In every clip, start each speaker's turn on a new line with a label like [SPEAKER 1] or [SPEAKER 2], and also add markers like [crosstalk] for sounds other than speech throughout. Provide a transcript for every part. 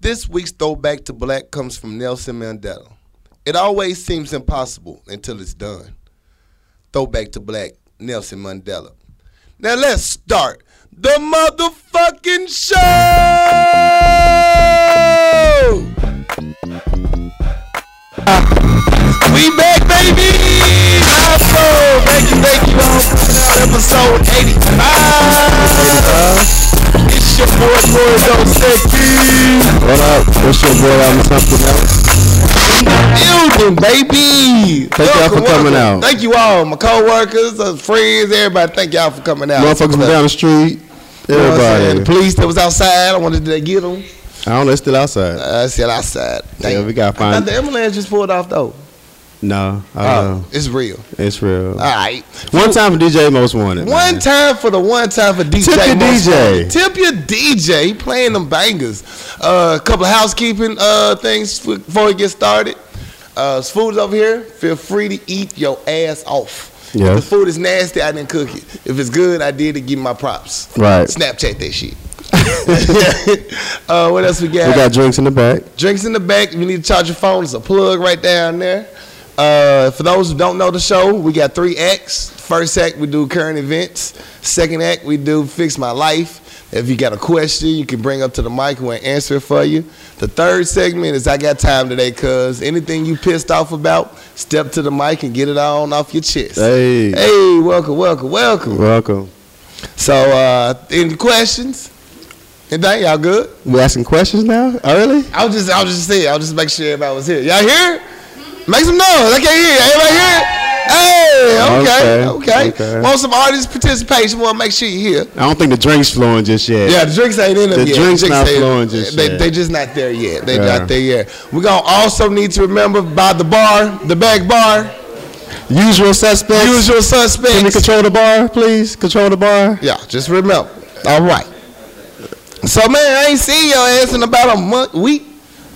[SPEAKER 1] This week's throwback to black comes from Nelson Mandela. It always seems impossible until it's done. Throwback to black, Nelson Mandela. Now let's start the motherfucking show! We back, baby! Awesome! Thank you, thank you all for checking out episode 85! It's your boy, boy, don't sexy!
[SPEAKER 2] What up? What's your boy? I'm something else.
[SPEAKER 1] Building, baby!
[SPEAKER 2] Thank y'all for
[SPEAKER 1] Welcome,
[SPEAKER 2] coming
[SPEAKER 1] welcome.
[SPEAKER 2] out.
[SPEAKER 1] Thank you all, my coworkers, uh, friends, everybody. Thank y'all for coming out.
[SPEAKER 2] Motherfuckers from down the street.
[SPEAKER 1] You know what I'm saying? The
[SPEAKER 2] Everybody.
[SPEAKER 1] police that was outside, I wanted to get them.
[SPEAKER 2] I don't know. It's still outside.
[SPEAKER 1] I said outside.
[SPEAKER 2] Yeah, we gotta
[SPEAKER 1] I thought
[SPEAKER 2] find-
[SPEAKER 1] the ambulance just pulled off though.
[SPEAKER 2] No, I don't
[SPEAKER 1] Oh,
[SPEAKER 2] know.
[SPEAKER 1] it's real.
[SPEAKER 2] It's real.
[SPEAKER 1] All right.
[SPEAKER 2] One time for DJ Most Wanted.
[SPEAKER 1] One
[SPEAKER 2] man.
[SPEAKER 1] time for the one time for DJ.
[SPEAKER 2] Tip your
[SPEAKER 1] Most
[SPEAKER 2] DJ.
[SPEAKER 1] Wanted. Tip your DJ. He playing them bangers. Uh, a couple of housekeeping uh, things f- before we get started. Uh, food's over here. Feel free to eat your ass off. If the
[SPEAKER 2] Yes.
[SPEAKER 1] food is nasty, I didn't cook it. If it's good, I did it. Give me my props.
[SPEAKER 2] Right.
[SPEAKER 1] Snapchat that shit. [laughs] uh, what else we got?
[SPEAKER 2] We got drinks in the back.
[SPEAKER 1] Drinks in the back. If you need to charge your phone, there's a plug right down there. Uh, for those who don't know the show, we got three acts. First act, we do current events. Second act, we do Fix My Life. If you got a question, you can bring up to the mic and we'll answer it for you. The third segment is I Got Time Today, cuz anything you pissed off about, step to the mic and get it on off your chest.
[SPEAKER 2] Hey.
[SPEAKER 1] Hey, welcome, welcome, welcome.
[SPEAKER 2] Welcome.
[SPEAKER 1] So, uh, any questions? Anything? Y'all good?
[SPEAKER 2] We asking questions now? Early?
[SPEAKER 1] I was just, I was just saying, I was just making sure everybody was here. Y'all here? Make some noise. I can't hear. you. Everybody here? Hey, okay, okay.
[SPEAKER 2] Okay, okay.
[SPEAKER 1] Want some artist participation? Want to make sure you're here?
[SPEAKER 2] I don't think the drinks flowing just yet.
[SPEAKER 1] Yeah, the drinks ain't in them
[SPEAKER 2] The
[SPEAKER 1] yet.
[SPEAKER 2] drinks not
[SPEAKER 1] ain't-
[SPEAKER 2] flowing just
[SPEAKER 1] they,
[SPEAKER 2] yet.
[SPEAKER 1] they just not there yet. They
[SPEAKER 2] Yeah.
[SPEAKER 1] not there yet. We're gonna also need to remember by the bar, the back bar,
[SPEAKER 2] Usual suspects.
[SPEAKER 1] usual
[SPEAKER 2] Can we
[SPEAKER 1] suspects.
[SPEAKER 2] control the bar, please? Control the bar.
[SPEAKER 1] Yeah, just remember. All right. So man, I ain't seen your ass in about a month, week,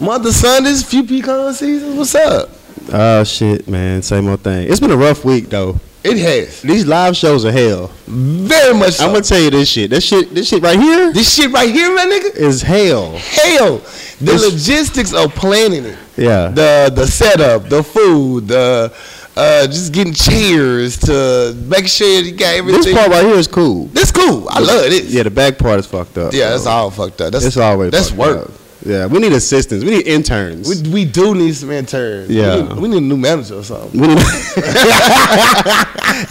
[SPEAKER 1] month of Sundays, few pecan seasons. What's up?
[SPEAKER 2] Oh shit, man. Same old thing. It's been a rough week though.
[SPEAKER 1] It has
[SPEAKER 2] These live shows are hell.
[SPEAKER 1] very much. so.
[SPEAKER 2] I'm gonna tell you this shit. This shit. This shit right here
[SPEAKER 1] This shit right here, my nigga,
[SPEAKER 2] is hell.
[SPEAKER 1] hell. The
[SPEAKER 2] This-
[SPEAKER 1] logistics of planning it,
[SPEAKER 2] Yeah.
[SPEAKER 1] the the setup, the food, the uh, just getting chairs to make sure you got everything.
[SPEAKER 2] This part right here is cool.
[SPEAKER 1] This cool. I love this.
[SPEAKER 2] Yeah, the back part is fucked up.
[SPEAKER 1] yeah, that's
[SPEAKER 2] bro.
[SPEAKER 1] all fucked up. That's
[SPEAKER 2] It's always
[SPEAKER 1] that's
[SPEAKER 2] fucked
[SPEAKER 1] work.
[SPEAKER 2] up. Yeah, we need assistants. We need interns.
[SPEAKER 1] We, we do need some interns.
[SPEAKER 2] Yeah.
[SPEAKER 1] we need, we need a new manager or something. [laughs]
[SPEAKER 2] We need-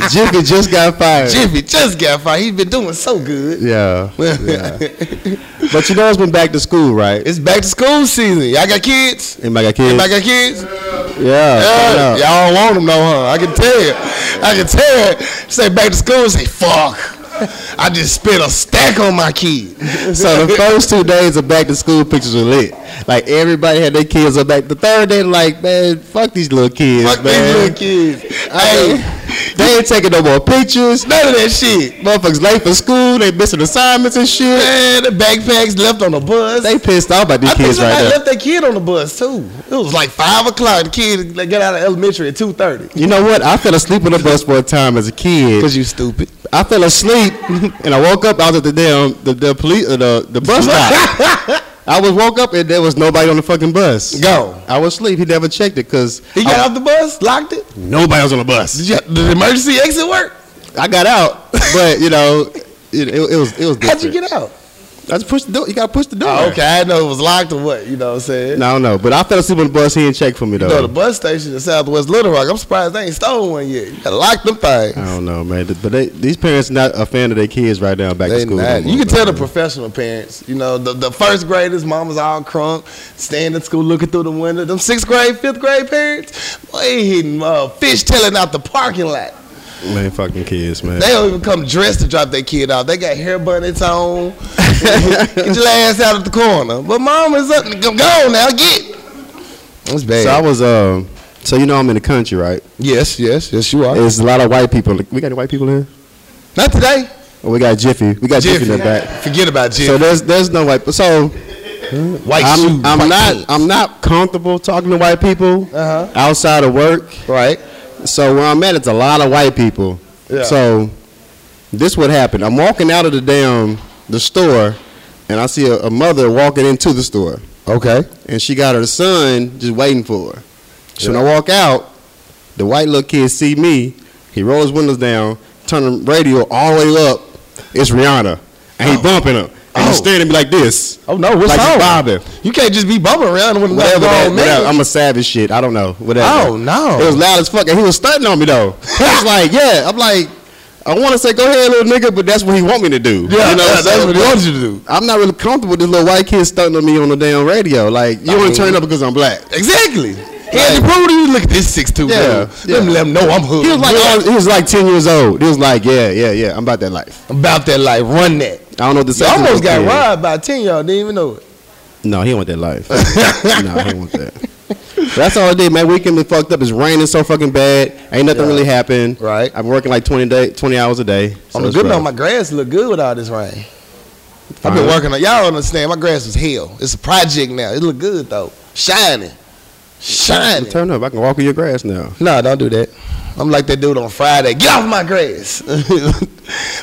[SPEAKER 2] Jiffy just got fired.
[SPEAKER 1] Jiffy just got fired. He's been doing so good.
[SPEAKER 2] Yeah,
[SPEAKER 1] [laughs]
[SPEAKER 2] yeah. but you know it's been back to school, right?
[SPEAKER 1] it's back to school season. Y'all got kids?
[SPEAKER 2] Anybody got kids?
[SPEAKER 1] Y'all got kids?
[SPEAKER 2] yeah.
[SPEAKER 1] Yeah,
[SPEAKER 2] yeah.
[SPEAKER 1] y'all don't want them no, huh? I can tell you. I can tell you. Say back to school, say fuck. I just spent a stack on my kid.
[SPEAKER 2] [laughs]
[SPEAKER 1] [laughs]
[SPEAKER 2] So the first two days of back to school pictures were lit. Like everybody had their kids up back. The third day, like man, fuck these little kids,
[SPEAKER 1] fuck these
[SPEAKER 2] man.
[SPEAKER 1] little kids. Hey,
[SPEAKER 2] They ain't taking no more pictures.
[SPEAKER 1] none of that shit.
[SPEAKER 2] Motherfuckers late for school. They missing assignments and shit.
[SPEAKER 1] Man, the backpacks left on the bus.
[SPEAKER 2] They pissed off about these
[SPEAKER 1] I think
[SPEAKER 2] kids right
[SPEAKER 1] somebody
[SPEAKER 2] now.
[SPEAKER 1] left their kid on the bus too. It was like five o'clock. The kid like, got out of elementary at two thirty.
[SPEAKER 2] You know what? I fell asleep on the bus one time as a kid.
[SPEAKER 1] you stupid.
[SPEAKER 2] I fell asleep [laughs] and I woke up. I was at the damn the, the police uh, the the
[SPEAKER 1] [laughs]
[SPEAKER 2] bus stop. I was woke up and there was nobody on the fucking bus.
[SPEAKER 1] Go.
[SPEAKER 2] I was asleep. He never checked it because
[SPEAKER 1] He got off the bus, locked it.
[SPEAKER 2] nobody was on the bus.
[SPEAKER 1] Did, you, did the emergency exit work?
[SPEAKER 2] I got out, but you know, it, it, it was it was.
[SPEAKER 1] How'd you
[SPEAKER 2] different.
[SPEAKER 1] get out?
[SPEAKER 2] I just pushed the door. You gotta push the door.
[SPEAKER 1] Oh, okay, I didn't know it was locked or what. You know what I'm saying?
[SPEAKER 2] No, no. But I fell asleep on the bus. He didn't check for me
[SPEAKER 1] You know, the
[SPEAKER 2] though.
[SPEAKER 1] bus station in Southwest Little Rock. I'm surprised they ain't stole one yet. You gotta lock them things.
[SPEAKER 2] I don't know, man. But they, these parents not a fan of their kids right now back to
[SPEAKER 1] They
[SPEAKER 2] school.
[SPEAKER 1] not.
[SPEAKER 2] no more,
[SPEAKER 1] You can tell the
[SPEAKER 2] man.
[SPEAKER 1] professional parents. You know, the, the first graders, mama's all crunk, standing at school looking through the window. Them sixth grade, fifth grade parents, boy, they hitting uh, fish tailing out the parking lot.
[SPEAKER 2] man, fucking kids, man.
[SPEAKER 1] They don't even come dressed to drop their kid off. They got hair bonnets
[SPEAKER 2] [laughs]
[SPEAKER 1] on. get your ass out of the corner. But mama's up. Go go now. Get. That's bad.
[SPEAKER 2] So I was um. So you know I'm in the country, right?
[SPEAKER 1] yes, yes, yes, you are.
[SPEAKER 2] It's a lot of white people. We got any white people in?
[SPEAKER 1] Not today.
[SPEAKER 2] Oh, we got Jiffy. We got Jiffy, in the back.
[SPEAKER 1] Forget about Jiffy.
[SPEAKER 2] So there's there's no white. So
[SPEAKER 1] White shoes,
[SPEAKER 2] I'm, I'm
[SPEAKER 1] white
[SPEAKER 2] not I'm not comfortable talking to white people
[SPEAKER 1] Uh-huh.
[SPEAKER 2] outside of work.
[SPEAKER 1] shoes. Right.
[SPEAKER 2] So where I'm at, it's a lot of white people.
[SPEAKER 1] Yeah.
[SPEAKER 2] So this what happened. I'm walking out of the damn the store, and I see a, a mother walking into the store.
[SPEAKER 1] Okay.
[SPEAKER 2] and she got her son just waiting for her. So when I walk out, the white little kid see me. He rolls his windows down, turn the radio all the way up. It's Rihanna, and he bumping her, and
[SPEAKER 1] Oh.
[SPEAKER 2] he's staring at me like this,
[SPEAKER 1] Oh no, what's
[SPEAKER 2] like he's
[SPEAKER 1] wrong?
[SPEAKER 2] bobbing.
[SPEAKER 1] You can't just be bumping around with
[SPEAKER 2] Whatever,
[SPEAKER 1] whatever
[SPEAKER 2] that,
[SPEAKER 1] wrong
[SPEAKER 2] whatever.
[SPEAKER 1] man.
[SPEAKER 2] I'm a savage shit. I don't know. Whatever.
[SPEAKER 1] Oh no.
[SPEAKER 2] It was loud as fuck, and he was stunting on me though.
[SPEAKER 1] [laughs]
[SPEAKER 2] He was like, "Yeah." I'm like, I want to say, "Go ahead, little nigga," but that's what he want me to do.
[SPEAKER 1] yeah,
[SPEAKER 2] you know,
[SPEAKER 1] yeah, that's
[SPEAKER 2] so-
[SPEAKER 1] what he wanted you to do.
[SPEAKER 2] I'm not really comfortable with this little white kid stunting on me on the damn radio. Like, you
[SPEAKER 1] I
[SPEAKER 2] want
[SPEAKER 1] mean-
[SPEAKER 2] to turn up because I'm black.
[SPEAKER 1] Exactly. He had to prove to you. Look at this six two.
[SPEAKER 2] Yeah,
[SPEAKER 1] Let
[SPEAKER 2] yeah.
[SPEAKER 1] me let him know I'm hood.
[SPEAKER 2] He was like, oh, he was like ten years old. He was like, yeah, yeah, yeah. I'm about that life.
[SPEAKER 1] about that life. Run that.
[SPEAKER 2] I don't know what to
[SPEAKER 1] So
[SPEAKER 2] say.
[SPEAKER 1] I
[SPEAKER 2] to
[SPEAKER 1] almost
[SPEAKER 2] this
[SPEAKER 1] got
[SPEAKER 2] kid.
[SPEAKER 1] robbed by a ten year old. Didn't even know it.
[SPEAKER 2] No, he don't want that
[SPEAKER 1] [laughs]
[SPEAKER 2] life. no, he don't want that. But that's all I did. My weekend been fucked up. It's raining so fucking bad. Ain't nothing
[SPEAKER 1] Yeah.
[SPEAKER 2] really happened.
[SPEAKER 1] Right.
[SPEAKER 2] I've been working like 20 day, 20 hours a day. So
[SPEAKER 1] On the
[SPEAKER 2] it's
[SPEAKER 1] good
[SPEAKER 2] rough.
[SPEAKER 1] note, my grass look good with all this rain. I've been
[SPEAKER 2] Fine.
[SPEAKER 1] working on. Y'all don't understand. My grass was hell. It's a project now. It look good though. Shining. Shining.
[SPEAKER 2] Turn up. I can walk in your grass now.
[SPEAKER 1] No, don't do that. I'm like that dude on Friday. Get off my grass. [laughs]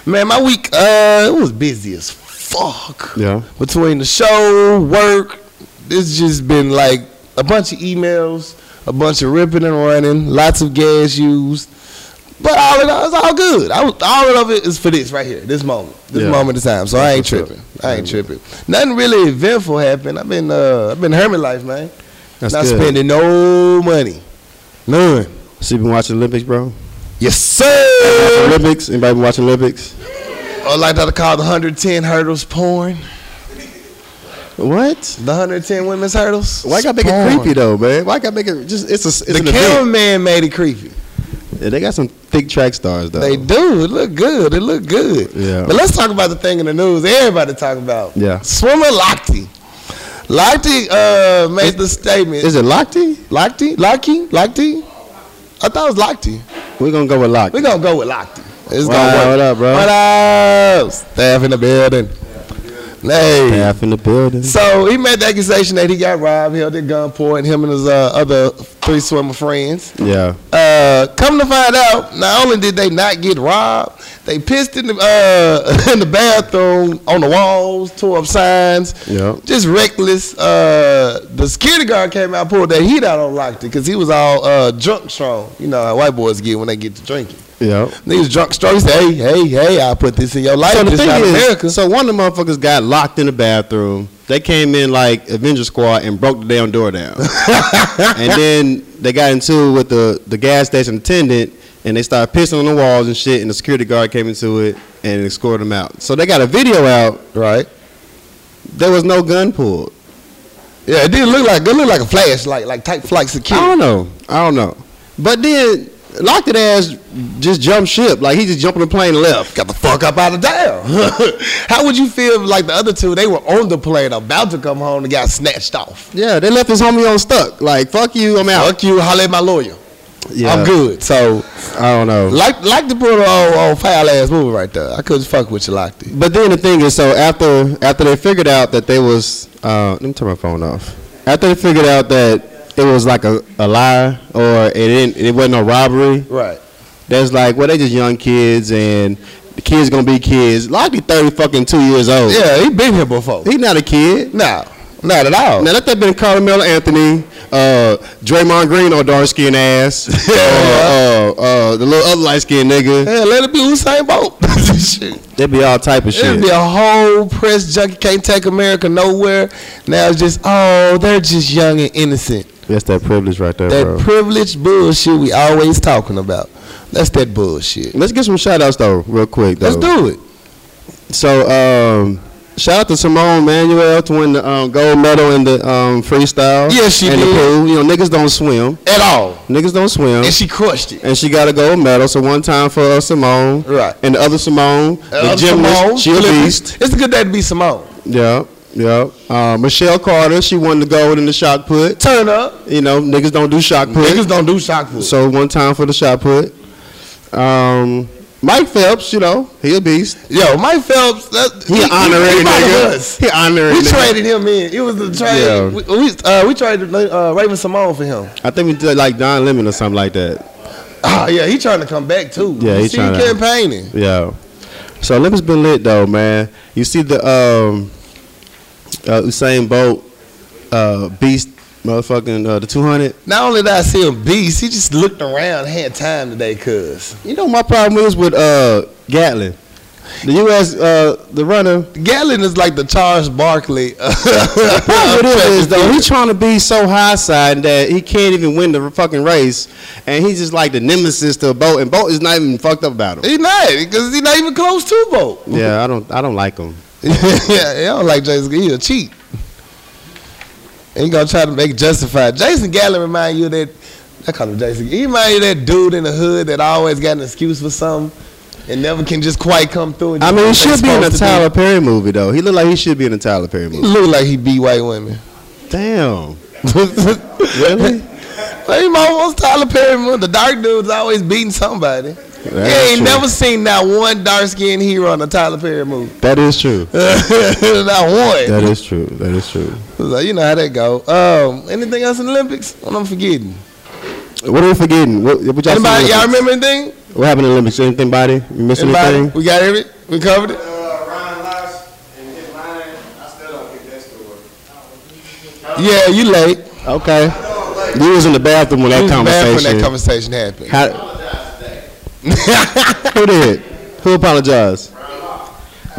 [SPEAKER 1] Man, my week uh it was busy as fuck.
[SPEAKER 2] Yeah.
[SPEAKER 1] Between the show, work, it's just been like a bunch of emails, a bunch of ripping and running, lots of gas used. But all in all, it's all good. I, was- all of it is for this right here, this moment, this
[SPEAKER 2] Yeah.
[SPEAKER 1] moment of time. So I ain't
[SPEAKER 2] That's what's
[SPEAKER 1] tripping. I ain't tripping. Nothing really eventful happened. I've been uh I've been hermit life, man.
[SPEAKER 2] That's
[SPEAKER 1] Not
[SPEAKER 2] good.
[SPEAKER 1] spending no money. None.
[SPEAKER 2] So you been watching Olympics, bro?
[SPEAKER 1] Yes, sir.
[SPEAKER 2] Olympics. Anybody been watching Olympics?
[SPEAKER 1] I Oh, like that I call the 110 hurdles porn.
[SPEAKER 2] What?
[SPEAKER 1] The 110 women's hurdles.
[SPEAKER 2] Why gotta make it
[SPEAKER 1] Porn.
[SPEAKER 2] creepy though, man? Why gotta make it just? It's a. It's
[SPEAKER 1] The
[SPEAKER 2] an event.
[SPEAKER 1] cameraman made it creepy.
[SPEAKER 2] Yeah, they got some thick track stars though.
[SPEAKER 1] They do. It looked good. It looked good.
[SPEAKER 2] Yeah.
[SPEAKER 1] But let's talk about the thing in the news. Everybody talk about.
[SPEAKER 2] Yeah.
[SPEAKER 1] Swimmer Lochte. Lochte uh, made the statement.
[SPEAKER 2] Is it Lochte?
[SPEAKER 1] Lochte? Lochte? Lochte? I thought it was Lochte.
[SPEAKER 2] We're gonna go with Lochte.
[SPEAKER 1] We're gonna go with Lochte. It's
[SPEAKER 2] Wow,
[SPEAKER 1] gonna work.
[SPEAKER 2] what up, bro?
[SPEAKER 1] What up? Staff in the building. Hey.
[SPEAKER 2] Half in the building.
[SPEAKER 1] So he made the accusation that he got robbed, held at gunpoint, him and his uh, other three swimmer friends.
[SPEAKER 2] Yeah.
[SPEAKER 1] Uh, come to find out, not only did they not get robbed, they pissed in the uh, [laughs] in the bathroom, on the walls, tore up signs,
[SPEAKER 2] Yeah.
[SPEAKER 1] just reckless. Uh, the security guard came out, pulled that heat out on Lockton because he was all uh, drunk strong. You know how white boys get when they get to drinking.
[SPEAKER 2] Yeah.
[SPEAKER 1] Niggas drunk strong. He said, "Hey, hey, hey, I put this in your life.
[SPEAKER 2] So the
[SPEAKER 1] this
[SPEAKER 2] thing
[SPEAKER 1] not
[SPEAKER 2] is,
[SPEAKER 1] America."
[SPEAKER 2] so one of the motherfuckers got locked in the bathroom. They came in like Avenger Squad and broke the damn door [laughs] down. and then they got into it with the, the gas station attendant and they started pissing on the walls and shit. And the security guard came into it and escorted them out. So they got a video out.
[SPEAKER 1] [laughs] Right?
[SPEAKER 2] There was no gun pulled.
[SPEAKER 1] Yeah, it didn't look like it looked like a flashlight, like type flight security.
[SPEAKER 2] I don't know. I don't know. But then locked it ass just jumped ship. Like he just jumped on the plane and left.
[SPEAKER 1] Got the fuck up out of town. [laughs] How would you feel if, like the other two? They were on the plane, about to come home, and got snatched off.
[SPEAKER 2] Yeah, they left his homie on stuck. Like, fuck you, I'm out.
[SPEAKER 1] Fuck you, holler at my lawyer.
[SPEAKER 2] Yeah.
[SPEAKER 1] I'm good. So,
[SPEAKER 2] I don't know.
[SPEAKER 1] like, like the put on, on foul ass movie right there. I couldn't fuck with you, Lochte.
[SPEAKER 2] But then the thing is, so after after they figured out that they was, uh, let me turn my phone off. After they figured out that it was like a, a lie or it didn't, it wasn't a robbery.
[SPEAKER 1] Right.
[SPEAKER 2] That's like, well, they just young kids and the kids gonna be kids. Lockheed thirty fucking two years old.
[SPEAKER 1] Yeah, he been here before.
[SPEAKER 2] he's not a kid.
[SPEAKER 1] No, not at all.
[SPEAKER 2] Now let that been Carmelo Anthony, uh, Draymond Green on dark skinned ass, [laughs] uh, uh, uh, the little other light skinned nigga.
[SPEAKER 1] Yeah, let it be Usain Bolt. [laughs] Shit.
[SPEAKER 2] They be all type of
[SPEAKER 1] It'd be
[SPEAKER 2] shit.
[SPEAKER 1] a whole press junkie can't take America nowhere. Now it's just oh, they're just young and innocent.
[SPEAKER 2] That's that privilege right there,
[SPEAKER 1] That
[SPEAKER 2] bro.
[SPEAKER 1] privileged bullshit we always talking about. That's that bullshit.
[SPEAKER 2] Let's get some shout outs though, real quick. Though.
[SPEAKER 1] Let's do it.
[SPEAKER 2] So, um, shout out to Simone Manuel to win the um, gold medal in the um, freestyle.
[SPEAKER 1] Yeah, she
[SPEAKER 2] and
[SPEAKER 1] did.
[SPEAKER 2] The pool. You know, niggas don't swim.
[SPEAKER 1] At all.
[SPEAKER 2] Niggas don't swim.
[SPEAKER 1] And she crushed it.
[SPEAKER 2] And she got a gold medal. So one time for uh, Simone.
[SPEAKER 1] Right.
[SPEAKER 2] And the other Simone, the
[SPEAKER 1] Uh, Simone,
[SPEAKER 2] gymnast, she a
[SPEAKER 1] Flippy.
[SPEAKER 2] beast.
[SPEAKER 1] It's a good day to be Simone.
[SPEAKER 2] Yeah, yeah. Uh, Michelle Carter, she won the gold in the shot put.
[SPEAKER 1] Turn up.
[SPEAKER 2] You know, niggas don't do shot put.
[SPEAKER 1] Niggas don't do shock put.
[SPEAKER 2] So one time for the shot put. Um, Mike Phelps, you know, he a beast.
[SPEAKER 1] Yo, Mike Phelps, that,
[SPEAKER 2] He, an honorary
[SPEAKER 1] he part of
[SPEAKER 2] nigga.
[SPEAKER 1] us.
[SPEAKER 2] He honorary
[SPEAKER 1] We
[SPEAKER 2] nigga.
[SPEAKER 1] traded him in. It was the trade.
[SPEAKER 2] Yeah.
[SPEAKER 1] We, we, uh, we traded uh, Raven Simone for him.
[SPEAKER 2] I think we did like Don Lemon or something like that.
[SPEAKER 1] Ah, yeah, he trying to come back too.
[SPEAKER 2] Yeah,
[SPEAKER 1] you
[SPEAKER 2] he
[SPEAKER 1] see
[SPEAKER 2] tryna-
[SPEAKER 1] him campaigning.
[SPEAKER 2] Yeah. So Olympics been lit though, man. You see the um, uh, Usain Bolt uh, Beast, motherfucking uh, the 200.
[SPEAKER 1] Not only did I see him beast, he just looked around, had time today, cuz.
[SPEAKER 2] You know my problem is with uh, Gatlin. The U.S. Uh, the runner.
[SPEAKER 1] Gatlin is like the Charles Barkley.
[SPEAKER 2] [laughs] The problem with him is though he's trying to be so high side that he can't even win the fucking race, and he's just like the nemesis to Bolt, and Bolt is not even fucked up about him.
[SPEAKER 1] He not, because he's not even close to vote. [laughs]
[SPEAKER 2] Yeah, I don't, I don't like him.
[SPEAKER 1] yeah, he don't like Jason. He a cheat. And he gonna try to make it justified. Jason Gatlin remind you that I call him Jason. He remind you that dude in the hood that always got an excuse for something and never can just quite come through. And
[SPEAKER 2] I
[SPEAKER 1] do
[SPEAKER 2] mean, he
[SPEAKER 1] what they
[SPEAKER 2] should be in a
[SPEAKER 1] supposed to do.
[SPEAKER 2] Tyler Perry movie though. He looked like he should be in a Tyler Perry
[SPEAKER 1] He
[SPEAKER 2] movie.
[SPEAKER 1] look like he beat white women.
[SPEAKER 2] [laughs] Damn.
[SPEAKER 1] really? Like, my most Tyler Perry movie. The dark dude's always beating somebody. Yeah,
[SPEAKER 2] That's
[SPEAKER 1] ain't
[SPEAKER 2] true.
[SPEAKER 1] never seen not one dark skinned hero in a Tyler Perry movie. [laughs]
[SPEAKER 2] That is true.
[SPEAKER 1] not one.
[SPEAKER 2] That is true. That is true.
[SPEAKER 1] So you know how that go. Um, anything else in the Olympics? What I'm forgetting.
[SPEAKER 2] What are we forgetting? What, what
[SPEAKER 1] Anybody,
[SPEAKER 2] y'all, seen in the
[SPEAKER 1] y'all
[SPEAKER 2] Olympics?
[SPEAKER 1] remember anything?
[SPEAKER 2] What happened in the Olympics? Anything, body? You missed
[SPEAKER 1] Anybody?
[SPEAKER 2] anything?
[SPEAKER 1] We got every. We covered it.
[SPEAKER 3] Uh, Ryan Lotz and his line, I still don't get that story.
[SPEAKER 1] Yeah, you late.
[SPEAKER 2] Okay. You was in the bathroom when
[SPEAKER 1] It
[SPEAKER 2] that
[SPEAKER 1] was bad when
[SPEAKER 2] conversation.
[SPEAKER 1] that conversation happened. [laughs]
[SPEAKER 2] How, who did? Who apologized?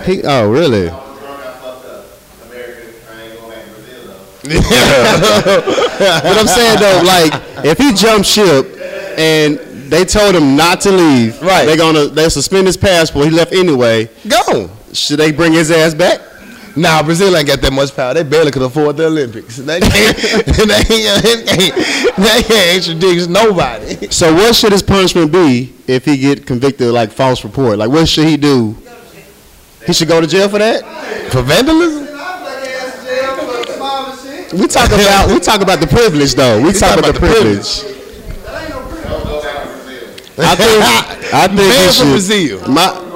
[SPEAKER 2] He. Oh, really? [laughs]
[SPEAKER 3] I was drunk, I fucked up. America, I ain't going back to Brazil though.
[SPEAKER 2] But I'm saying though, like, if he jumped ship and they told him not to leave,
[SPEAKER 1] Right.
[SPEAKER 2] They're gonna they suspend his passport. He left anyway.
[SPEAKER 1] Go.
[SPEAKER 2] Should they bring his ass back?
[SPEAKER 1] Nah, Brazil ain't got that much power. They barely could afford the Olympics. They can't, [laughs] they can't, they can't, they can't introduce nobody. [laughs]
[SPEAKER 2] So what should his punishment be if he get convicted of like false report? Like, what should he do? He should go to jail for that.
[SPEAKER 1] For vandalism?
[SPEAKER 3] And I black ass jail for smiling shit.
[SPEAKER 2] We talk about we talk about the privilege though. We, talk, about, the privilege.
[SPEAKER 3] That ain't no prison. Don't go back to Brazil.
[SPEAKER 1] [laughs]
[SPEAKER 2] I think [laughs] I think
[SPEAKER 1] Man
[SPEAKER 2] he
[SPEAKER 1] from
[SPEAKER 2] should-
[SPEAKER 1] Brazil.
[SPEAKER 2] My,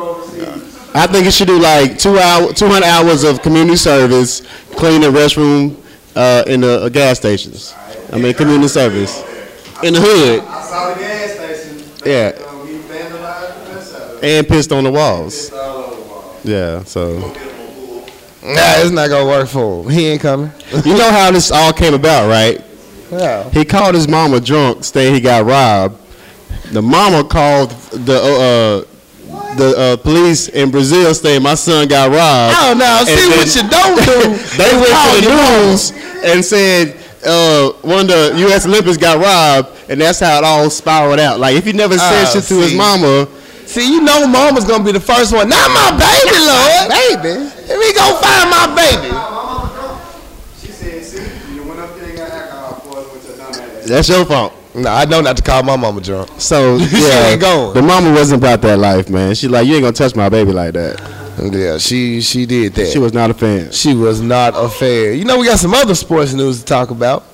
[SPEAKER 2] I think it should do like two hour, two hundred hours of community service, clean the restroom uh, in the uh, gas stations. I mean, community service in the hood
[SPEAKER 3] I saw the gas station.
[SPEAKER 2] Yeah.
[SPEAKER 3] Um, we vandalized the mess out of it.
[SPEAKER 2] and pissed on the walls.
[SPEAKER 3] It's all over the wall.
[SPEAKER 2] Yeah, so
[SPEAKER 3] Get them on pool.
[SPEAKER 1] Nah, it's not gonna work for him. He ain't coming.
[SPEAKER 2] [laughs] you know how this all came about, right?
[SPEAKER 1] No.
[SPEAKER 2] He called his mama drunk, saying he got robbed. The mama called the uh, uh, the uh, police in Brazil, saying my son got robbed.
[SPEAKER 1] Oh no,
[SPEAKER 2] And
[SPEAKER 1] see what
[SPEAKER 2] then-
[SPEAKER 1] you don't do.
[SPEAKER 2] [laughs]
[SPEAKER 1] [laughs]
[SPEAKER 2] they
[SPEAKER 1] is
[SPEAKER 2] went
[SPEAKER 1] call
[SPEAKER 2] to
[SPEAKER 1] you
[SPEAKER 2] the news and said uh, one of the U.S. Olympics got robbed, and that's how it all spiraled out. Like if he never said
[SPEAKER 1] Oh,
[SPEAKER 2] shit to his
[SPEAKER 1] see.
[SPEAKER 2] mama,
[SPEAKER 1] See, you know mama's gonna be the first one. Not my baby, Lord. Baby. Let me go find my baby.
[SPEAKER 3] My mama drunk. She said, see, you went up there and got alcohol poisoning with your dumb ass.
[SPEAKER 2] that's your fault.
[SPEAKER 1] No, I know not to call my mama drunk. [laughs]
[SPEAKER 2] So
[SPEAKER 1] She
[SPEAKER 2] yeah,
[SPEAKER 1] ain't going.
[SPEAKER 2] the mama wasn't about that life, man. She like you ain't gonna touch my baby like that.
[SPEAKER 1] Yeah, she she did that.
[SPEAKER 2] She was not a fan.
[SPEAKER 1] She was not a fair. You know, we got some other sports news to talk about.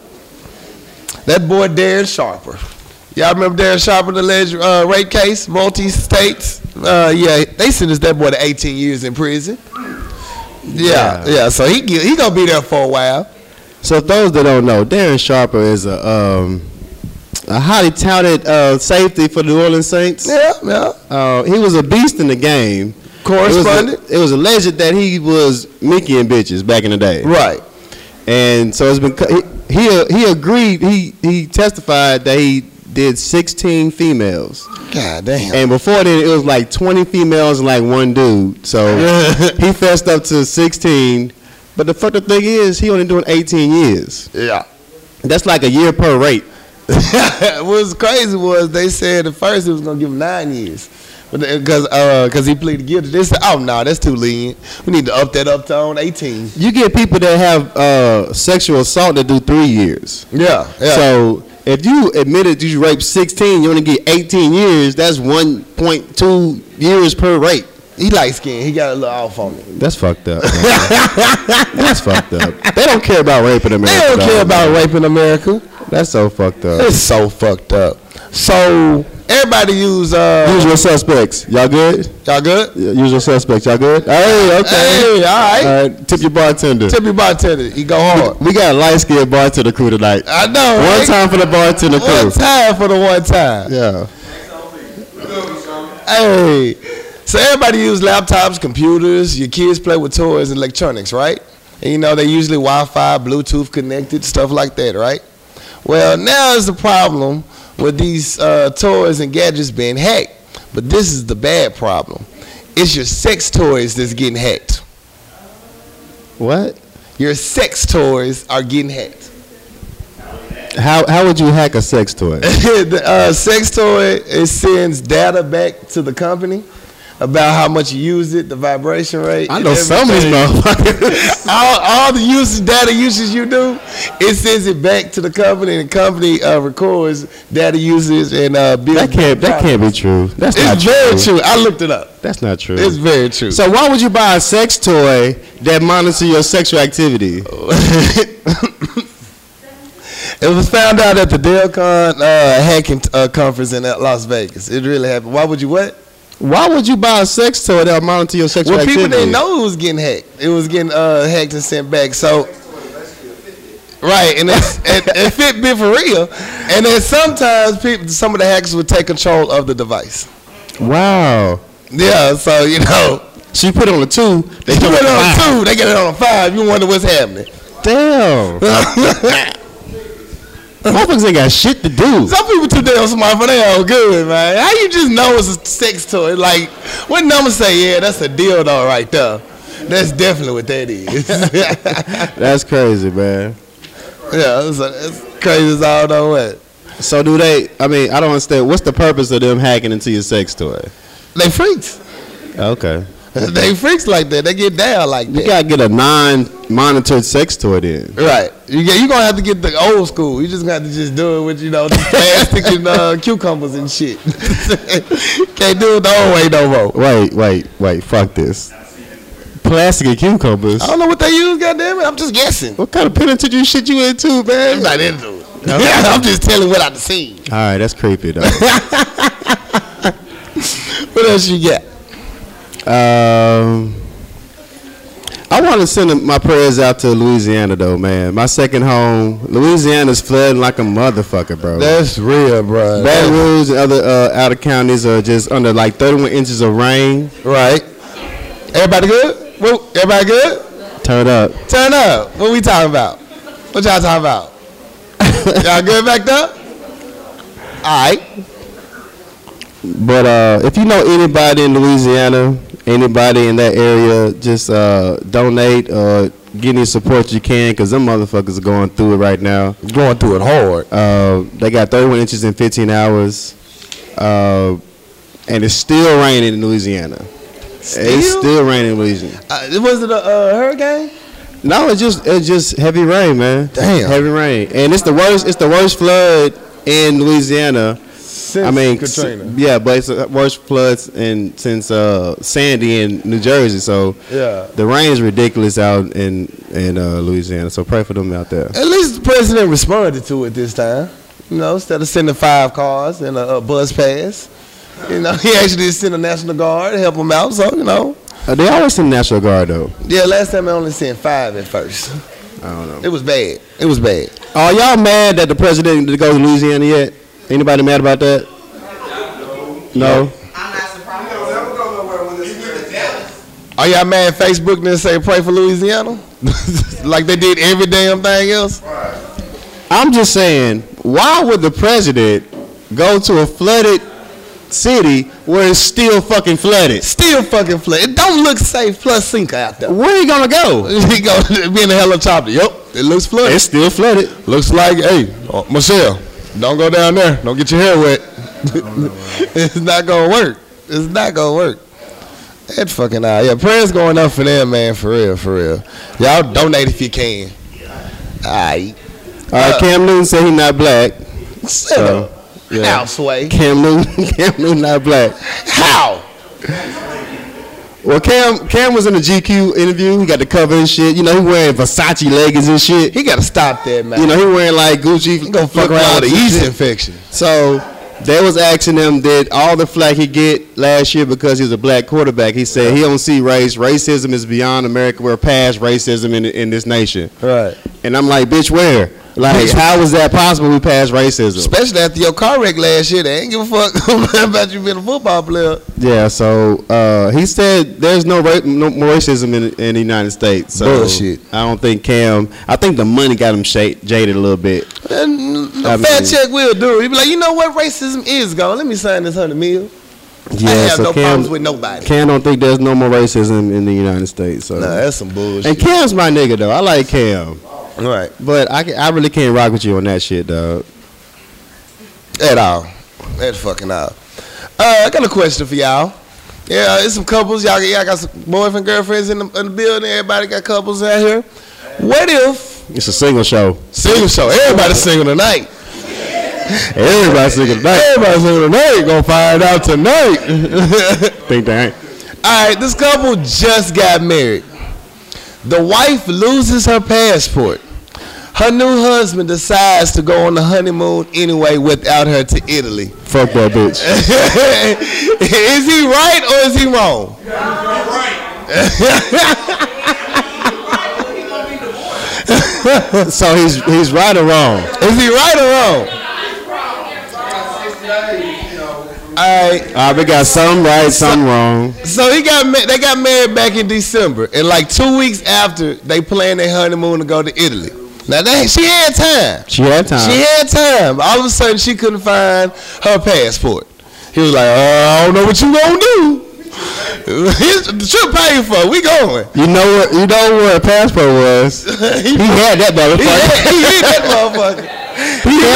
[SPEAKER 1] That boy Darren Sharper. Y'all remember Darren Sharper, the alleged uh, rape case, multi-states? Uh, yeah, they sentenced that boy to 18 years in prison. Yeah, yeah.
[SPEAKER 2] Yeah.
[SPEAKER 1] so he gi- he gonna be there for a while.
[SPEAKER 2] So for those that don't know, Darren Sharper is a um, a highly touted uh, safety for the New Orleans Saints.
[SPEAKER 1] Yeah, yeah.
[SPEAKER 2] Uh, he was a beast in the game.
[SPEAKER 1] Correspondent.
[SPEAKER 2] It was, it was alleged that he was Mickey and bitches back in the day.
[SPEAKER 1] right.
[SPEAKER 2] And so it's been co- he he, he agreed he he testified that he did 16 females.
[SPEAKER 1] God
[SPEAKER 2] [laughs]
[SPEAKER 1] damn.
[SPEAKER 2] And before then it was like 20 females and like one dude. So he fessed up to 16. But the fucked up thing is he only doing 18 years.
[SPEAKER 1] yeah.
[SPEAKER 2] That's like a year per rate.
[SPEAKER 1] [laughs] what was crazy was they said at first it was gonna give him nine years, but because because he pleaded guilty, they said, "Oh no, that's too lenient. We need to up that up to on 18."
[SPEAKER 2] You get people that have uh, sexual assault that do 3 years.
[SPEAKER 1] Yeah, yeah.
[SPEAKER 2] So if you admitted you raped 16, you only get 18 years. That's 1.2 years per rape.
[SPEAKER 1] he light skinned. He got a little off on it.
[SPEAKER 2] That's fucked up. That's fucked up. They don't care about raping
[SPEAKER 1] They
[SPEAKER 2] America.
[SPEAKER 1] don't
[SPEAKER 2] dog,
[SPEAKER 1] care about
[SPEAKER 2] man.
[SPEAKER 1] raping America.
[SPEAKER 2] That's so fucked up.
[SPEAKER 1] It's so fucked up. So everybody use uh,
[SPEAKER 2] Usual suspects. Y'all good?
[SPEAKER 1] y'all good?
[SPEAKER 2] Yeah, Usual suspects. Y'all good? Hey, okay.
[SPEAKER 1] Hey, all right.
[SPEAKER 2] All right. Tip your bartender.
[SPEAKER 1] Tip your bartender. He go hard.
[SPEAKER 2] We got a light skinned bartender crew tonight.
[SPEAKER 1] I know.
[SPEAKER 2] One
[SPEAKER 1] right?
[SPEAKER 2] time for the bartender
[SPEAKER 1] One
[SPEAKER 2] crew.
[SPEAKER 1] time for the one time.
[SPEAKER 2] Yeah.
[SPEAKER 1] Hey. So everybody use laptops, computers. Your kids play with toys and electronics, right? And you know, they usually Wi Fi, Bluetooth connected, stuff like that, right? Well, now is the problem with these uh, toys and gadgets being hacked. But this is the bad problem it's your sex toys that's getting hacked.
[SPEAKER 2] What?
[SPEAKER 1] Your sex toys are getting hacked. [laughs]
[SPEAKER 2] How how would you hack a sex toy?
[SPEAKER 1] the uh, sex toy it sends data back to the company about how much you use it, the vibration rate.
[SPEAKER 2] [laughs] I
[SPEAKER 1] and
[SPEAKER 2] know some of these
[SPEAKER 1] everything.
[SPEAKER 2] motherfuckers.
[SPEAKER 1] [laughs] all, all the usage data uses you do, it sends it back to the company, and the company uh, records data usage and uh, bills.
[SPEAKER 2] That can't that can't be true. That's not
[SPEAKER 1] It's
[SPEAKER 2] true.
[SPEAKER 1] very true. I looked it up.
[SPEAKER 2] That's not true.
[SPEAKER 1] It's very true.
[SPEAKER 2] so why would you buy a sex toy that monitors your sexual activity?
[SPEAKER 1] [coughs] It was found out at the DelCon uh, hacking uh, conference in uh, Las Vegas. It really happened. Why would you what?
[SPEAKER 2] Why would you buy a sex toy that monitors your sexual
[SPEAKER 1] Well,
[SPEAKER 2] activity?
[SPEAKER 1] people didn't know it was getting hacked. It was getting uh, hacked and sent back. So, right, and it's and, and Fitbit for real. And then sometimes people, some of the hackers would take control of the device.
[SPEAKER 2] Wow.
[SPEAKER 1] Yeah, so you know,
[SPEAKER 2] So you put it on a two.
[SPEAKER 1] they
[SPEAKER 2] They
[SPEAKER 1] put
[SPEAKER 2] jump
[SPEAKER 1] it on
[SPEAKER 2] five.
[SPEAKER 1] two, they get it on a five. You wonder what's happening.
[SPEAKER 2] Damn. [laughs] Motherfuckers ain't got shit to do.
[SPEAKER 1] Some people too damn smart for they all good, man. How you just know it's a sex toy? Like, what number say? Yeah, that's a dildo right there. That's definitely what that is. [laughs] yeah,
[SPEAKER 2] That's crazy, man.
[SPEAKER 1] it's, it's crazy as all know what.
[SPEAKER 2] So do they? I mean, I don't understand. What's the purpose of them hacking into your sex toy?
[SPEAKER 1] They freaks.
[SPEAKER 2] Okay.
[SPEAKER 1] [laughs] they freaks like that. They get down like
[SPEAKER 2] You
[SPEAKER 1] that.
[SPEAKER 2] gotta get a non-monitored sex toy then.
[SPEAKER 1] Right. You get, you gonna have to get the old school. You just gonna have to just do it with you know the plastic and [laughs] uh, cucumbers and shit. [laughs] Can't do it the old way no more.
[SPEAKER 2] Wait, wait, wait. Fuck this. Plastic and cucumbers.
[SPEAKER 1] I don't know what they use. Goddamn it! I'm just guessing.
[SPEAKER 2] What kind of penitentiary shit you into, man?
[SPEAKER 1] I'm not into it. [laughs] I'm just telling what I've seen.
[SPEAKER 2] All right, that's creepy though.
[SPEAKER 1] What else you got?
[SPEAKER 2] Um, I want to send my prayers out to Louisiana, though, man. My second home. Louisiana's flooding like a motherfucker, bro.
[SPEAKER 1] That's real, bro.
[SPEAKER 2] Baton Rouge and other uh, out of counties are just under like 31 inches of rain.
[SPEAKER 1] right. Everybody good? Woo, Everybody good?
[SPEAKER 2] Turn up.
[SPEAKER 1] Turn up. What we talking about? What y'all talking about? [laughs] y'all good back there? All right.
[SPEAKER 2] But uh, if you know anybody in Louisiana, anybody in that area, just uh, donate uh, or get any support you can because them motherfuckers are going through it right now.
[SPEAKER 1] Going through it hard.
[SPEAKER 2] Uh, they got 31 inches in 15 hours, uh, and it's still raining in Louisiana. It's still raining in Louisiana.
[SPEAKER 1] Uh, was it a uh, hurricane?
[SPEAKER 2] No, it's just it's just heavy rain, man.
[SPEAKER 1] Damn.
[SPEAKER 2] heavy rain, and it's the worst. It's the worst flood in Louisiana.
[SPEAKER 1] Since
[SPEAKER 2] I mean, s- yeah, but it's the worst floods in since uh, Sandy in New Jersey. So
[SPEAKER 1] Yeah.
[SPEAKER 2] the rain is ridiculous out in in uh, Louisiana. So pray for them out there.
[SPEAKER 1] At least the president responded to it this time. You know, instead of sending five cars and a, a bus pass, you know, [laughs] he actually did send a National Guard to help him out. So, you know,
[SPEAKER 2] Uh, they always in the National Guard though.
[SPEAKER 1] yeah, last time I only sent five at first.
[SPEAKER 2] I don't know.
[SPEAKER 1] It was bad. It was bad.
[SPEAKER 2] Are y'all mad that the president didn't go to Louisiana yet? Anybody mad about that? No.
[SPEAKER 4] I'm not surprised.
[SPEAKER 3] Don't ever go nowhere when this is
[SPEAKER 1] Are y'all mad Facebook didn't say pray for Louisiana? [laughs] like they did every damn thing else?
[SPEAKER 2] I'm just saying, why would the president go to a flooded city where it's still fucking flooded?
[SPEAKER 1] Still fucking flood. It don't look safe plus sinker out there. [laughs]
[SPEAKER 2] Where are you gonna go?
[SPEAKER 1] he [laughs] gonna be in a helicopter. Yep, it looks flooded.
[SPEAKER 2] It's still flooded.
[SPEAKER 1] Looks like, hey, uh, Michelle, don't go down there. Don't get your hair wet. it's not gonna work. It's not gonna work. That fucking eye. Yeah, prayers going up for them, man. For real, for real. Y'all donate if you can. Aight.
[SPEAKER 2] All right, Cam Newton said he not black.
[SPEAKER 1] Shut
[SPEAKER 2] So,
[SPEAKER 1] up.
[SPEAKER 2] yeah.
[SPEAKER 1] How, Sway?
[SPEAKER 2] Cam Newton, [laughs] Cam Newton not black.
[SPEAKER 1] How?
[SPEAKER 2] Well, Cam, Cam was in a GQ interview. He got the cover and shit. You know, he wearing Versace leggings and shit.
[SPEAKER 1] He gotta stop that, man.
[SPEAKER 2] You know, he wearing like Gucci.
[SPEAKER 1] he gonna fuck around with a
[SPEAKER 2] flip-flops and
[SPEAKER 1] yeast
[SPEAKER 2] shit.
[SPEAKER 1] infection.
[SPEAKER 2] So they was asking him, did all the flack he get last year because he was a black quarterback? He said he don't see race. Racism is beyond America. We're past racism in in this nation.
[SPEAKER 1] Right.
[SPEAKER 2] And I'm like, bitch, where? Like, how was that possible? We passed racism.
[SPEAKER 1] Especially after your car wreck last year, they ain't give a fuck [laughs] about you being a football player.
[SPEAKER 2] Yeah. So uh, he said there's no, ra- no more racism in, in the United States. So
[SPEAKER 1] Bullshit.
[SPEAKER 2] I don't think Cam. I think the money got him sh- jaded a little bit.
[SPEAKER 1] And
[SPEAKER 2] I
[SPEAKER 1] a
[SPEAKER 2] mean-
[SPEAKER 1] fat check will do it. You be like, you know what? Racism is gone. Let me sign this hundred mil. I have no problems with nobody.
[SPEAKER 2] Cam don't think there's no more racism in the United States. So.
[SPEAKER 1] Nah, that's some
[SPEAKER 2] and
[SPEAKER 1] bullshit.
[SPEAKER 2] Cam's my nigga though. I like Cam,
[SPEAKER 1] Right.
[SPEAKER 2] but I, can- I really can't rock with you on that shit, dog.
[SPEAKER 1] At all. At fucking all. Uh, I got a question for y'all. Yeah, it's some couples. Y'all, y'all got some boyfriend, girlfriends in the, in the building. Everybody got couples out here. What if
[SPEAKER 2] It's a single show.
[SPEAKER 1] single show? Everybody single tonight.
[SPEAKER 2] Everybody single tonight. Everybody single tonight. Gonna find out tonight. [laughs] think they ain't.
[SPEAKER 1] All right, this couple just got married. The wife loses her passport. Her new husband decides to go on the honeymoon anyway without her to Italy. [laughs]
[SPEAKER 2] Fuck that bitch. [laughs]
[SPEAKER 1] is he right or is he wrong?
[SPEAKER 2] So he's he's right or wrong.
[SPEAKER 1] Is he right or wrong? All right.
[SPEAKER 2] Uh, we got some right, some wrong.
[SPEAKER 1] So he got ma- they got married back in December, and like two weeks after they planned their honeymoon to go to Italy. Now they, she had time.
[SPEAKER 2] She had time.
[SPEAKER 1] She had time. All of a sudden, she couldn't find her passport. [laughs] He was like, uh, "I don't know what you gonna do. Here's- the trip paid for. We going." [laughs]
[SPEAKER 2] you know what? You know where a passport was. He
[SPEAKER 1] he,
[SPEAKER 2] had that
[SPEAKER 1] he
[SPEAKER 2] motherfucker.
[SPEAKER 1] hit- he hit that motherfucker.
[SPEAKER 2] [laughs] He
[SPEAKER 1] You know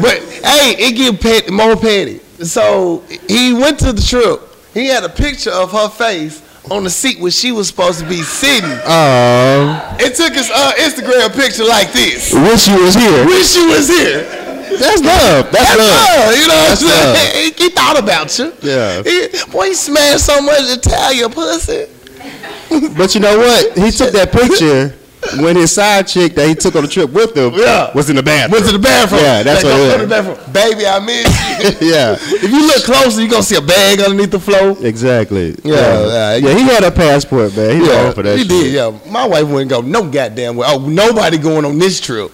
[SPEAKER 1] he
[SPEAKER 2] that
[SPEAKER 1] never-
[SPEAKER 2] [laughs]
[SPEAKER 1] But hey, it get pet, more petty. So he went to the trip. He had a picture of her face on the seat where she was supposed to be sitting.
[SPEAKER 2] guy. Oh,
[SPEAKER 1] It took his uh, Instagram picture like this.
[SPEAKER 2] Um, wish you was here.
[SPEAKER 1] Wish you was here.
[SPEAKER 2] That's love. That's
[SPEAKER 1] That's
[SPEAKER 2] love.
[SPEAKER 1] her, you know what I'm
[SPEAKER 2] That's love.
[SPEAKER 1] saying? [laughs] He, he thought about you.
[SPEAKER 2] Yeah.
[SPEAKER 1] He, boy, he smashed so much Italian pussy.
[SPEAKER 2] But you know what? He took
[SPEAKER 1] [laughs]
[SPEAKER 2] that picture when his side chick that he took on the trip with him
[SPEAKER 1] Yeah.
[SPEAKER 2] was in the bathroom.
[SPEAKER 1] Went to the bathroom.
[SPEAKER 2] Yeah, that's
[SPEAKER 1] Like,
[SPEAKER 2] what it
[SPEAKER 1] go
[SPEAKER 2] is.
[SPEAKER 1] to the bathroom. Baby, I miss
[SPEAKER 2] [laughs]
[SPEAKER 1] you.
[SPEAKER 2] yeah,
[SPEAKER 1] if you look closer, you're going to see a bag underneath the floor.
[SPEAKER 2] exactly.
[SPEAKER 1] Yeah,
[SPEAKER 2] yeah.
[SPEAKER 1] yeah.
[SPEAKER 2] Yeah, He had a passport, man. He yeah, for that.
[SPEAKER 1] he
[SPEAKER 2] shit.
[SPEAKER 1] did. Yeah, my wife wouldn't go no goddamn way. Oh, nobody going on this trip.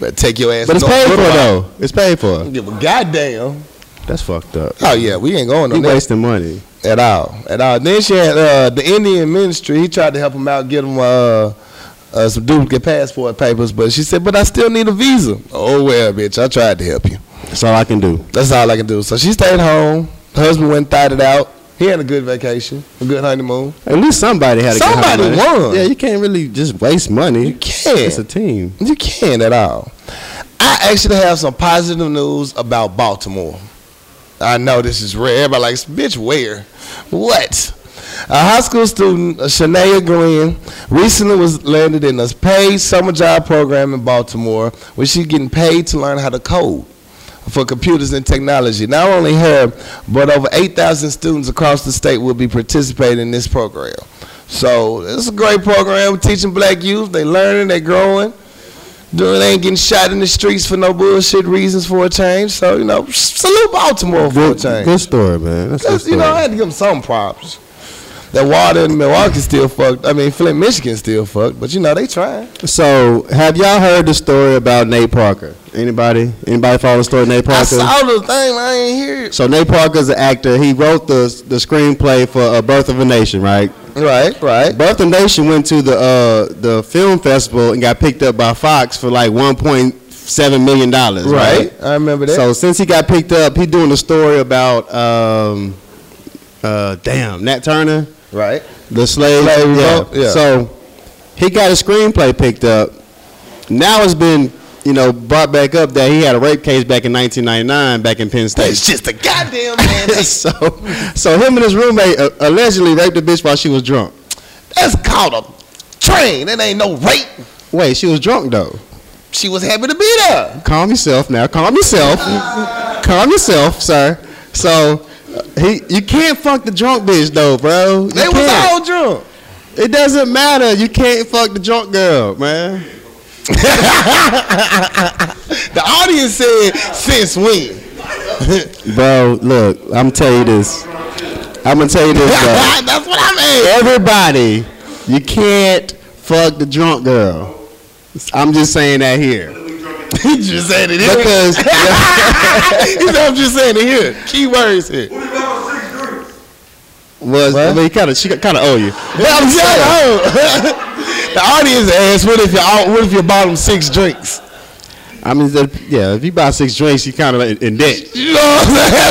[SPEAKER 1] But take your ass.
[SPEAKER 2] But it's
[SPEAKER 1] to
[SPEAKER 2] paid for
[SPEAKER 1] North Carolina.
[SPEAKER 2] though. It's paid for.
[SPEAKER 1] Yeah, but goddamn.
[SPEAKER 2] That's fucked up.
[SPEAKER 1] Oh yeah, we ain't going
[SPEAKER 2] He
[SPEAKER 1] on that
[SPEAKER 2] wasting money.
[SPEAKER 1] at all, at all. Then she had uh, the Indian ministry. He tried to help him out, get him uh, uh, some duplicate passport papers, but she said, "But I still need a visa." Oh well, bitch, I tried to help you.
[SPEAKER 2] That's all I can do.
[SPEAKER 1] That's all I can do. So she stayed home. The husband went and thought it out. He had a good vacation, a good honeymoon.
[SPEAKER 2] At least somebody had a good
[SPEAKER 1] Somebody
[SPEAKER 2] holiday.
[SPEAKER 1] won.
[SPEAKER 2] Yeah, you can't really just waste money. You
[SPEAKER 1] can't.
[SPEAKER 2] It's a team.
[SPEAKER 1] You can't at all. I actually have some positive news about Baltimore. I know this is rare. Everybody like, bitch, where? What? A high school student, uh, Shania Green, recently was landed in a paid summer job program in Baltimore where she's getting paid to learn how to code for computers and technology. Not only her, but over 8,000 students across the state will be participating in this program. So it's a great program. We're teaching black youth. They learning, they growing. Dude, they ain't getting shot in the streets for no bullshit reasons for a change. So, you know, salute Baltimore for a
[SPEAKER 2] Good,
[SPEAKER 1] change.
[SPEAKER 2] good story, man. That's a good
[SPEAKER 1] That's-
[SPEAKER 2] story.
[SPEAKER 1] you know, I had to give them some props. That water in Milwaukee still fucked. I mean, Flint, Michigan still fucked, but you know, they trying.
[SPEAKER 2] so, have y'all heard the story about Nate Parker? Anybody? Anybody follow the story of Nate Parker?
[SPEAKER 1] I saw the thing, I ain't hear it.
[SPEAKER 2] so Nate Parker's an actor. He wrote the the screenplay for uh, Birth of a Nation, right?
[SPEAKER 1] Right, right.
[SPEAKER 2] Birth of a Nation went to the uh, the film festival and got picked up by Fox for like 1.7 million dollars,
[SPEAKER 1] Right. I remember that.
[SPEAKER 2] So since he got picked up, he doing a story about um, uh, damn Nat Turner,
[SPEAKER 1] right.
[SPEAKER 2] the slave.
[SPEAKER 1] Slave revolt, yeah.
[SPEAKER 2] So he got his screenplay picked up. Now it's been you know brought back up that he had a rape case back in 1999 back in Penn
[SPEAKER 1] That's
[SPEAKER 2] State.
[SPEAKER 1] just a goddamn
[SPEAKER 2] [laughs]
[SPEAKER 1] man.
[SPEAKER 2] so so him and his roommate uh, allegedly raped a bitch while she was drunk.
[SPEAKER 1] That's called a train. That ain't no rape.
[SPEAKER 2] Wait, she was drunk though.
[SPEAKER 1] She was happy to be there.
[SPEAKER 2] calm yourself now. Calm yourself. calm yourself, sir. So uh, he, you can't fuck the drunk bitch though, bro. You
[SPEAKER 1] They was
[SPEAKER 2] can't.
[SPEAKER 1] all drunk.
[SPEAKER 2] It doesn't matter. You can't fuck the drunk girl, man.
[SPEAKER 1] The audience said, since when? [laughs]
[SPEAKER 2] Bro, look, I'm tell you this. I'm gonna tell you this, [laughs] bro.
[SPEAKER 1] That's what I mean. [laughs]
[SPEAKER 2] Everybody, you can't fuck the drunk girl. I'm just saying that here.
[SPEAKER 1] He just said it here. [laughs]
[SPEAKER 2] Because [laughs]
[SPEAKER 1] he said, I'm just saying it here. Keywords here.
[SPEAKER 3] Who you got on six drinks?
[SPEAKER 2] was I
[SPEAKER 1] What?
[SPEAKER 2] mean, kind of she kind of owe you.
[SPEAKER 1] I'm saying, [laughs] the audience asks, what if your au- what if your bottom six drinks?
[SPEAKER 2] I mean, that- yeah, if you buy six drinks, you kind of in, in debt.
[SPEAKER 1] You know what I'm saying?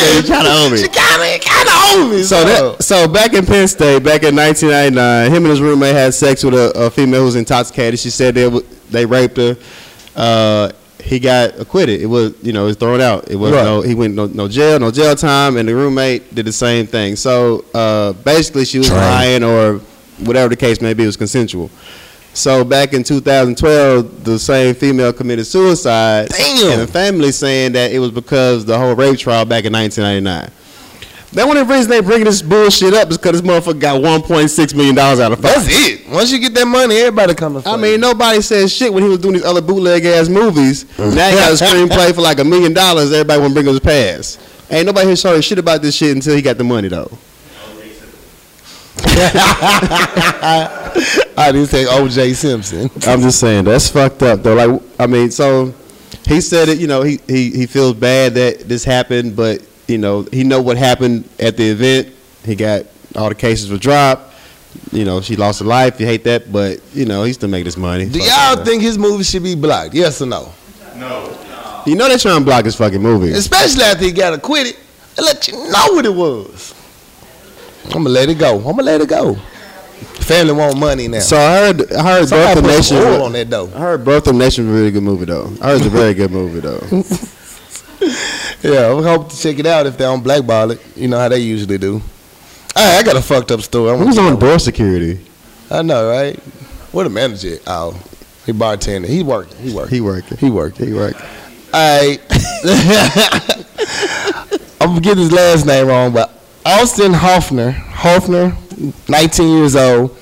[SPEAKER 1] [laughs] That's what I'm saying.
[SPEAKER 2] You kind of owe me.
[SPEAKER 1] She kind of kind of owe me.
[SPEAKER 2] So that so back in Penn State, back in 1999, him and his roommate had sex with a, a female who was intoxicated. She said they w- they raped her. Uh, he got acquitted. It was you know it was thrown out. It was
[SPEAKER 1] Right.
[SPEAKER 2] no he went no, no jail no jail time, and the roommate did the same thing. So uh, basically, she was
[SPEAKER 1] Train.
[SPEAKER 2] lying or whatever the case may be. It was consensual. So back in 2012, the same female committed suicide,
[SPEAKER 1] Damn.
[SPEAKER 2] and the family saying that it was because the whole rape trial back in 1999. That one of the reasons they bringing this bullshit up is because this motherfucker got 1.6 million dollars out of five.
[SPEAKER 1] that's it. Once you get that money, everybody coming.
[SPEAKER 2] I mean, nobody said shit when he was doing these other bootleg ass movies. now he [laughs] got a screenplay for like a million dollars. Everybody want to bring up his past. Ain't nobody here sorry shit about this shit until he got the money though.
[SPEAKER 1] I didn't say O.J. Simpson.
[SPEAKER 2] I'm just saying that's fucked up though. Like I mean, so he said it. You know, he he he feels bad that this happened, but you know he know what happened at the event. He got all the cases were dropped. You know, she lost her life. You hate that, but you know he still make this money.
[SPEAKER 1] Do
[SPEAKER 2] Fuck
[SPEAKER 1] y'all
[SPEAKER 2] that.
[SPEAKER 1] think his movie should be blocked? Yes or no?
[SPEAKER 2] You know they trying to block his fucking movie.
[SPEAKER 1] Especially after he got acquitted. I let you know what it was. I'm gonna let it go. I'm gonna let it go. Family want money now.
[SPEAKER 2] So I heard I heard Birth
[SPEAKER 1] Somebody
[SPEAKER 2] of
[SPEAKER 1] put
[SPEAKER 2] Nation.
[SPEAKER 1] some oil on that though.
[SPEAKER 2] I heard Birth of Nation was a really good movie though. I heard it's a very good movie though.
[SPEAKER 1] Yeah, I hope to check it out if they don't blackball it. You know how they usually do. Hey, I got a fucked up story. I'm
[SPEAKER 2] [laughs] Who's on door security?
[SPEAKER 1] I know, right? What a manager. at? Oh, he bartender. He working. He working.
[SPEAKER 2] He working.
[SPEAKER 1] He working.
[SPEAKER 2] He working.
[SPEAKER 1] All right. [laughs] I'm gonna get his last name wrong, but Austin Hoffner, Hoffner, 19 years old.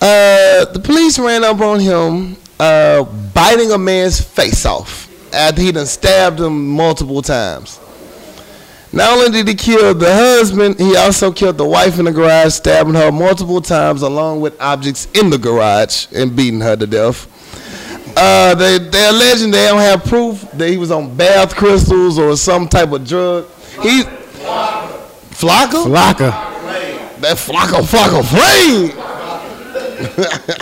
[SPEAKER 1] Uh, the police ran up on him, uh, biting a man's face off after he done stabbed him multiple times. Not only did he kill the husband, he also killed the wife in the garage, stabbing her multiple times along with objects in the garage and beating her to death. Uh, they they're alleging they don't have proof that he was on bath crystals or some type of drug. He Flocka?
[SPEAKER 2] Locker.
[SPEAKER 1] That Flocka Flocka Flame.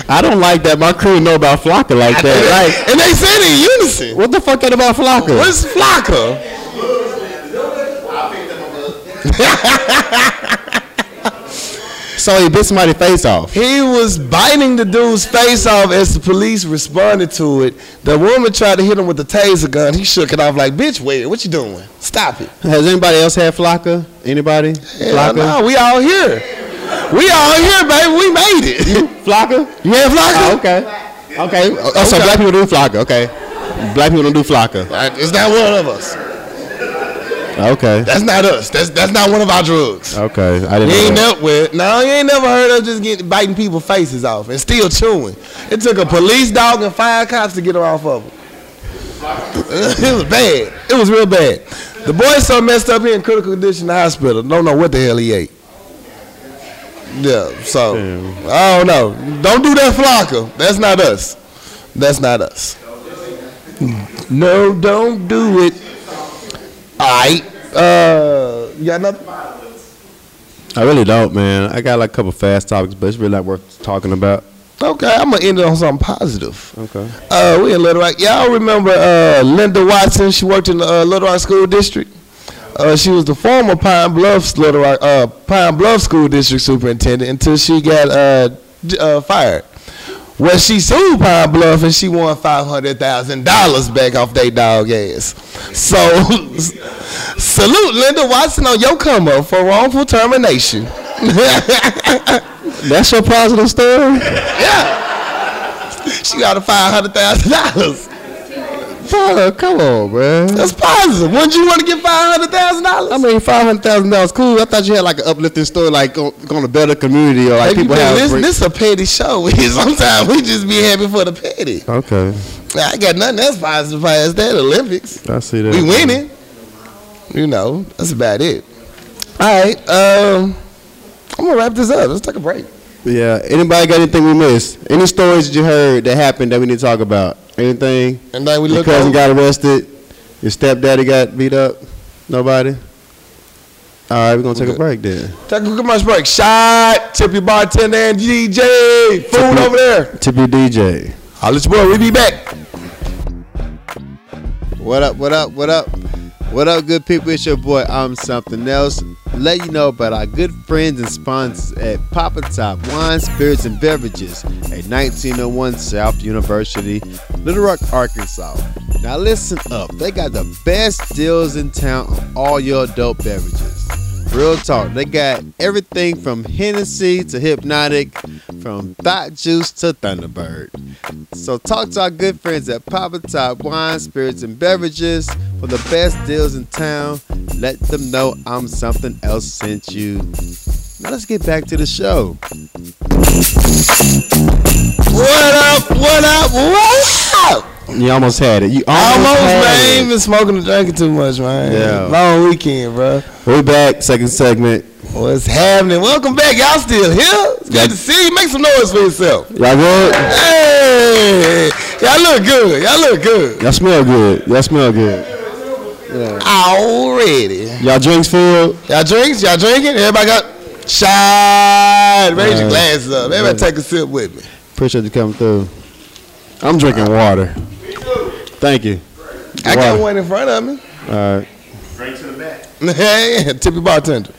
[SPEAKER 2] I don't like that. My crew know about Flocka like [laughs] that. Like
[SPEAKER 1] and they said in unison.
[SPEAKER 2] What the fuck that about Flocka?
[SPEAKER 1] What's Flocka?
[SPEAKER 2] So he bit somebody's face off.
[SPEAKER 1] He was biting the dude's face off as the police responded to it. The woman tried to hit him with the taser gun. He shook it off like, bitch, wait, what you doing? Stop it.
[SPEAKER 2] Has anybody else had Flocka? Anybody?
[SPEAKER 1] Hell no, we all here. We all here, baby. We made it. Ah,
[SPEAKER 2] Flocka?
[SPEAKER 1] You had
[SPEAKER 2] Oh,
[SPEAKER 1] Flocka?
[SPEAKER 2] okay. Okay. Oh, so
[SPEAKER 1] Okay.
[SPEAKER 2] black people do Flocka. Okay. Black people don't do Flocka.
[SPEAKER 1] Like, It's not one of us.
[SPEAKER 2] Okay.
[SPEAKER 1] That's not us. That's that's not one of our drugs.
[SPEAKER 2] Okay. I didn't
[SPEAKER 1] You ain't
[SPEAKER 2] know.
[SPEAKER 1] dealt with. No, you ain't never heard of just getting biting people faces off and still chewing. It took a police dog and five cops to get her off of him. [laughs] it was bad. It was real bad. The boy's so messed up here in critical condition in the hospital. Don't know what the hell he ate. Yeah, so I don't know. Don't do that flocker. That's not us. That's not us. No, don't do it. Alright. Uh you got nothing?
[SPEAKER 2] I really don't, man. I got like a couple fast topics, but it's really not worth talking about.
[SPEAKER 1] Okay, I'm gonna end it on something positive.
[SPEAKER 2] Okay.
[SPEAKER 1] Uh, we in Little Rock. Y'all remember uh, Linda Watson? She worked in the uh, Little Rock School District. Uh, she was the former Pine Bluffs Little Rock, uh, Pine Bluff School District Superintendent until she got uh, j- uh, fired. Well, she sued Pine Bluff and she won five hundred thousand dollars back off they dog ass. So, [laughs] salute Linda Watson on your come up for wrongful termination. [laughs]
[SPEAKER 2] That's your positive story?
[SPEAKER 1] Yeah. She got a five hundred thousand dollars.
[SPEAKER 2] Fuck, come on, man.
[SPEAKER 1] That's positive. Wouldn't you want to get five hundred thousand dollars?
[SPEAKER 2] I mean, five hundred thousand dollars, cool. I thought you had like an uplifting story, like go- going to better community or like
[SPEAKER 1] If you
[SPEAKER 2] people
[SPEAKER 1] been
[SPEAKER 2] have.
[SPEAKER 1] listening, this a petty show. [laughs] Sometimes we just be happy for the petty.
[SPEAKER 2] okay,
[SPEAKER 1] I got nothing else positive past that Olympics.
[SPEAKER 2] I see that.
[SPEAKER 1] We winning. You know, that's about it. All right. Um, I'm gonna wrap this up. Let's take a break.
[SPEAKER 2] Yeah. Anybody got anything we missed? Any stories that you heard that happened that we need to talk about? Anything?
[SPEAKER 1] And then we
[SPEAKER 2] Your
[SPEAKER 1] look
[SPEAKER 2] cousin
[SPEAKER 1] over.
[SPEAKER 2] got arrested. Your stepdaddy got beat up. Nobody. All right, we're gonna take a break then.
[SPEAKER 1] Take a commercial break. Shot. Tip your bartender and DJ. Food over there.
[SPEAKER 2] Tip your DJ.
[SPEAKER 1] All this boy. We be back.
[SPEAKER 2] What up? What up? What up? What up, good people? It's your boy. I'm something else. Let you know about our good friends and sponsors at Papa Top Wine, Spirits, and Beverages at 1901 South University, Little Rock, Arkansas. Now listen up. They got the best deals in town on all your adult beverages. Real talk. They got everything from Hennessy to Hypnotic, from Thought Juice to Thunderbird. So talk to our good friends at Papa Top Wine, Spirits, and Beverages for the best deals in town. Let them know I'm something else sent you. Now let's get back to the show.
[SPEAKER 1] What up? What up? What up?
[SPEAKER 2] You almost had it. You
[SPEAKER 1] Almost, man. Ain't been smoking and drinking too much, man.
[SPEAKER 2] Yeah.
[SPEAKER 1] Long weekend, bro.
[SPEAKER 2] We're back, second segment.
[SPEAKER 1] What's happening? Welcome back. Y'all still here? It's good to see you. Make some noise for yourself.
[SPEAKER 2] Y'all good?
[SPEAKER 1] Hey, y'all look good. Y'all look good.
[SPEAKER 2] Y'all smell good. Y'all smell good.
[SPEAKER 1] Already.
[SPEAKER 2] Y'all drinks filled?
[SPEAKER 1] Y'all drinks? Y'all drinking? Everybody got shot. Raise your
[SPEAKER 2] Uh,
[SPEAKER 1] glasses up. Everybody
[SPEAKER 2] yeah.
[SPEAKER 1] take a sip with me.
[SPEAKER 2] Appreciate you coming through. I'm drinking water. Thank you.
[SPEAKER 1] I got
[SPEAKER 2] Water.
[SPEAKER 1] one in front of me. [laughs]
[SPEAKER 2] All right.
[SPEAKER 3] Bring to the back.
[SPEAKER 1] Hey, tippy bartender.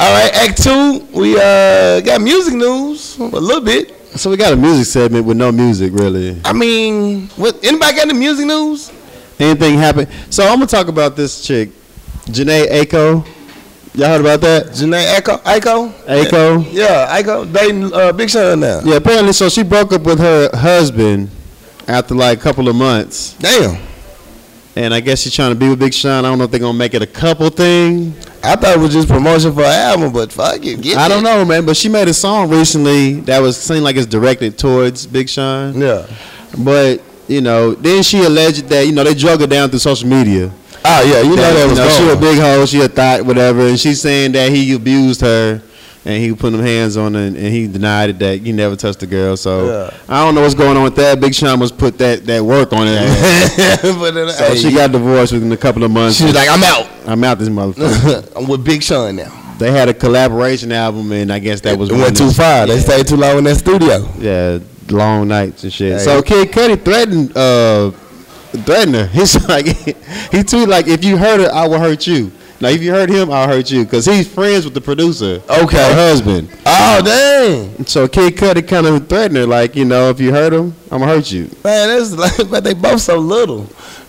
[SPEAKER 1] All right, Act Two. We uh got music news a little bit.
[SPEAKER 2] So we got a music segment with no music, really.
[SPEAKER 1] I mean, what? Anybody got any music news?
[SPEAKER 2] Anything happen? So I'm gonna talk about this chick, Janae Aiko. Y'all heard about that?
[SPEAKER 1] Janae Echo, Echo,
[SPEAKER 2] Aiko.
[SPEAKER 1] yeah, Echo dating uh, Big Sean now.
[SPEAKER 2] Yeah, apparently, so she broke up with her husband after like a couple of months,
[SPEAKER 1] Damn,
[SPEAKER 2] and I guess she's trying to be with Big Sean. I don't know if they're gonna make it a couple thing.
[SPEAKER 1] I thought it was just promotion for an album, but fuck it, get
[SPEAKER 2] I don't
[SPEAKER 1] it.
[SPEAKER 2] know, man. But she made a song recently that was seemed like it's directed towards Big Sean.
[SPEAKER 1] Yeah.
[SPEAKER 2] But you know, then she alleged that you know they drug her down through social media.
[SPEAKER 1] Oh yeah, you know
[SPEAKER 2] that,
[SPEAKER 1] that was
[SPEAKER 2] you know, she a
[SPEAKER 1] going.
[SPEAKER 2] big hoe, she a thought, whatever, and she's saying that he abused her and he put them hands on her and, and he denied it that he never touched the girl. So
[SPEAKER 1] Yeah.
[SPEAKER 2] I don't know what's going on with that. Big Sean must put that, that work on it.
[SPEAKER 1] [laughs] but then,
[SPEAKER 2] [laughs] so
[SPEAKER 1] hey,
[SPEAKER 2] she got divorced within a couple of months.
[SPEAKER 1] she was like, I'm out.
[SPEAKER 2] I'm out this motherfucker.
[SPEAKER 1] [laughs] I'm with Big Sean now.
[SPEAKER 2] they had a collaboration album and I guess that was
[SPEAKER 1] it
[SPEAKER 2] one
[SPEAKER 1] went
[SPEAKER 2] of
[SPEAKER 1] too
[SPEAKER 2] the-
[SPEAKER 1] far. They stayed too long in that studio.
[SPEAKER 2] Yeah, long nights and shit.
[SPEAKER 1] Hey.
[SPEAKER 2] So Kid Cudi threatened uh threatened her. [laughs] He's like he tweeted like if you hurt her, I will hurt you. Now if you hurt him, I'll hurt you because he's friends with the producer.
[SPEAKER 1] Okay.
[SPEAKER 2] Her husband.
[SPEAKER 1] Oh dang,
[SPEAKER 2] So Kid Cudi kind of threatened her, like, you know, if you hurt him, I'm gonna hurt you.
[SPEAKER 1] man, that's like, [laughs] but they both so little,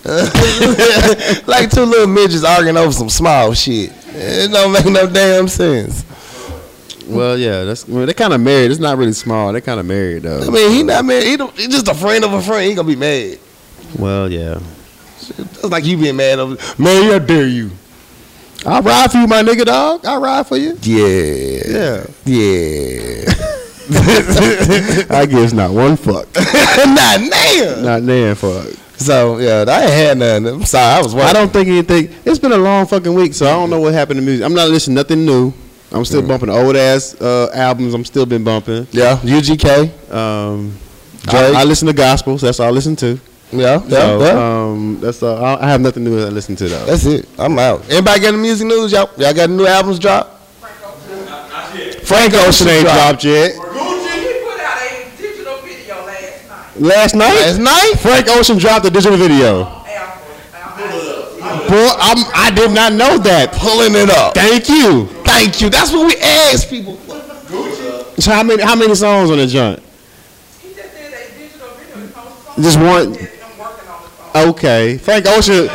[SPEAKER 1] [laughs] like two little midgets arguing over some small shit. It don't make no damn sense.
[SPEAKER 2] Well, yeah, that's well, they kind of married. It's not really small. They kind of married
[SPEAKER 1] I
[SPEAKER 2] though.
[SPEAKER 1] mean, he not married. He, don't, he just a friend of a friend. He gonna be mad.
[SPEAKER 2] Well, yeah.
[SPEAKER 1] It's like you being mad over, man. How dare you?
[SPEAKER 2] I ride for you, my nigga, dog. I ride for you.
[SPEAKER 1] Yeah,
[SPEAKER 2] Yeah.
[SPEAKER 1] yeah. [laughs]
[SPEAKER 2] [laughs] I guess not one fuck,
[SPEAKER 1] not now.
[SPEAKER 2] not there fuck.
[SPEAKER 1] So yeah, I ain't had nothing. I'm sorry, I was working.
[SPEAKER 2] I don't think anything. It's been a long fucking week, so I don't know what happened to music. I'm not listening to nothing new. I'm still bumping old ass uh, albums. I'm still been bumping.
[SPEAKER 1] Yeah, UGK.
[SPEAKER 2] Um, I,
[SPEAKER 1] Drake.
[SPEAKER 2] I listen to gospels. That's all I listen to.
[SPEAKER 1] Yeah, yeah,
[SPEAKER 2] So,
[SPEAKER 1] yeah.
[SPEAKER 2] um, that's all. I I have nothing new to listen to though.
[SPEAKER 1] That's it. I'm out. Anybody got any music news? Y'all, y'all got new albums drop?
[SPEAKER 2] Frank Ocean ain't dropped yet.
[SPEAKER 4] He put out a digital video last night.
[SPEAKER 2] Last night.
[SPEAKER 1] Last night?
[SPEAKER 2] Frank Ocean dropped a digital video.
[SPEAKER 4] Apple. Uh, Apple.
[SPEAKER 2] Boy, I'm, I did not know that.
[SPEAKER 1] Pulling it up.
[SPEAKER 2] Thank you.
[SPEAKER 1] Thank you. That's what we ask people.
[SPEAKER 2] So how many how many songs on the joint?
[SPEAKER 4] He just did a digital video. It's on his phone.
[SPEAKER 2] Just one.
[SPEAKER 4] It's them working on the phone.
[SPEAKER 2] Okay, Frank Ocean.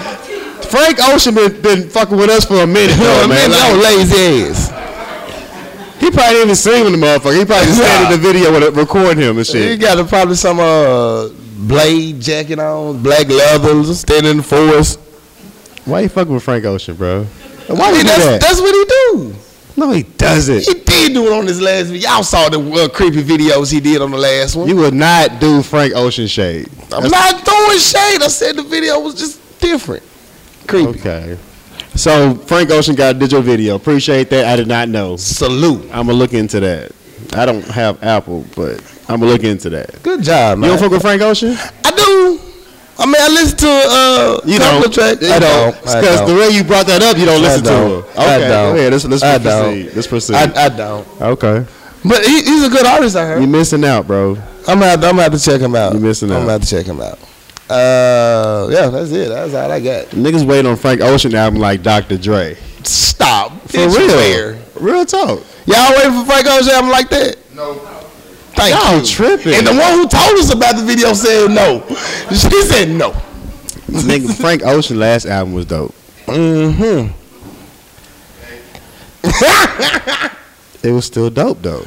[SPEAKER 2] Frank Ocean been, been fucking with us for a minute.
[SPEAKER 1] You know [laughs] what
[SPEAKER 2] though,
[SPEAKER 1] I
[SPEAKER 2] man.
[SPEAKER 1] mean?
[SPEAKER 2] Like,
[SPEAKER 1] Y'all lazy ass.
[SPEAKER 2] He probably didn't even sing with the motherfucker. He probably just
[SPEAKER 1] Nah.
[SPEAKER 2] standing in the video and recording him and
[SPEAKER 1] You
[SPEAKER 2] shit.
[SPEAKER 1] got to probably some uh blade jacket on, black leather, standing in the forest.
[SPEAKER 2] Why you fucking with Frank Ocean, bro?
[SPEAKER 1] I
[SPEAKER 2] Why
[SPEAKER 1] mean,
[SPEAKER 2] did
[SPEAKER 1] that's,
[SPEAKER 2] that?
[SPEAKER 1] that's what he do.
[SPEAKER 2] No, he doesn't.
[SPEAKER 1] He did do it on his last video. Y'all saw the uh, creepy videos he did on the last one.
[SPEAKER 2] You would not do Frank Ocean shade.
[SPEAKER 1] I'm not throwing shade. I said the video was just different. Creepy.
[SPEAKER 2] Okay. So Frank Ocean got a digital video. Appreciate that. I did not know.
[SPEAKER 1] Salute.
[SPEAKER 2] I'm gonna look into that. I don't have Apple, but I'm gonna look into that.
[SPEAKER 1] Good job,
[SPEAKER 2] You
[SPEAKER 1] man.
[SPEAKER 2] don't fuck with Frank Ocean?
[SPEAKER 1] I do. I mean, I listen to uh,
[SPEAKER 2] You
[SPEAKER 1] couple
[SPEAKER 2] don't.
[SPEAKER 1] of tracks. I don't. I
[SPEAKER 2] Because the
[SPEAKER 1] don't.
[SPEAKER 2] way you brought that up, you don't listen to him.
[SPEAKER 1] don't. I
[SPEAKER 2] Okay,
[SPEAKER 1] don't.
[SPEAKER 2] go ahead. Let's, let's
[SPEAKER 1] I
[SPEAKER 2] proceed.
[SPEAKER 1] don't.
[SPEAKER 2] Let's proceed.
[SPEAKER 1] I, I don't.
[SPEAKER 2] okay.
[SPEAKER 1] But he, he's a good artist. I heard.
[SPEAKER 2] You're missing out, bro.
[SPEAKER 1] I'm gonna, have to, I'm gonna have to check him out.
[SPEAKER 2] You're missing
[SPEAKER 1] I'm
[SPEAKER 2] out.
[SPEAKER 1] gonna have to check him out. Uh, yeah, that's it. That's all I got.
[SPEAKER 2] Niggas waiting on Frank Ocean album like Dr. Dre.
[SPEAKER 1] Stop.
[SPEAKER 2] For real. Real talk.
[SPEAKER 1] Y'all waiting for Frank Ocean album like that?
[SPEAKER 3] No.
[SPEAKER 1] Thank
[SPEAKER 2] Y'all
[SPEAKER 1] you.
[SPEAKER 2] tripping.
[SPEAKER 1] And the one who told us about the video said no. She said no.
[SPEAKER 2] [laughs] Nigga, Frank Ocean last album was dope.
[SPEAKER 1] Mm-hmm.
[SPEAKER 2] It was still dope though.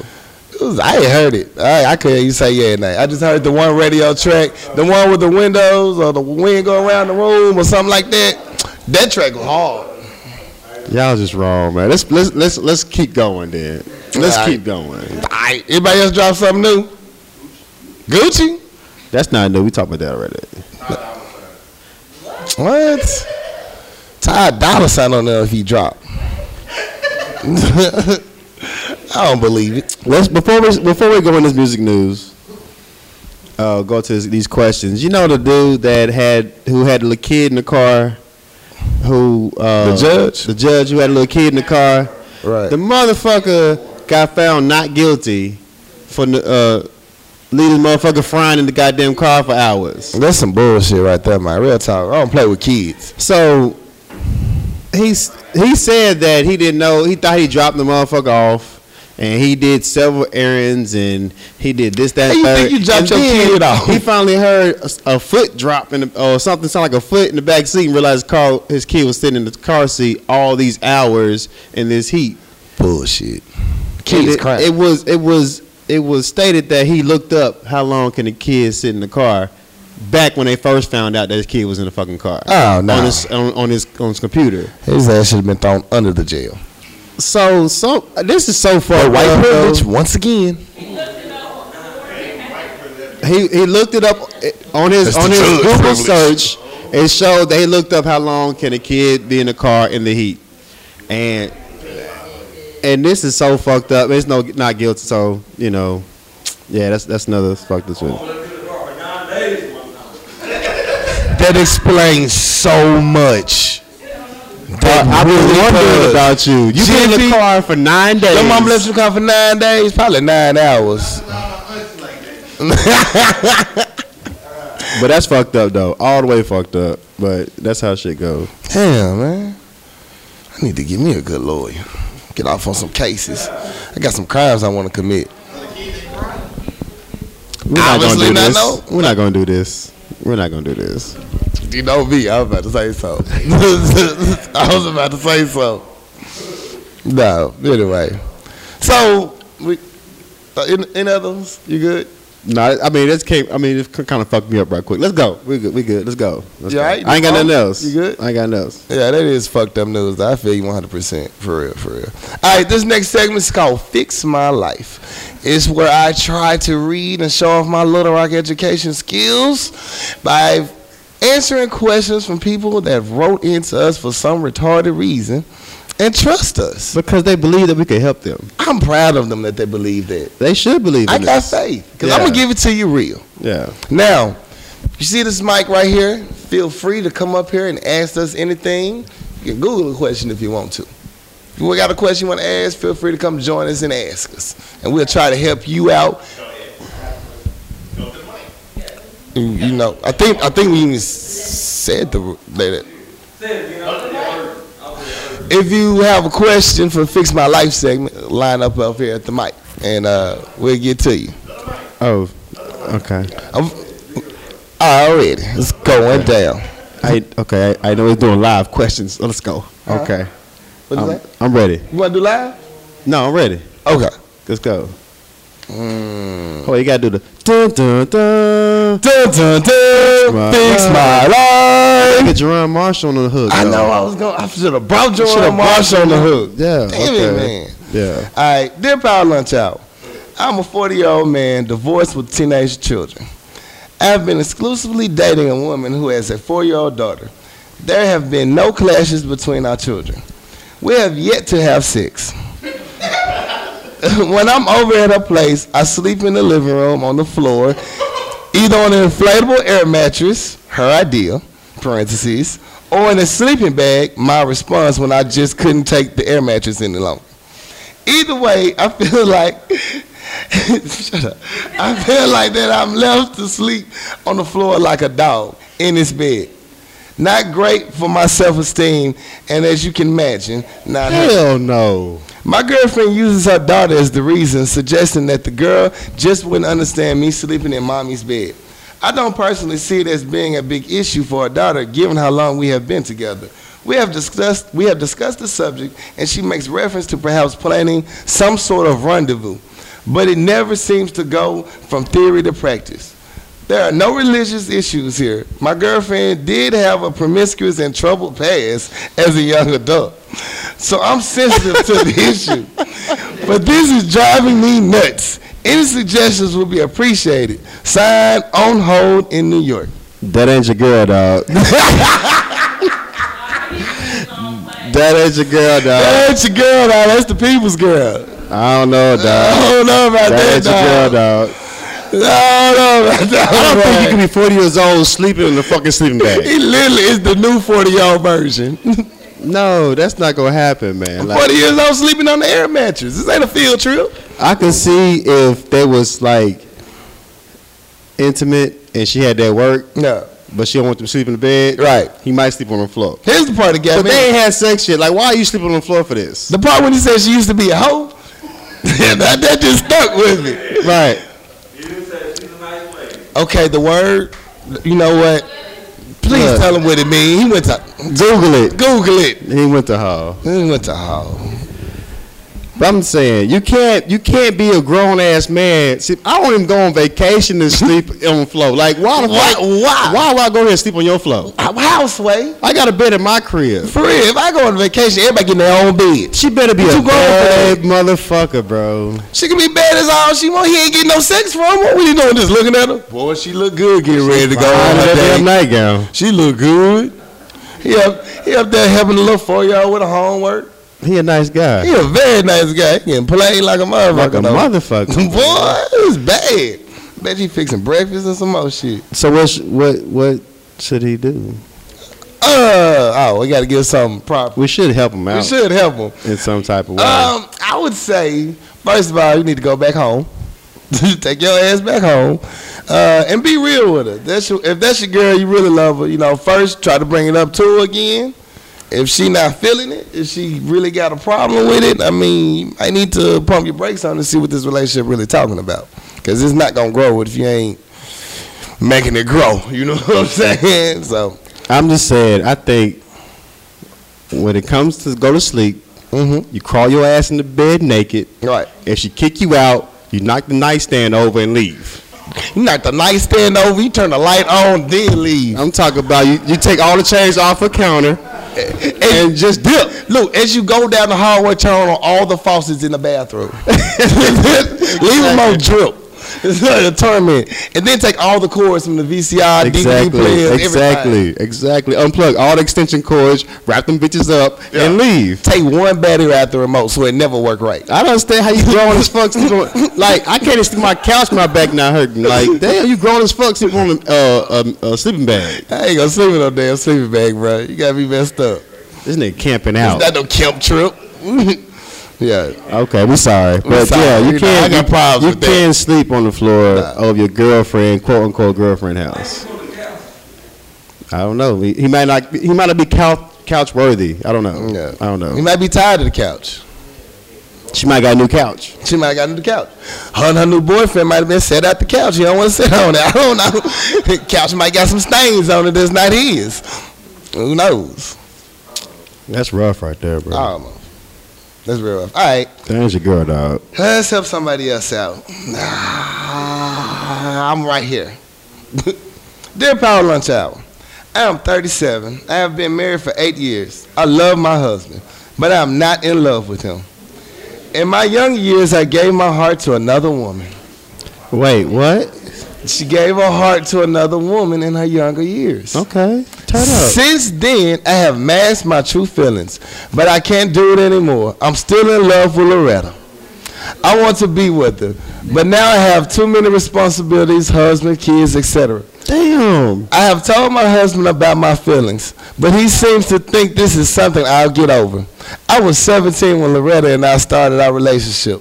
[SPEAKER 1] I ain't heard it. I, I couldn't even say yeah or nay. I just heard the one radio track, the one with the windows or the wind going around the room or something like that. That track was hard.
[SPEAKER 2] Y'all just wrong, man. Let's let's let's let's keep going then. Let's
[SPEAKER 1] Alright.
[SPEAKER 2] keep going.
[SPEAKER 1] All right, everybody else drop something new? Gucci?
[SPEAKER 2] That's not new. We talked about that already.
[SPEAKER 1] What? Ty Dollar Sign on there if he drop. [laughs] I don't believe it.
[SPEAKER 2] Let's before we before we go in this music news. Uh, go to these questions. You know the dude that had who had a little kid in the car, who uh,
[SPEAKER 1] The judge?
[SPEAKER 2] the judge who had a little kid in the car.
[SPEAKER 1] Right.
[SPEAKER 2] The motherfucker got found not guilty for uh, leaving motherfucker frying in the goddamn car for hours.
[SPEAKER 1] That's some bullshit right there, man. Real talk. I don't play with kids.
[SPEAKER 2] So he's he said that he didn't know. He thought he dropped the motherfucker off. And he did several errands, and he did this, that,
[SPEAKER 1] How you
[SPEAKER 2] third.
[SPEAKER 1] think you dropped
[SPEAKER 2] And
[SPEAKER 1] your
[SPEAKER 2] then
[SPEAKER 1] kid off?
[SPEAKER 2] He finally heard a, s- a foot drop in the, or something, sound like a foot in the back seat, and realized his, car, his kid was sitting in the car seat all these hours in this heat.
[SPEAKER 1] Bullshit.
[SPEAKER 2] it,
[SPEAKER 1] Kids
[SPEAKER 2] it-
[SPEAKER 1] crap.
[SPEAKER 2] it was it was it was stated that he looked up how long can a kid sit in the car back when they first found out that his kid was in the fucking car.
[SPEAKER 1] Oh, no.
[SPEAKER 2] On his on, on his on his computer.
[SPEAKER 1] His ass should have been thrown under the jail.
[SPEAKER 2] So so this is so far.
[SPEAKER 1] But white
[SPEAKER 2] left, though.
[SPEAKER 1] privilege, once again.
[SPEAKER 2] He he looked it up eh, on his
[SPEAKER 1] That's
[SPEAKER 2] on
[SPEAKER 1] the
[SPEAKER 2] his
[SPEAKER 1] judge
[SPEAKER 2] Google
[SPEAKER 1] privilege.
[SPEAKER 2] search. It showed they looked up how long can a kid be in the car in the heat, and and this is so fucked up. It's no not guilty. So you know, yeah, that's that's another fucked up thing.
[SPEAKER 1] That explains so much. That
[SPEAKER 2] I've been
[SPEAKER 1] really
[SPEAKER 2] wondering
[SPEAKER 1] does.
[SPEAKER 2] about you. You been in
[SPEAKER 1] Jiffy.
[SPEAKER 2] the car for nine days.
[SPEAKER 1] Your mom left you car for nine days, probably nine hours.
[SPEAKER 2] But that's fucked up though. All the way fucked up. But that's how shit goes.
[SPEAKER 1] Damn, man. I need to get me a good lawyer. Get off on some cases. I got some crimes I want to commit.
[SPEAKER 2] We're not
[SPEAKER 1] Obviously
[SPEAKER 2] gonna do
[SPEAKER 1] not,
[SPEAKER 2] this.
[SPEAKER 1] no.
[SPEAKER 2] We're not gonna do this. We're not gonna do this.
[SPEAKER 1] You know me. I was about to say so. [laughs] I was about to say so. No. Anyway. So, we, uh, in, in others, you good?
[SPEAKER 2] No, I mean this came. I mean it kind of fucked me up right quick. Let's go. We good. We good. Let's go. Let's
[SPEAKER 1] You
[SPEAKER 2] go.
[SPEAKER 1] alright?
[SPEAKER 2] I ain't got nothing
[SPEAKER 1] You
[SPEAKER 2] else.
[SPEAKER 1] good?
[SPEAKER 2] I ain't got nothing else.
[SPEAKER 1] Yeah, that is fucked up news. though. I feel you 100%. For real, for real. All right, this next segment is called Fix My Life. It's where I try to read and show off my Little Rock education skills by answering questions from people that wrote into us for some retarded reason and trust us.
[SPEAKER 2] Because they believe that we can help them.
[SPEAKER 1] I'm proud of them that they believe that.
[SPEAKER 2] They should believe in
[SPEAKER 1] I got
[SPEAKER 2] us.
[SPEAKER 1] faith because I'm
[SPEAKER 2] Yeah.
[SPEAKER 1] gonna give it to you real.
[SPEAKER 2] Yeah.
[SPEAKER 1] Now, you see this mic right here? Feel free to come up here and ask us anything. You can Google a question if you want to. If you got a question you want to ask, feel free to come join us and ask us, and we'll try to help you out. You you know, I think I think we even said the that. If you have a question for Fix My Life segment, line up up here at the mic, and uh, we'll get to you.
[SPEAKER 2] Oh. Okay.
[SPEAKER 1] I'm, already, it's going down.
[SPEAKER 2] I okay. I, I know it's doing live questions. Let's go. Okay.
[SPEAKER 1] Uh-huh. What
[SPEAKER 2] I'm, I'm ready.
[SPEAKER 1] You want to do live?
[SPEAKER 2] No, I'm ready.
[SPEAKER 1] Okay.
[SPEAKER 2] Let's go.
[SPEAKER 1] Mm.
[SPEAKER 2] Oh, you gotta do the dun dun dun.
[SPEAKER 1] Dun, dun, dun,
[SPEAKER 2] My
[SPEAKER 1] fix
[SPEAKER 2] life.
[SPEAKER 1] my life.
[SPEAKER 2] Get Jerron Marshall on the hook.
[SPEAKER 1] I
[SPEAKER 2] yo.
[SPEAKER 1] know I was going. I should have brought
[SPEAKER 2] Should have
[SPEAKER 1] Jordan Marshall on the hook. Damn
[SPEAKER 2] Yeah. okay.
[SPEAKER 1] it, man.
[SPEAKER 2] Yeah.
[SPEAKER 1] All right, dear Power Lunch Out. I'm a 40 year old man divorced with teenage children. I've been exclusively dating a woman who has a four year old daughter. There have been no clashes between our children. We have yet to have sex. [laughs] when I'm over at her place, I sleep in the living room on the floor, either on an inflatable air mattress, her idea, parentheses, or in a sleeping bag, my response when I just couldn't take the air mattress any longer. Either way, I feel [laughs] like shut up. I feel like that I'm left to sleep on the floor like a dog in this bed. Not great for my self-esteem, and as you can imagine, not her.
[SPEAKER 2] Hell no.
[SPEAKER 1] My girlfriend uses her daughter as the reason, suggesting that the girl just wouldn't understand me sleeping in mommy's bed. I don't personally see it as being a big issue for her daughter, given how long we have been together. We have discussed we have discussed the subject, and she makes reference to perhaps planning some sort of rendezvous, but it never seems to go from theory to practice. There are no religious issues here. My girlfriend did have a promiscuous and troubled past as a young adult, so I'm sensitive to the issue. But this is driving me nuts. Any suggestions will be appreciated. Signed, on hold in New York.
[SPEAKER 2] That ain't your girl, [laughs] dog. that ain't your girl, dog.
[SPEAKER 1] That's your girl, now. That's the people's girl.
[SPEAKER 2] I don't know,
[SPEAKER 1] I
[SPEAKER 2] dog.
[SPEAKER 1] don't know about
[SPEAKER 2] That
[SPEAKER 1] that,
[SPEAKER 2] ain't your girl, dog.
[SPEAKER 1] dog. I don't know about that.
[SPEAKER 2] I don't think you
[SPEAKER 1] one.
[SPEAKER 2] can be 40 years old sleeping in the fucking sleeping bag.
[SPEAKER 1] He literally is the new 40 year old version.
[SPEAKER 2] [laughs] No, that's not gonna happen, man. Like,
[SPEAKER 1] 40 years old sleeping on the air mattress. This ain't a field trip.
[SPEAKER 2] I could see if they was like intimate and she had that work,
[SPEAKER 1] No.
[SPEAKER 2] but she don't want them sleeping in the bed.
[SPEAKER 1] Right.
[SPEAKER 2] He might sleep on the floor.
[SPEAKER 1] Here's the part that got
[SPEAKER 2] But
[SPEAKER 1] me.
[SPEAKER 2] they ain't had sex yet. Like, why are you sleeping on the floor for this?
[SPEAKER 1] the part when he said she used to be a hoe. [laughs] that, that just stuck with me.
[SPEAKER 2] Right.
[SPEAKER 3] You didn't say she's a nice lady.
[SPEAKER 1] Okay, the word, you know what? Please
[SPEAKER 2] Look.
[SPEAKER 1] tell him what it means. He went to
[SPEAKER 2] Google it.
[SPEAKER 1] Google it.
[SPEAKER 2] He went to hall.
[SPEAKER 1] He went to hoe.
[SPEAKER 2] But I'm saying you can't you can't be a grown ass man. See, I don't even go on vacation and [laughs] sleep on the floor. Like why the
[SPEAKER 1] Why?
[SPEAKER 2] fuck-
[SPEAKER 1] Why?
[SPEAKER 2] Why would I go here and sleep on your floor?
[SPEAKER 1] Houseway.
[SPEAKER 2] I got a bed in my crib.
[SPEAKER 1] For real, if I go on vacation, everybody get in their own bed.
[SPEAKER 2] She better be
[SPEAKER 1] What
[SPEAKER 2] a
[SPEAKER 1] you going for
[SPEAKER 2] bad motherfucker, bro.
[SPEAKER 1] She can be bad as all she want. He ain't getting no sex from her. What we doing? Just looking at her. Boy, she look good getting ready to go
[SPEAKER 2] Find
[SPEAKER 1] on
[SPEAKER 2] her
[SPEAKER 1] her date.
[SPEAKER 2] damn nightgown.
[SPEAKER 1] She look good. He up, he up there helping the little four year old with her homework.
[SPEAKER 2] He a nice guy,
[SPEAKER 1] He a very nice guy. He getting played like a motherfucker.
[SPEAKER 2] like a
[SPEAKER 1] though. [laughs]
[SPEAKER 2] motherfucker. [laughs]
[SPEAKER 1] Boy, it's bad. Bet you fixing breakfast and some more shit.
[SPEAKER 2] So what? sh- What? What should he do?
[SPEAKER 1] Uh oh, we gotta give something proper.
[SPEAKER 2] We should Uh, help him
[SPEAKER 1] We
[SPEAKER 2] out
[SPEAKER 1] should help him.
[SPEAKER 2] in some type of way.
[SPEAKER 1] Um, I would say first of all, you need to go back home. [laughs] Take your ass back home, uh, and be real with her. That's your, if that's your girl, you really love her. You know, first try to bring it up to her again. If she not feeling it, if she really got a problem with it, I mean, I need to pump your brakes on to see what this relationship really talking about, because it's not gonna grow if you ain't making it grow. You know [laughs] what I'm saying? So,
[SPEAKER 2] I'm just saying. I think when it comes to go to sleep.
[SPEAKER 1] mm-hmm.
[SPEAKER 2] You crawl your ass in the bed naked.
[SPEAKER 1] right.
[SPEAKER 2] If she kick you out, you knock the nightstand over and leave.
[SPEAKER 1] You knock the nightstand over, you turn the light on, then leave.
[SPEAKER 2] I'm talking about you. You take all the change off her counter.
[SPEAKER 1] and just dip. Look, as you go down the hallway, turn on all the faucets in the bathroom. [laughs] Leave them on drip. It's not a tournament. And then take all the cords from the VCR, DVD players, everything.
[SPEAKER 2] exactly, exactly. Unplug all the extension cords, wrap them bitches up, and leave.
[SPEAKER 1] Take one battery out the remote so it never work right.
[SPEAKER 2] I don't understand how you grown as fuck. sleep on- like I can't even sleep on my couch, my back not hurting. Like damn, you grown as fuck sleeping on a, uh, a, a sleeping bag.
[SPEAKER 1] I ain't gonna sleep in no damn sleeping bag, bro. You gotta be messed up.
[SPEAKER 2] This nigga camping out.
[SPEAKER 1] It's not no camp trip. [laughs] yeah.
[SPEAKER 2] Okay, we sorry, but
[SPEAKER 1] sorry.
[SPEAKER 2] yeah,
[SPEAKER 1] You
[SPEAKER 2] you
[SPEAKER 1] know,
[SPEAKER 2] can't.
[SPEAKER 1] I got
[SPEAKER 2] you-
[SPEAKER 1] problems
[SPEAKER 2] you
[SPEAKER 1] with that.
[SPEAKER 2] can sleep on the floor of your girlfriend, quote unquote girlfriend house. I don't know. He, he might not. He might not be couch couch worthy. I don't know.
[SPEAKER 1] Yeah.
[SPEAKER 2] I don't
[SPEAKER 1] You
[SPEAKER 2] know.
[SPEAKER 1] might be tired of the couch.
[SPEAKER 2] She might got a new couch.
[SPEAKER 1] She might have gotten to the couch. Her and her new boyfriend might have been set out the couch. He don't want to sit on it. [laughs] I don't know. couch might got some stains on it that's not his. Who knows?
[SPEAKER 2] That's rough right there,
[SPEAKER 1] I don't know. That's real rough. All right.
[SPEAKER 2] There's your girl, dog.
[SPEAKER 1] Let's help somebody else out. Ah, I'm right here. [laughs] Dear Power Lunch Hour, I am 37. I have been married for eight years. I love my husband, but I am not in love with him. In my young years, I gave my heart to another woman.
[SPEAKER 2] Wait, what?
[SPEAKER 1] She gave her heart to another woman in her younger years.
[SPEAKER 2] Okay, turn up.
[SPEAKER 1] Since then, I have masked my true feelings, but I can't do it anymore. I'm still in love with Loretta. I want to be with her. But now I have too many responsibilities, husband, kids, etc.
[SPEAKER 2] Damn.
[SPEAKER 1] I have told my husband about my feelings, but he seems to think this is something I'll get over. I was 17 when Loretta and I started our relationship.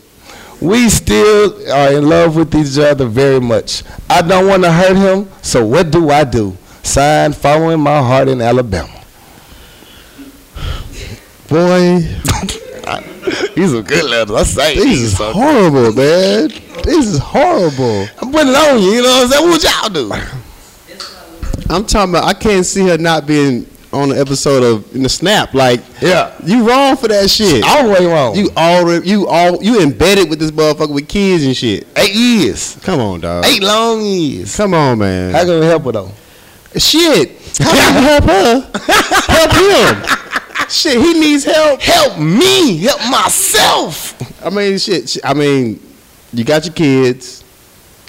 [SPEAKER 1] We still are in love with each other very much. I don't want to hurt him, so what do I do? Signed, following my heart in Alabama.
[SPEAKER 2] Boy,
[SPEAKER 1] These are good letters. I say
[SPEAKER 2] this is
[SPEAKER 1] I'm
[SPEAKER 2] horrible, man. This is horrible.
[SPEAKER 1] putting it on you. You know what I'm saying? What y'all do?
[SPEAKER 2] I'm talking about I can't see her not being on the episode of in the snap. Like
[SPEAKER 1] Yeah,
[SPEAKER 2] you wrong for that shit.
[SPEAKER 1] all the way wrong.
[SPEAKER 2] You already you all you embedded with this motherfucker with kids and shit.
[SPEAKER 1] eight years,
[SPEAKER 2] Come on, dog.
[SPEAKER 1] eight long years.
[SPEAKER 2] Come on, man.
[SPEAKER 1] How can we help her though?
[SPEAKER 2] Shit. How can you help her? help him. [laughs] Shit, he needs help.
[SPEAKER 1] Help me, help myself.
[SPEAKER 2] I mean, shit. sh- I mean, you got your kids.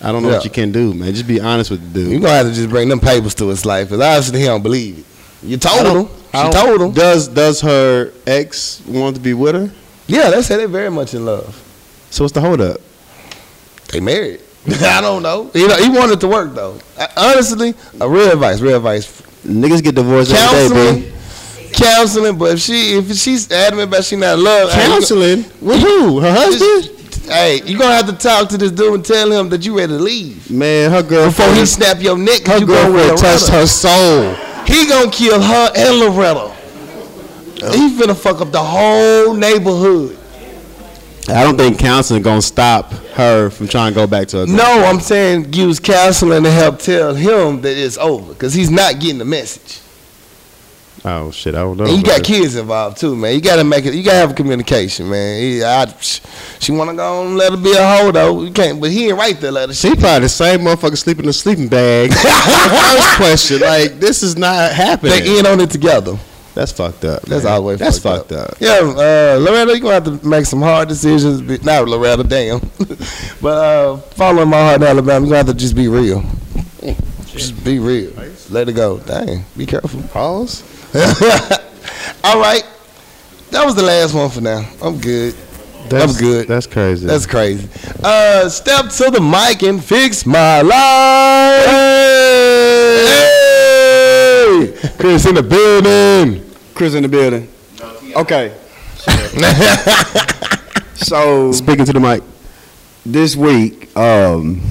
[SPEAKER 2] I don't know
[SPEAKER 1] Yeah.
[SPEAKER 2] what you can do, man. Just be honest with the
[SPEAKER 1] You
[SPEAKER 2] dude.
[SPEAKER 1] gonna have to just bring them papers to his life, cause obviously he don't believe it. You
[SPEAKER 2] I
[SPEAKER 1] told
[SPEAKER 2] don't-
[SPEAKER 1] him.
[SPEAKER 2] I
[SPEAKER 1] She
[SPEAKER 2] don't-
[SPEAKER 1] told him.
[SPEAKER 2] Does does her ex want to be with her?
[SPEAKER 1] Yeah, they say they're very much in love.
[SPEAKER 2] So what's the hold up?
[SPEAKER 1] They married. [laughs] I don't know. You know, he wanted to work though. I, honestly, uh, real advice, real advice.
[SPEAKER 2] Niggas get divorced every
[SPEAKER 1] Counseling,
[SPEAKER 2] day,
[SPEAKER 1] counseling. But if she, if she's adamant about she not in love,
[SPEAKER 2] bro.
[SPEAKER 1] I- you go-
[SPEAKER 2] Counseling with who? Her husband?
[SPEAKER 1] Hey, you gonna have to talk to this dude and tell him that you ready to leave
[SPEAKER 2] Man, her
[SPEAKER 1] before
[SPEAKER 2] girlfriend.
[SPEAKER 1] he snap your neck. 'cause
[SPEAKER 2] her
[SPEAKER 1] you going with
[SPEAKER 2] girlfriend touched
[SPEAKER 1] Loretta.
[SPEAKER 2] her soul.
[SPEAKER 1] He gonna kill her and Loretta. He finna fuck up the whole neighborhood.
[SPEAKER 2] I don't think counseling gonna stop her from trying to go back to her.
[SPEAKER 1] No, I'm saying use counseling to help tell him that it's over because he's not getting the message.
[SPEAKER 2] Oh shit, I don't know.
[SPEAKER 1] and you got
[SPEAKER 2] bro.
[SPEAKER 1] kids involved too, man. You gotta make it. You gotta have a communication, man. He, I, sh- she wanna go and let her be a hoe though. You can't, but he ain't right there. Let her.
[SPEAKER 2] She probably the same motherfucker sleeping in a sleeping bag. First question, like this is not happening.
[SPEAKER 1] They in on it together.
[SPEAKER 2] That's fucked up.
[SPEAKER 1] That's
[SPEAKER 2] man.
[SPEAKER 1] always
[SPEAKER 2] That's
[SPEAKER 1] fucked
[SPEAKER 2] fucked up.
[SPEAKER 1] Yeah, uh, Loretta, you gonna have to make some hard decisions. Be- Not Loretta, damn. [laughs] but uh, following my heart in Alabama, you gonna have to just be real. Just be real. Let it go. Dang, be careful.
[SPEAKER 2] Pause.
[SPEAKER 1] [laughs] All right. That was the last one for now. I'm good. I'm good.
[SPEAKER 2] That's [laughs] crazy.
[SPEAKER 1] That's crazy. Uh, step to the mic and fix my life. Hey! Chris in the building.
[SPEAKER 5] Chris in the building. Okay. so
[SPEAKER 2] Speaking to the mic.
[SPEAKER 5] this week, um,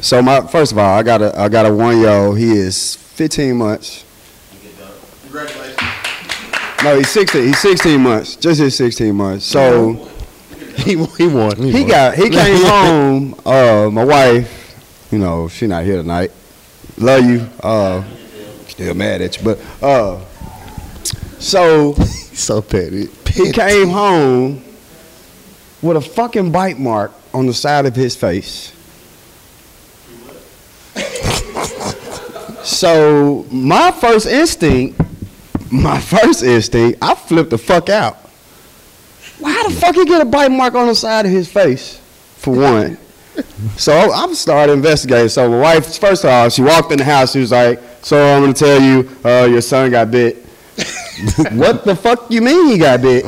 [SPEAKER 5] so my first of all, I got a I got a one year old. He is 15 months. No, he's 16. He's 16 months. Just his 16 months. So.
[SPEAKER 2] He he won.
[SPEAKER 5] He got
[SPEAKER 2] [laughs]
[SPEAKER 5] he came home. Uh, my wife, you know, she not here tonight. Love you. Uh, still mad at you, but uh, so
[SPEAKER 2] [laughs] so petty.
[SPEAKER 5] he came home with a fucking bite mark on the side of his face. [laughs] so my first instinct, my first instinct, I flipped the fuck out. Why the fuck he get a bite mark on the side of his face? For [laughs] one. So I started investigating. So my wife, first of all, she walked in the house. She was like, "So I'm gonna tell you, uh, your son got bit." [laughs] what the fuck you mean he got [laughs] bit?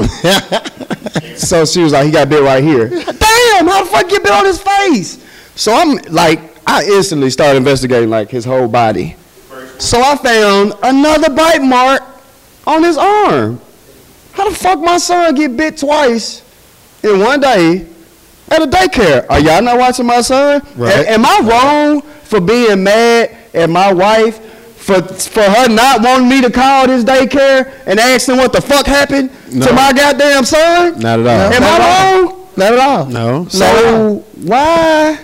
[SPEAKER 5] so she was like, he got bit right here. Damn, how the fuck you bit on his face? So I'm like, I instantly started investigating like his whole body. So I found another bite mark on his arm. How the fuck my son get bit twice in one day at a daycare? Are y'all not watching my son?
[SPEAKER 2] Right.
[SPEAKER 5] A- am I wrong for being mad at my wife for for her not wanting me to call this daycare and asking what the fuck happened
[SPEAKER 2] No.
[SPEAKER 5] to my goddamn son?
[SPEAKER 2] Not at all.
[SPEAKER 5] Am I wrong? Not at all.
[SPEAKER 2] No.
[SPEAKER 5] So why,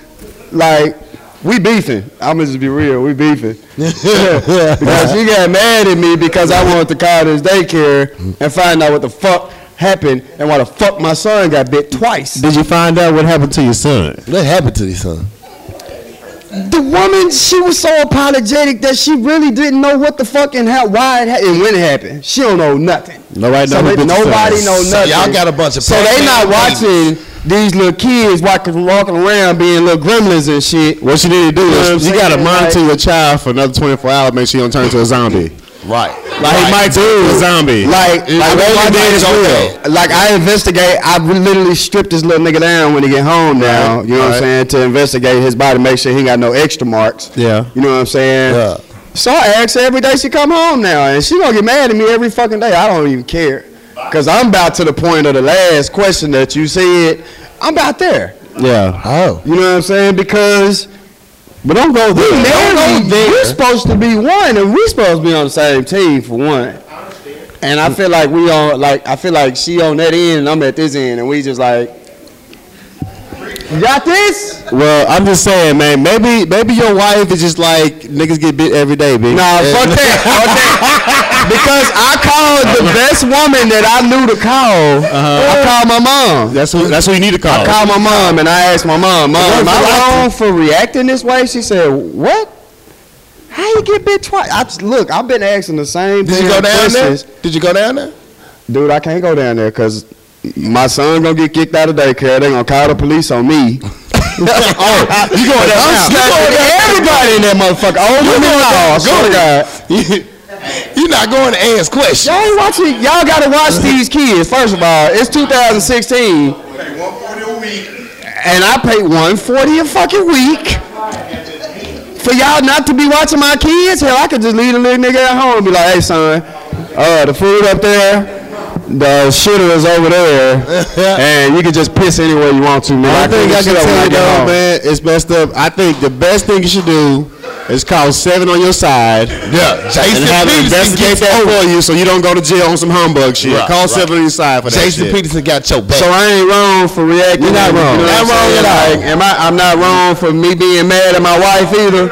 [SPEAKER 5] like, we beefing? I'm gonna just be real. We [laughs] beefing because she got mad at me because I wanted to call this daycare and find out what the fuck happened and why the fuck my son got bit twice.
[SPEAKER 2] Did you find out what happened to your son?
[SPEAKER 1] What happened to you, son?
[SPEAKER 5] The woman, she was so apologetic that she really didn't know what the fuck and how, why it happened and when it happened. She don't know nothing.
[SPEAKER 2] Nobody
[SPEAKER 5] So
[SPEAKER 2] know who
[SPEAKER 5] they-
[SPEAKER 2] bit your
[SPEAKER 5] nobody
[SPEAKER 2] son.
[SPEAKER 5] know
[SPEAKER 1] So
[SPEAKER 5] nothing.
[SPEAKER 1] y'all got a bunch of
[SPEAKER 5] So they not
[SPEAKER 1] Pac-Man
[SPEAKER 5] watching these little kids walking, walking around being little gremlins and shit.
[SPEAKER 2] What you need to do
[SPEAKER 5] You know what I'm
[SPEAKER 2] is you
[SPEAKER 5] saying?
[SPEAKER 2] gotta
[SPEAKER 5] Like-
[SPEAKER 2] monitor your child for another 24 hours. Make sure you don't turn into a zombie.
[SPEAKER 1] Right.
[SPEAKER 2] Like he might do a zombie.
[SPEAKER 5] Like,
[SPEAKER 1] I
[SPEAKER 5] like,
[SPEAKER 1] mean,
[SPEAKER 5] what
[SPEAKER 1] my
[SPEAKER 5] he did
[SPEAKER 1] mind's
[SPEAKER 5] is
[SPEAKER 1] okay.
[SPEAKER 5] real. Like, I investigate. I literally stripped this little nigga down when he get home now. You know what I'm
[SPEAKER 1] Right.
[SPEAKER 5] saying? To investigate his body, make sure he got no extra marks.
[SPEAKER 2] Yeah.
[SPEAKER 5] You know what I'm saying?
[SPEAKER 1] Yeah.
[SPEAKER 5] So I ask her every day she come home now, and she gonna get mad at me every fucking day. I don't even care, cause I'm about to the point of the last question that you said. I'm about there.
[SPEAKER 2] yeah.
[SPEAKER 1] Oh.
[SPEAKER 5] You know what I'm saying? Because
[SPEAKER 2] But don't go
[SPEAKER 5] we
[SPEAKER 2] there.
[SPEAKER 5] married,
[SPEAKER 2] Don't go there.
[SPEAKER 5] we're supposed to be one, and we're supposed to be on the same team for one. And I feel like we on like I feel like she on that end, and I'm at this end, and we just like. You got this?
[SPEAKER 2] Well, I'm just saying, man. Maybe maybe your wife is just like niggas get bit every day, bitch.
[SPEAKER 5] Nah, fuck that. Fuck
[SPEAKER 1] [laughs]
[SPEAKER 5] that. Because I called the
[SPEAKER 1] Uh-huh.
[SPEAKER 5] best woman that I knew to call. I called my mom.
[SPEAKER 2] That's who that's who you need to
[SPEAKER 1] Oh.
[SPEAKER 2] call.
[SPEAKER 5] I called my mom and I asked my
[SPEAKER 2] [laughs]
[SPEAKER 5] mom, Mom, am I wrong for reacting this way? She said, What? How you get bit twice? I, just- look, I've been asking the same
[SPEAKER 1] Did you
[SPEAKER 5] damn
[SPEAKER 1] go down there?
[SPEAKER 5] questions.
[SPEAKER 1] Did you go down there?
[SPEAKER 5] Dude, I can't go down there because my son gonna get kicked out of daycare. They gonna call the police on me. oh, you going down?
[SPEAKER 1] I'm
[SPEAKER 5] [laughs] I'm going down. Everybody in that motherfucker. Oh, you
[SPEAKER 1] going down. Go.
[SPEAKER 5] going down? God.
[SPEAKER 1] You're not going to ask questions.
[SPEAKER 5] Y'all ain't watching. Y'all gotta watch these kids. First of all, it's
[SPEAKER 3] Pay one
[SPEAKER 5] 2016,
[SPEAKER 3] forty a week.
[SPEAKER 5] and I pay 140 a fucking week for y'all not to be watching my kids. Hell, I could just leave the little nigga at home and be like, "Hey, son, uh, the food up there, the shitter is
[SPEAKER 2] [laughs]
[SPEAKER 5] over there, and you can just piss anywhere you want to, man.
[SPEAKER 2] I think I can
[SPEAKER 5] clean the shit up when
[SPEAKER 2] tell
[SPEAKER 5] I
[SPEAKER 2] you
[SPEAKER 5] get
[SPEAKER 2] though,
[SPEAKER 5] home."
[SPEAKER 2] man, it's messed up. I think the best thing you should do is call seven on your side
[SPEAKER 1] Yeah.
[SPEAKER 2] and
[SPEAKER 1] Jason
[SPEAKER 2] have them
[SPEAKER 1] Peterson gets
[SPEAKER 2] investigate that
[SPEAKER 1] over.
[SPEAKER 2] for you, so you don't go to jail on some humbug shit.
[SPEAKER 1] Right,
[SPEAKER 2] call
[SPEAKER 1] right.
[SPEAKER 2] seven on your side for that
[SPEAKER 1] Jason
[SPEAKER 2] shit.
[SPEAKER 1] Peterson got your back.
[SPEAKER 5] So I ain't wrong for reacting.
[SPEAKER 2] You're not wrong.
[SPEAKER 5] You
[SPEAKER 2] Not
[SPEAKER 5] know what I'm
[SPEAKER 2] wrong
[SPEAKER 5] saying?
[SPEAKER 2] at all.
[SPEAKER 5] Like, am I? I'm not wrong for me being mad at my wife either.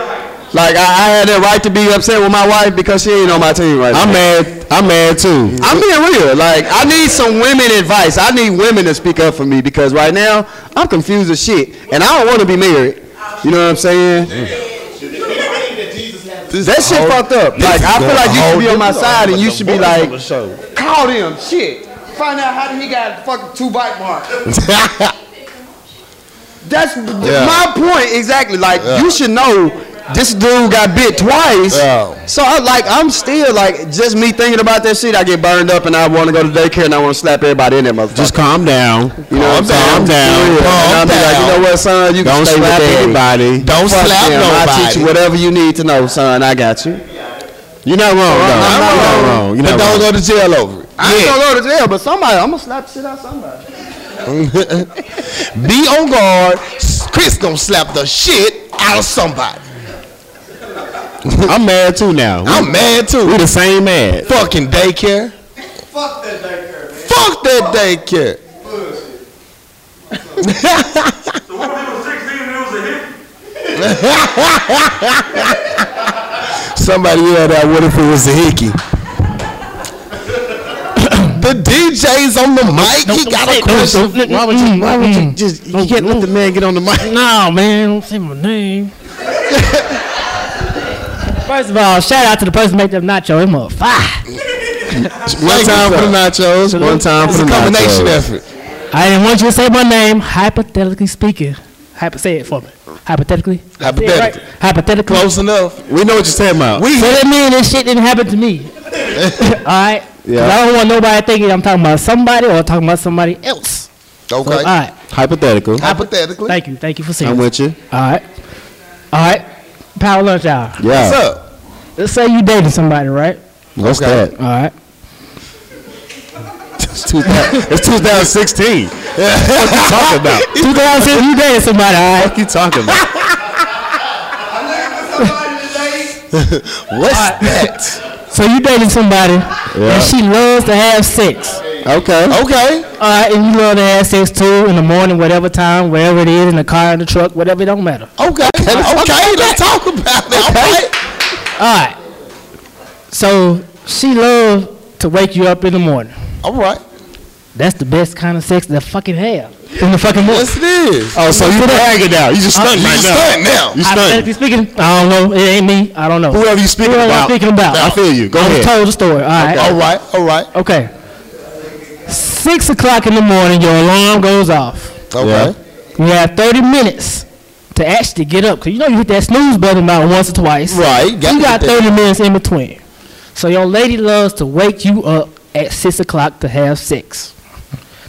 [SPEAKER 5] Like I, I had that right to be upset with my wife because she ain't on my team right
[SPEAKER 2] I'm mad.
[SPEAKER 5] now.
[SPEAKER 2] I'm mad too.
[SPEAKER 5] I'm being real. Like I need some women advice. I need women to speak up for me because right now I'm confused as shit, and I don't want to be married. You know what I'm saying?
[SPEAKER 1] This
[SPEAKER 5] That shit
[SPEAKER 1] whole-
[SPEAKER 5] fucked up. Like I feel like you should be on my side and you should be like,
[SPEAKER 1] show.
[SPEAKER 5] call them. Shit. Find out how he got fucking two
[SPEAKER 1] [laughs]
[SPEAKER 5] bite marks. That's b-
[SPEAKER 1] Yeah.
[SPEAKER 5] my point exactly. Like you should know this dude got bit twice.
[SPEAKER 1] Yeah.
[SPEAKER 5] So I like I'm still like just me thinking about that shit. I get burned up and I want to go to daycare and I want to slap everybody in that motherfucker.
[SPEAKER 2] Just calm down.
[SPEAKER 5] you
[SPEAKER 1] oh,
[SPEAKER 5] know what
[SPEAKER 2] calm
[SPEAKER 5] I'm saying?
[SPEAKER 2] down.
[SPEAKER 5] Yeah.
[SPEAKER 1] Calm
[SPEAKER 5] and I'll be like, you know what, son, you
[SPEAKER 2] Don't
[SPEAKER 5] can stay
[SPEAKER 2] slap
[SPEAKER 5] with daddy.
[SPEAKER 2] anybody.
[SPEAKER 1] Don't
[SPEAKER 5] Fuck
[SPEAKER 1] slap
[SPEAKER 5] them. I teach
[SPEAKER 1] nobody.
[SPEAKER 5] you whatever you need to know, son. I got you.
[SPEAKER 2] You're not wrong. though.
[SPEAKER 5] I'm not
[SPEAKER 2] You're not wrong.
[SPEAKER 1] But
[SPEAKER 2] You're not wrong.
[SPEAKER 1] don't go to jail over it.
[SPEAKER 5] I ain't
[SPEAKER 1] Yeah.
[SPEAKER 5] gonna go to jail, but somebody, I'm gonna slap the shit out of somebody.
[SPEAKER 1] Be on guard. Chris gonna slap the shit out of somebody.
[SPEAKER 2] I'm mad too now.
[SPEAKER 1] I'm mad too.
[SPEAKER 2] we the same mad.
[SPEAKER 1] Fucking daycare.
[SPEAKER 3] Fuck that daycare, man.
[SPEAKER 1] Fuck that daycare.
[SPEAKER 3] Bullshit.
[SPEAKER 6] So what if it was 16 and it was a hit?
[SPEAKER 1] Somebody yelled out, what if it was a hickey? the DJ's on the mic. He got a question.
[SPEAKER 2] Why would
[SPEAKER 7] mm,
[SPEAKER 2] you? Why would you just? You can't let the man get on the mic.
[SPEAKER 7] No, man, don't say my name. First of all, shout out to the person who made them nacho. Them a fire.
[SPEAKER 2] One time for the nachos. One time for
[SPEAKER 1] It's
[SPEAKER 2] the
[SPEAKER 1] a combination
[SPEAKER 2] nachos.
[SPEAKER 1] effort.
[SPEAKER 7] I didn't want you to say my name. Hypothetically speaking, hypo, say it for me. Hypothetically.
[SPEAKER 1] Hypothetically.
[SPEAKER 7] Right? Hypothetically.
[SPEAKER 1] Close enough.
[SPEAKER 2] We know what you're saying about.
[SPEAKER 1] We
[SPEAKER 7] So that mean this shit didn't happen to me. all right. 'Cause I don't want nobody thinking I'm talking about somebody or talking about somebody else. So, all
[SPEAKER 1] okay.
[SPEAKER 7] right.
[SPEAKER 2] Hypothetical.
[SPEAKER 1] Hypothetically,
[SPEAKER 7] Thank you. Thank you for saying.
[SPEAKER 2] I'm
[SPEAKER 7] that.
[SPEAKER 2] with you.
[SPEAKER 7] All right. All right. Power lunch hour.
[SPEAKER 1] what's
[SPEAKER 2] Yeah.
[SPEAKER 1] up?
[SPEAKER 7] Let's say you dated somebody, right?
[SPEAKER 2] What's
[SPEAKER 1] Okay.
[SPEAKER 2] that?
[SPEAKER 7] All right.
[SPEAKER 2] It's 2000 it's 2016. What you talking about?
[SPEAKER 7] 2006, you dated somebody, all right?
[SPEAKER 2] What you talking about?
[SPEAKER 3] I'm looking for somebody today.
[SPEAKER 1] What's that?
[SPEAKER 7] So you dating somebody and she loves to have sex.
[SPEAKER 2] Okay.
[SPEAKER 1] Okay.
[SPEAKER 7] All right, and you love to have sex too in the morning, whatever time, wherever it is, in the car, in the truck, whatever, it don't matter.
[SPEAKER 1] Okay. Okay. Let's talk about it. Okay.
[SPEAKER 7] All right. So she loves to wake you up in the morning.
[SPEAKER 1] All right.
[SPEAKER 7] That's the best kind of sex to fucking have in the fucking morning.
[SPEAKER 1] Yes, it is.
[SPEAKER 2] Oh, so you bragging now? You just stunned
[SPEAKER 1] You
[SPEAKER 2] right now.
[SPEAKER 1] stunned now.
[SPEAKER 2] You stunned.
[SPEAKER 7] Hypothetically speaking, I don't know. It ain't me. I don't know.
[SPEAKER 2] Whoever you speaking
[SPEAKER 7] Whoever I'm
[SPEAKER 2] about.
[SPEAKER 7] speaking about.
[SPEAKER 2] I feel you. Go
[SPEAKER 7] I was
[SPEAKER 2] ahead.
[SPEAKER 7] told the story. All right.
[SPEAKER 1] All right. All right.
[SPEAKER 7] Okay. Six o'clock in the morning, your alarm goes off.
[SPEAKER 1] Okay.
[SPEAKER 7] You have 30 minutes to actually get up. Because you know you hit that snooze button about once or twice.
[SPEAKER 1] Right.
[SPEAKER 7] you got
[SPEAKER 1] that.
[SPEAKER 7] 30 minutes in between. So your lady loves to wake you up at six o'clock to have sex.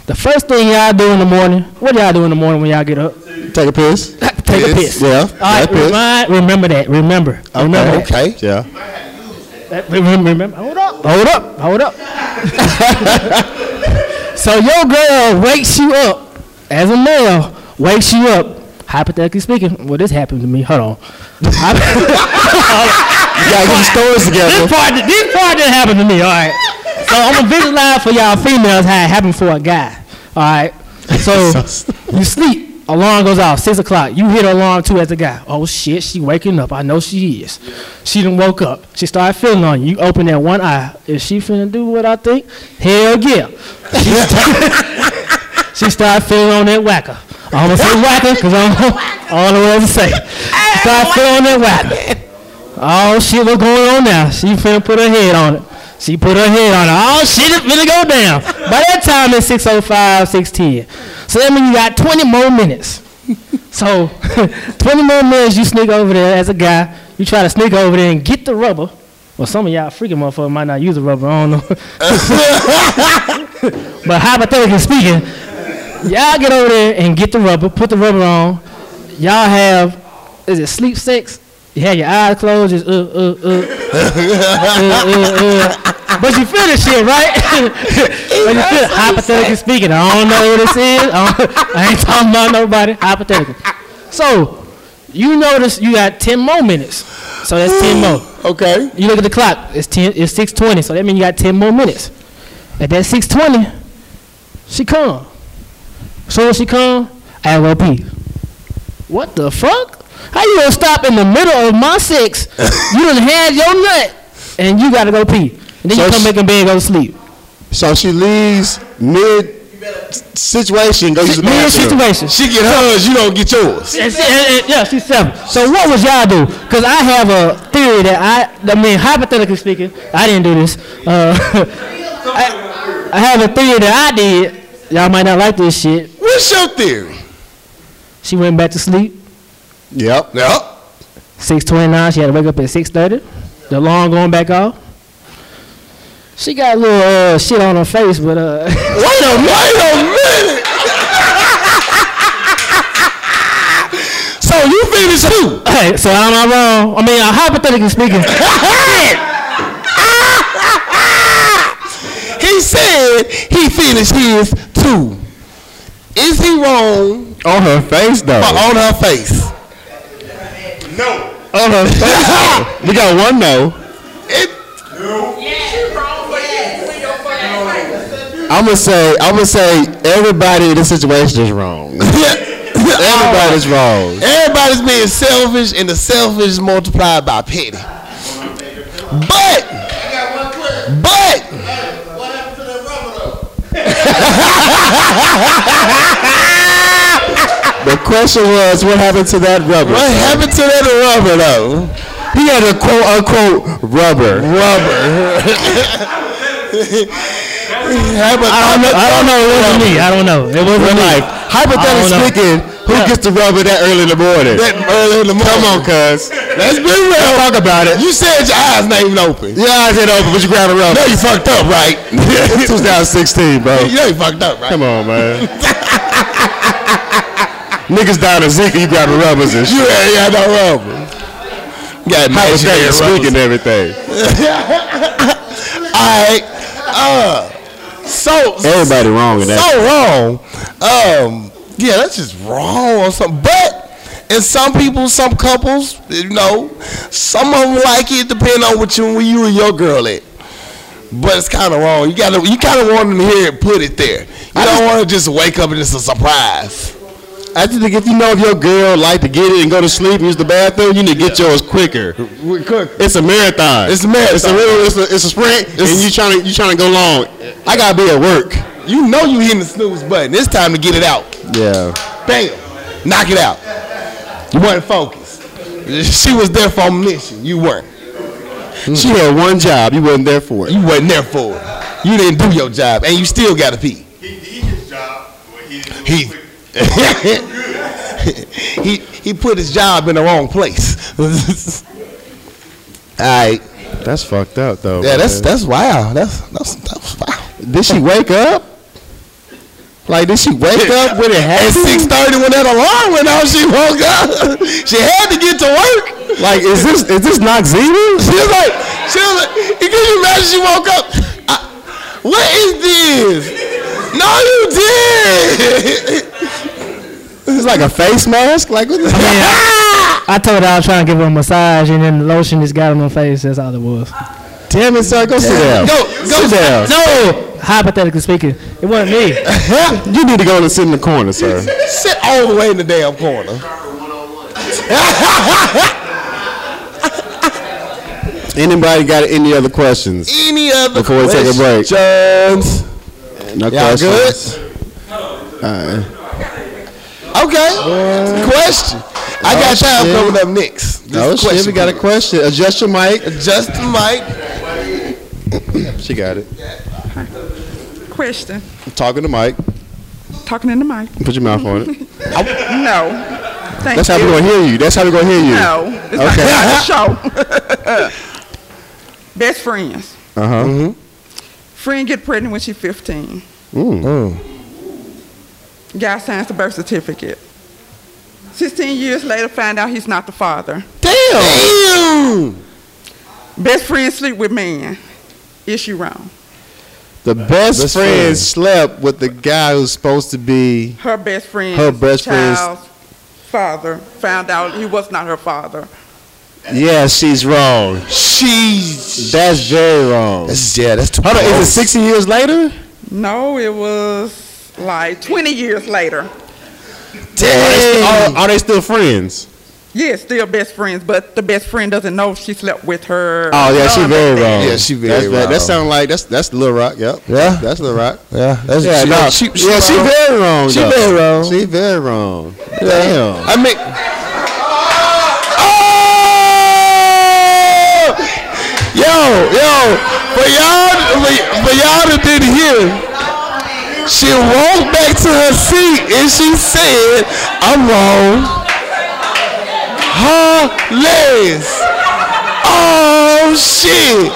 [SPEAKER 7] The first thing y'all do in the morning, what y'all do in the morning when y'all get up?
[SPEAKER 2] Take a piss.
[SPEAKER 7] [laughs] Take a piss.
[SPEAKER 2] Yeah.
[SPEAKER 7] All right,
[SPEAKER 2] Take a piss.
[SPEAKER 7] remind, remember that. Remember. Remember that.
[SPEAKER 1] Okay.
[SPEAKER 2] Yeah.
[SPEAKER 7] That- Remember, remember. Hold up. Hold up. Hold up. [laughs] so your girl wakes you up as a male, wakes you up. Hypothetically speaking, well, this happened to me. Hold on. [laughs]
[SPEAKER 2] You gotta get your stories
[SPEAKER 7] this
[SPEAKER 2] together.
[SPEAKER 7] part, this part didn't happen to me. All right. So I'm gonna visualize for y'all females how it happened for a guy. All right. So you sleep. Alarm goes off six o'clock. You hit alarm too as a guy. Oh shit, she waking up. I know she is. She done woke up. She started feeling on you. You open that one eye. Is she finna do what I think? Hell yeah. She, she started feeling on that whacker. I almost say whacker because I don't know [laughs] all the words to say. She started feeling that whacker. Oh shit, what's going on now? She finna put her head on it. She put her head on it. Oh shit, it's finna go down. By that time it's 605, 610. So that means you got 20 more minutes. So [laughs] 20 more minutes you sneak over there as a guy. You try to sneak over there and get the rubber. Well, some of y'all freaking motherfuckers might not use the rubber. I don't know. [laughs] but hypothetically speaking, y'all get over there and get the rubber, put the rubber on. Y'all have, is it sleep sex? You have your eyes closed, just uh, uh, uh. [laughs] uh, uh, uh. But you feel this shit, right? [laughs] but you feel, hypothetically speaking, I don't know what this is. I, don't- I ain't talking about nobody. Hypothetical. So, you notice you got 10 more minutes. So that's 10 more.
[SPEAKER 1] Okay.
[SPEAKER 7] You look at the clock. It's ten. It's six twenty. So that means you got ten more minutes. At that six twenty, she come. So when she come, I will pee. What the fuck? How you gonna stop in the middle of
[SPEAKER 2] [coughs]
[SPEAKER 7] my six? you done had your nut, and you gotta go pee. And then
[SPEAKER 2] So
[SPEAKER 7] you come
[SPEAKER 2] she-
[SPEAKER 7] back in bed and go to sleep.
[SPEAKER 2] So she leaves mid situation, go use the
[SPEAKER 7] Weird
[SPEAKER 2] bathroom.
[SPEAKER 7] situation.
[SPEAKER 1] She get hers, you don't get yours.
[SPEAKER 7] And she- and- and- yeah, she's seven. So what was y'all do? Because I have a theory that I, I mean, hypothetically speaking, I didn't do this. Uh, [laughs] I, I have a theory that I did. Y'all might not like this shit.
[SPEAKER 1] What's your theory?
[SPEAKER 7] She went back to sleep.
[SPEAKER 2] Yep.
[SPEAKER 1] Yep.
[SPEAKER 7] 6:29. She had to wake up at 6:30. The alarm going back off. She got a little uh, shit on her face, but uh, [laughs]
[SPEAKER 1] Wait a wait a minute. so you finished who?
[SPEAKER 7] hey, so am I wrong? I mean, uh, hypothetically speaking,
[SPEAKER 1] He said he finished his too. Is he wrong
[SPEAKER 2] On her face though.
[SPEAKER 1] or on her face?
[SPEAKER 2] On her face. we got one no.
[SPEAKER 1] It,
[SPEAKER 4] She wrong for you. We your fucking face.
[SPEAKER 2] I'm gonna say I'm gonna say everybody in this situation is wrong. Everybody's wrong.
[SPEAKER 1] Everybody's being selfish, and the selfish is multiplied by pity. But, but,
[SPEAKER 2] The question was, what happened to that rubber?
[SPEAKER 1] what happened to that rubber though?
[SPEAKER 2] He had a quote unquote rubber.
[SPEAKER 1] Rubber. How about-
[SPEAKER 7] I don't know. I don't know. It wasn't me. I don't know. It wasn't me.
[SPEAKER 2] Like hypothetically
[SPEAKER 7] I don't know.
[SPEAKER 2] speaking, who gets the rubber that early in the morning?
[SPEAKER 1] That early in the morning.
[SPEAKER 2] Come on, cuz.
[SPEAKER 1] Let's be real.
[SPEAKER 2] Talk about it.
[SPEAKER 1] You said your eyes not even open.
[SPEAKER 2] Your eyes ain't open, but you grab a rubber.
[SPEAKER 1] No, you fucked up,
[SPEAKER 2] [laughs]
[SPEAKER 1] right?
[SPEAKER 2] It's 2016, bro.
[SPEAKER 1] you know you fucked up, right?
[SPEAKER 2] Come on, man. Niggas down in Zika, you grab the rubbers and
[SPEAKER 1] You
[SPEAKER 2] shit.
[SPEAKER 1] ain't got no rubber. You got
[SPEAKER 2] Hypothetically
[SPEAKER 1] imaginary
[SPEAKER 2] speaking,
[SPEAKER 1] rubbers.
[SPEAKER 2] everything.
[SPEAKER 1] All right. Uh, so
[SPEAKER 2] Everybody wrong in that.
[SPEAKER 1] so wrong. Um, yeah, that's just wrong or something. But in some people, some couples, you know, some of them like it depending on what you where you and your girl at. But it's kind of wrong. You gotta you kind of want them to hear it, put it there. You don't want to just wake up and it's a surprise.
[SPEAKER 2] I just think if you know if your girl like to get it and go to sleep and use the bathroom, you need to get yours quicker. It's a marathon.
[SPEAKER 1] It's a marathon.
[SPEAKER 2] It's a real. It's a, it's a sprint, and you trying to you trying to go long. I gotta be at work.
[SPEAKER 1] You know you hitting the snooze button. It's time to get it out.
[SPEAKER 2] Yeah.
[SPEAKER 1] Bam, knock it out. You weren't focused. [laughs] She was there for a mission. You weren't.
[SPEAKER 2] She had one job. You wasn't there for it.
[SPEAKER 1] You wasn't there for it. You didn't do your job, and you still got to pee.
[SPEAKER 3] He did his job, but he didn't do
[SPEAKER 1] He [laughs]
[SPEAKER 3] it quick.
[SPEAKER 1] [laughs] he he put his job in the wrong place. All right.
[SPEAKER 8] That's fucked up though.
[SPEAKER 1] Yeah, that's
[SPEAKER 8] man.
[SPEAKER 1] that's wow. That's that's, that's wow.
[SPEAKER 2] Did she wake up?
[SPEAKER 1] Like, did she wake up when it happened? At six thirty, when that alarm went off, she woke up. she had to get to work.
[SPEAKER 2] Like, is this is this not Xena?
[SPEAKER 1] She was like, she was like, can you imagine? She woke up. I, what is this? No, you did.
[SPEAKER 2] It's like a face mask. Like, what the?
[SPEAKER 7] I told her I was trying to give her a massage, and then the lotion just got on her face. That's all it was.
[SPEAKER 2] Damn it, sir, go sit down.
[SPEAKER 1] Go, go
[SPEAKER 2] sit down.
[SPEAKER 7] No, hypothetically speaking, it wasn't me.
[SPEAKER 2] You need to go and sit in the corner, sir.
[SPEAKER 1] [laughs] sit all the way in the damn corner.
[SPEAKER 2] Anybody got any other questions?
[SPEAKER 1] Any other
[SPEAKER 2] Before we take a break.
[SPEAKER 1] questions?
[SPEAKER 2] No
[SPEAKER 1] Y'all good? Okay. question. I got time
[SPEAKER 2] shit.
[SPEAKER 1] coming up next. This
[SPEAKER 2] Oh
[SPEAKER 1] is a
[SPEAKER 2] shit, we got a question. Adjust your mic.
[SPEAKER 1] Just the mic.
[SPEAKER 2] She got it.
[SPEAKER 4] Question.
[SPEAKER 2] Talking to Mike.
[SPEAKER 4] Talking in the mic.
[SPEAKER 2] Put your mouth on [laughs] it.
[SPEAKER 4] No. Thank
[SPEAKER 2] That's how
[SPEAKER 4] you.
[SPEAKER 2] we're gonna hear you. That's how we're gonna hear you.
[SPEAKER 4] No. It's not a
[SPEAKER 2] [laughs]
[SPEAKER 4] show. Best friends.
[SPEAKER 2] Uh huh.
[SPEAKER 4] Friend get pregnant when she's 15.
[SPEAKER 2] Mm.
[SPEAKER 4] Guy signs the birth certificate. 16 years later, find out he's not the father.
[SPEAKER 1] Damn.
[SPEAKER 4] Best friend sleep with man. Is she wrong?
[SPEAKER 2] The best,
[SPEAKER 1] Best
[SPEAKER 2] friend,
[SPEAKER 1] friend.
[SPEAKER 2] slept with the guy who's supposed to be.
[SPEAKER 4] Her best friend.
[SPEAKER 2] Her best friend's-
[SPEAKER 4] child's father found out he was not her father.
[SPEAKER 2] Yeah, she's wrong.
[SPEAKER 1] She's.
[SPEAKER 2] That's very wrong.
[SPEAKER 1] That's, yeah, that's too
[SPEAKER 2] Hold on, is it
[SPEAKER 1] close.
[SPEAKER 2] 60 years later?
[SPEAKER 4] No, it was like 20 years later.
[SPEAKER 2] Are,
[SPEAKER 1] Dang.
[SPEAKER 2] Oh, are they still friends?
[SPEAKER 4] Yes, still best friends, but the best friend doesn't know she slept with her.
[SPEAKER 2] Oh yeah, she
[SPEAKER 4] son.
[SPEAKER 2] very wrong.
[SPEAKER 1] Yeah, she very
[SPEAKER 2] that's bad.
[SPEAKER 1] wrong.
[SPEAKER 2] That sound like that's that's Lil Rock. Yep.
[SPEAKER 1] Yeah.
[SPEAKER 2] that's Lil Rock.
[SPEAKER 1] Yeah, that's
[SPEAKER 2] Yeah,
[SPEAKER 1] she,
[SPEAKER 2] no,
[SPEAKER 1] she,
[SPEAKER 2] yeah, she very wrong.
[SPEAKER 1] She
[SPEAKER 2] though.
[SPEAKER 1] very wrong.
[SPEAKER 2] She very wrong.
[SPEAKER 1] Yeah.
[SPEAKER 2] Damn.
[SPEAKER 1] I mean. Oh! Yo, yo, for y'all, for, for y'all that didn't hear, she walked back to her seat and she said, I'm wrong. Hilarious. Oh, shit.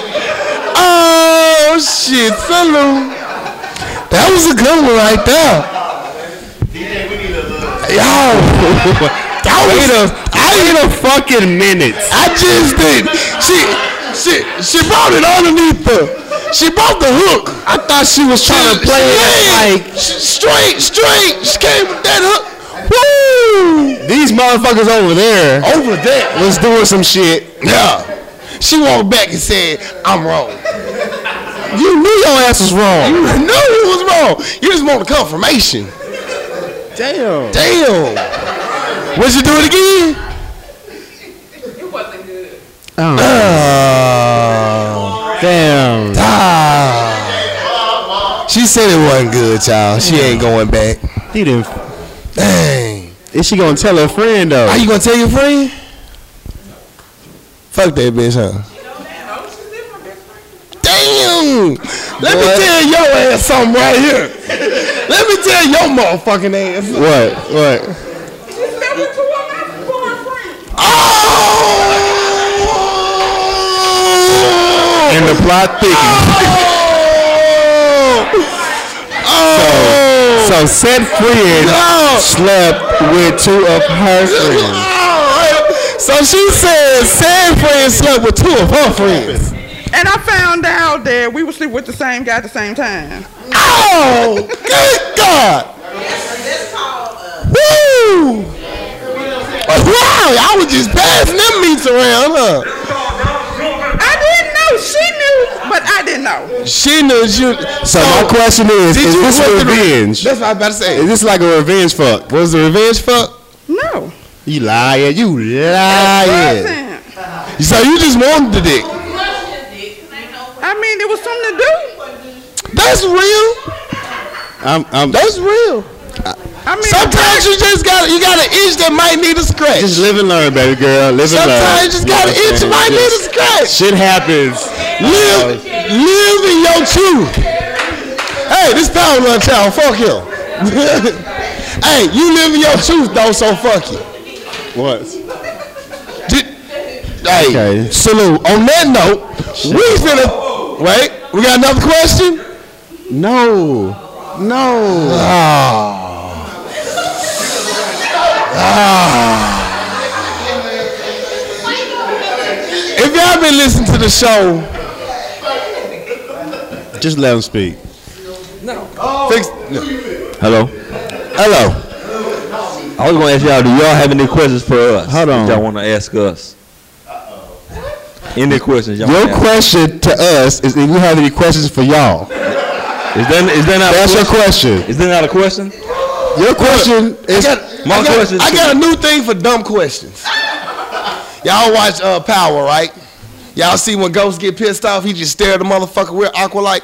[SPEAKER 1] Oh, shit. Salute. That was a good one right there. Yo, that was a, I need a fucking minute. I just did. She, she, she brought it underneath her. She brought the hook. I thought she was trying to play it like straight, straight. She came with that hook. Woo!
[SPEAKER 2] These motherfuckers over there
[SPEAKER 1] Over that.
[SPEAKER 2] was doing some shit.
[SPEAKER 1] Yeah. She walked back and said, "I'm wrong."
[SPEAKER 2] You knew your ass was wrong.
[SPEAKER 1] You knew it was wrong. You just want the confirmation.
[SPEAKER 2] Damn.
[SPEAKER 1] Damn. Would you do it again?
[SPEAKER 4] It wasn't good.
[SPEAKER 2] Damn.
[SPEAKER 1] Uh, Ah. She said it wasn't good, child. She ain't going back.
[SPEAKER 2] He didn't.
[SPEAKER 1] Dang.
[SPEAKER 2] Is she gonna tell her friend though?
[SPEAKER 1] Are you gonna tell your friend? Fuck that bitch, huh? Damn! Let me
[SPEAKER 2] Boy.
[SPEAKER 1] tell your ass something right here. Let me tell your motherfucking ass.
[SPEAKER 2] what? What?
[SPEAKER 4] She slept with two of my boyfriends.
[SPEAKER 1] Oh!
[SPEAKER 2] And the plot thickens.
[SPEAKER 1] Oh!
[SPEAKER 2] So said friend
[SPEAKER 1] No.
[SPEAKER 2] slept with two of her friends.
[SPEAKER 1] So she said Sam friends slept with two of her friends.
[SPEAKER 4] And I found out that we were sleeping with the same guy at the same time.
[SPEAKER 1] Oh, good God. Woo! Wow, y'all was just passing them meats around, huh?
[SPEAKER 4] I didn't know. She knew, but I didn't know.
[SPEAKER 1] She knew you.
[SPEAKER 2] So my question is,
[SPEAKER 1] did
[SPEAKER 2] is
[SPEAKER 1] you
[SPEAKER 2] this
[SPEAKER 1] went through the-
[SPEAKER 2] revenge?
[SPEAKER 1] That's what I'm about to
[SPEAKER 2] Is
[SPEAKER 1] say.
[SPEAKER 2] this like a revenge fuck?
[SPEAKER 1] Was the revenge fuck?
[SPEAKER 4] No.
[SPEAKER 2] You liar, you liar.
[SPEAKER 4] Wasn't.
[SPEAKER 1] So you just wanted the dick.
[SPEAKER 4] I mean, there was something to
[SPEAKER 1] That's real.
[SPEAKER 2] I'm, I'm
[SPEAKER 1] That's real.
[SPEAKER 4] do. I mean,
[SPEAKER 1] Sometimes you just got you got an itch that might need a scratch.
[SPEAKER 2] just live and learn, baby girl. Live and learn.
[SPEAKER 1] Sometimes you just got an
[SPEAKER 2] know what
[SPEAKER 1] itch that
[SPEAKER 2] I'm
[SPEAKER 1] might
[SPEAKER 2] saying?
[SPEAKER 1] need a scratch.
[SPEAKER 2] Shit happens.
[SPEAKER 1] Live, live in your truth. Hey, this power run child, fuck him. [laughs] hey, you live in your truth though, so fuck you.
[SPEAKER 2] What?
[SPEAKER 1] Did- hey,
[SPEAKER 2] Okay.
[SPEAKER 1] salute. On that note, We finna wait. We got another question.
[SPEAKER 2] No, no.
[SPEAKER 1] Ah. Ah. If y'all been listening to the show,
[SPEAKER 9] Just let him speak.
[SPEAKER 1] fix.
[SPEAKER 5] Hello.
[SPEAKER 1] Hello.
[SPEAKER 5] I was gonna ask y'all, do y'all have any questions for us?
[SPEAKER 2] Hold on.
[SPEAKER 5] that Y'all wanna ask us? Any questions y'all
[SPEAKER 2] Your
[SPEAKER 5] wanna ask?
[SPEAKER 2] question to us is if you have any questions for y'all.
[SPEAKER 5] Is that, is that not
[SPEAKER 2] That's
[SPEAKER 5] a
[SPEAKER 2] your
[SPEAKER 5] question?
[SPEAKER 2] question.
[SPEAKER 5] Is that not a question?
[SPEAKER 2] Your question is
[SPEAKER 5] My
[SPEAKER 1] I got,
[SPEAKER 5] question
[SPEAKER 1] I
[SPEAKER 5] is-
[SPEAKER 1] got a new thing for dumb questions. Y'all watch uh, Power, right? Y'all see when ghosts get pissed off, he just stare at the motherfucker. We're aqua like.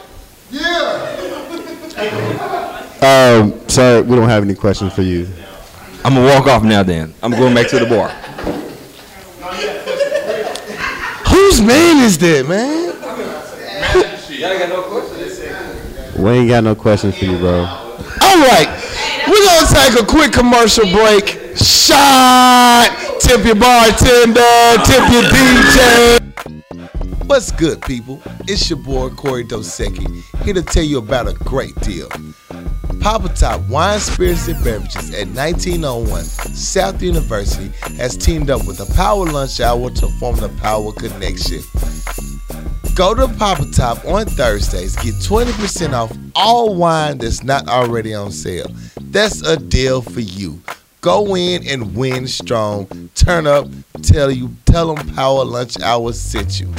[SPEAKER 2] um, sir, we don't have any questions for you.
[SPEAKER 5] I'm gonna walk off now then. I'm going back to the bar.
[SPEAKER 1] Whose man is that, man?
[SPEAKER 2] We ain't got no questions for you, bro.
[SPEAKER 1] All right, we're gonna take a quick commercial break. Shot, tip your bartender, tip your DJ. What's good, people? It's your boy Corey Dosecki here to tell you about a great deal. Papa Top Wine, Spirits, and Beverages at 1901 South University has teamed up with the Power Lunch Hour to form the Power Connection. Go to Papa Top on Thursdays. Get 20% off all wine that's not already on sale. That's a deal for you. Go in and win strong. Turn up. Tell you. Tell them Power Lunch Hour sent you.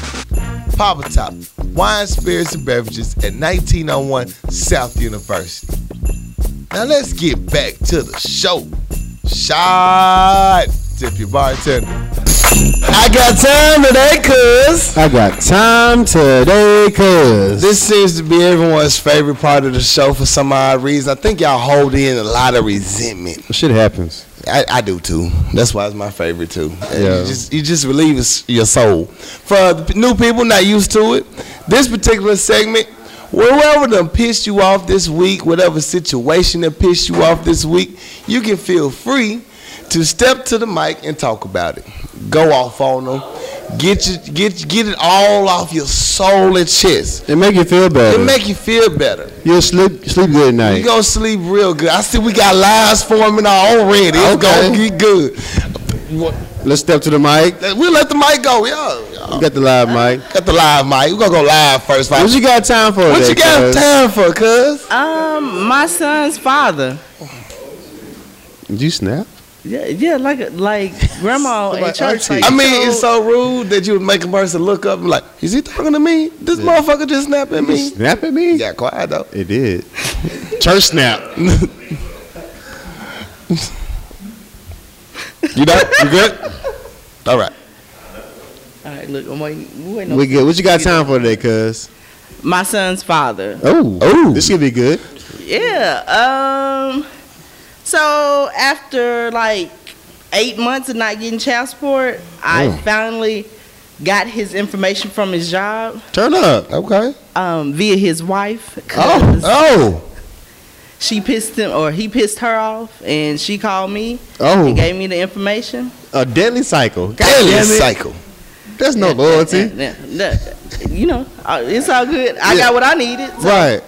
[SPEAKER 1] Papa Top Wine, Spirits, and Beverages at 1901 South University. Now let's get back to the show. Shot. Tip your bartender. I got time today, cuz.
[SPEAKER 2] I got time today, cuz.
[SPEAKER 1] This seems to be everyone's favorite part of the show for some odd reason. I think y'all hold in a lot of resentment.
[SPEAKER 2] Shit happens.
[SPEAKER 1] I, I do too. That's why it's my favorite too. And
[SPEAKER 2] Yeah.
[SPEAKER 1] You just you just relieve us- your soul. For the p- new people not used to it, this particular segment, wherever done pissed you off this week, whatever situation that pissed you off this week, you can feel free to step to the mic and talk about it. Go off on them. Get you, get get it all off your soul and chest.
[SPEAKER 2] It make you feel better.
[SPEAKER 1] It make you feel better.
[SPEAKER 2] You'll sleep sleep good at
[SPEAKER 1] You
[SPEAKER 2] night.
[SPEAKER 1] gonna sleep real good. I see we got lines forming already. It's gonna
[SPEAKER 2] Okay.
[SPEAKER 1] get good.
[SPEAKER 2] Let's step to the mic.
[SPEAKER 1] Let- We'll let the mic go. Yeah.
[SPEAKER 2] You got the live mic.
[SPEAKER 1] Got the live mic. We're gonna go live first. Five.
[SPEAKER 2] What you got time for?
[SPEAKER 1] What
[SPEAKER 2] today,
[SPEAKER 1] you got
[SPEAKER 2] cuz?
[SPEAKER 1] time for, cuz?
[SPEAKER 4] Um, my son's father.
[SPEAKER 2] Did you snap?
[SPEAKER 4] Yeah, yeah, like
[SPEAKER 2] [laughs]
[SPEAKER 4] like grandma at church.
[SPEAKER 2] auntie.
[SPEAKER 4] Like,
[SPEAKER 1] I mean, it's
[SPEAKER 4] so,
[SPEAKER 1] so rude that you would make a person look up and like, is he talking to me? This motherfucker just snapped at me.
[SPEAKER 2] Snap at me?
[SPEAKER 1] Yeah, quiet though.
[SPEAKER 2] It did. Church snap.
[SPEAKER 1] You know, you good? All right.
[SPEAKER 4] all right, look, I'm waiting. We're
[SPEAKER 2] [laughs]
[SPEAKER 4] waiting
[SPEAKER 2] We
[SPEAKER 4] on
[SPEAKER 2] good. What you got time for today, cuz?
[SPEAKER 4] my son's father.
[SPEAKER 2] Oh,
[SPEAKER 1] Ooh.
[SPEAKER 2] this should be good.
[SPEAKER 4] Yeah. Um. So after like eight months of not getting child support,
[SPEAKER 2] Oh.
[SPEAKER 4] I finally got his information from his job
[SPEAKER 2] Turn up.
[SPEAKER 1] Okay.
[SPEAKER 4] um, via his wife. 'cause
[SPEAKER 2] Oh,
[SPEAKER 4] She pissed him, or he pissed her off, and she called me and
[SPEAKER 2] oh,
[SPEAKER 4] gave me the information.
[SPEAKER 2] a deadly cycle. God
[SPEAKER 1] Daily
[SPEAKER 2] damn it.
[SPEAKER 1] cycle.
[SPEAKER 2] That's no
[SPEAKER 4] [laughs]
[SPEAKER 2] loyalty.
[SPEAKER 4] Yeah, yeah, yeah. You know, uh, it's all good. I got what I needed. so-
[SPEAKER 2] Right.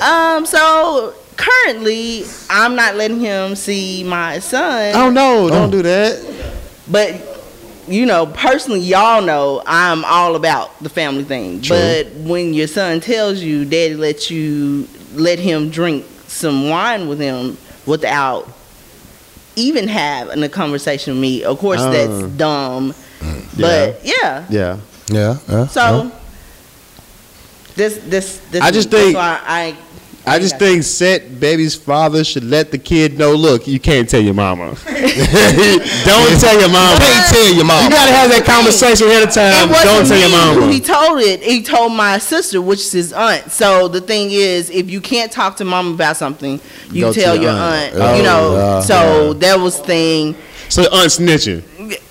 [SPEAKER 4] Um. So currently, I'm not letting him see my son.
[SPEAKER 2] Oh no, don't do that.
[SPEAKER 4] But you know, personally, y'all know I'm all about the family thing. But when your son tells you, "Daddy, let you let him drink some wine with him without even having a conversation with me," of course,
[SPEAKER 2] Oh.
[SPEAKER 4] that's dumb. But yeah,
[SPEAKER 2] Mm. Yeah.
[SPEAKER 1] Yeah. yeah.
[SPEAKER 4] so. This, this, this.
[SPEAKER 2] I just
[SPEAKER 4] that's
[SPEAKER 2] think-
[SPEAKER 4] why I,
[SPEAKER 2] I just think set baby's father should let the kid know. Look, you can't tell your mama. [laughs] don't tell your mama.
[SPEAKER 1] Can't tell your mom.
[SPEAKER 2] You gotta have that conversation ahead of time.
[SPEAKER 4] It wasn't
[SPEAKER 2] Don't tell your
[SPEAKER 4] me who
[SPEAKER 2] mama.
[SPEAKER 4] He told it. He told my sister, which is his aunt. So the thing is, if you can't talk to mom about something, you
[SPEAKER 2] Go to
[SPEAKER 4] tell
[SPEAKER 2] your
[SPEAKER 4] your
[SPEAKER 2] aunt.
[SPEAKER 4] aunt.
[SPEAKER 2] Oh,
[SPEAKER 4] you know.
[SPEAKER 2] yeah,
[SPEAKER 4] so that was thing.
[SPEAKER 2] [laughs] So aunt snitching.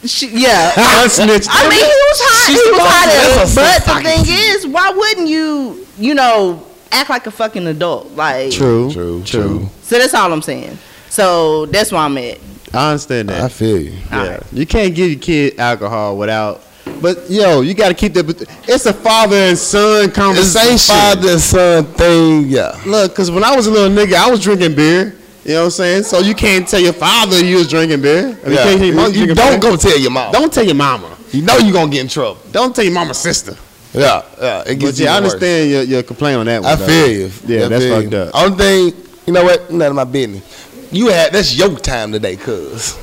[SPEAKER 4] She,
[SPEAKER 2] [laughs]
[SPEAKER 4] yeah.
[SPEAKER 2] Aunt snitching.
[SPEAKER 4] I mean, he was hot.
[SPEAKER 1] She's
[SPEAKER 4] he was hot.
[SPEAKER 1] supposed
[SPEAKER 4] At,
[SPEAKER 1] to- that's
[SPEAKER 4] but
[SPEAKER 1] a
[SPEAKER 4] the thing is, why wouldn't you? You know, act like a fucking adult. Like.
[SPEAKER 2] True.
[SPEAKER 1] True, true.
[SPEAKER 4] So that's all I'm saying. So that's why I'm at.
[SPEAKER 2] I understand that.
[SPEAKER 1] feel you.
[SPEAKER 2] Yeah. You can't give your kid alcohol without But yo, you got to keep that. bet- It's a father and son conversation.
[SPEAKER 1] It's a father and son thing, yeah.
[SPEAKER 2] Look, because when I was a little nigga, I was drinking beer. You know what I'm saying? So you can't tell your father you was drinking beer. Or You,
[SPEAKER 1] Yeah.
[SPEAKER 2] can't tell your mother
[SPEAKER 1] You,
[SPEAKER 2] drinking
[SPEAKER 1] don't
[SPEAKER 2] beer.
[SPEAKER 1] go tell your mom.
[SPEAKER 2] Don't tell your mama.
[SPEAKER 1] You know you're gonna get in trouble.
[SPEAKER 2] Don't tell your mama's sister.
[SPEAKER 1] Yeah, yeah. It
[SPEAKER 2] But
[SPEAKER 1] gets
[SPEAKER 2] yeah, I
[SPEAKER 1] even worse.
[SPEAKER 2] understand your, your complaint on that one.
[SPEAKER 1] I
[SPEAKER 2] though.
[SPEAKER 1] feel you.
[SPEAKER 2] Yeah,
[SPEAKER 1] I
[SPEAKER 2] that's
[SPEAKER 1] feel you.
[SPEAKER 2] fucked up.
[SPEAKER 1] Only thing, you know what? None of my business. You had that's your time today, cuz.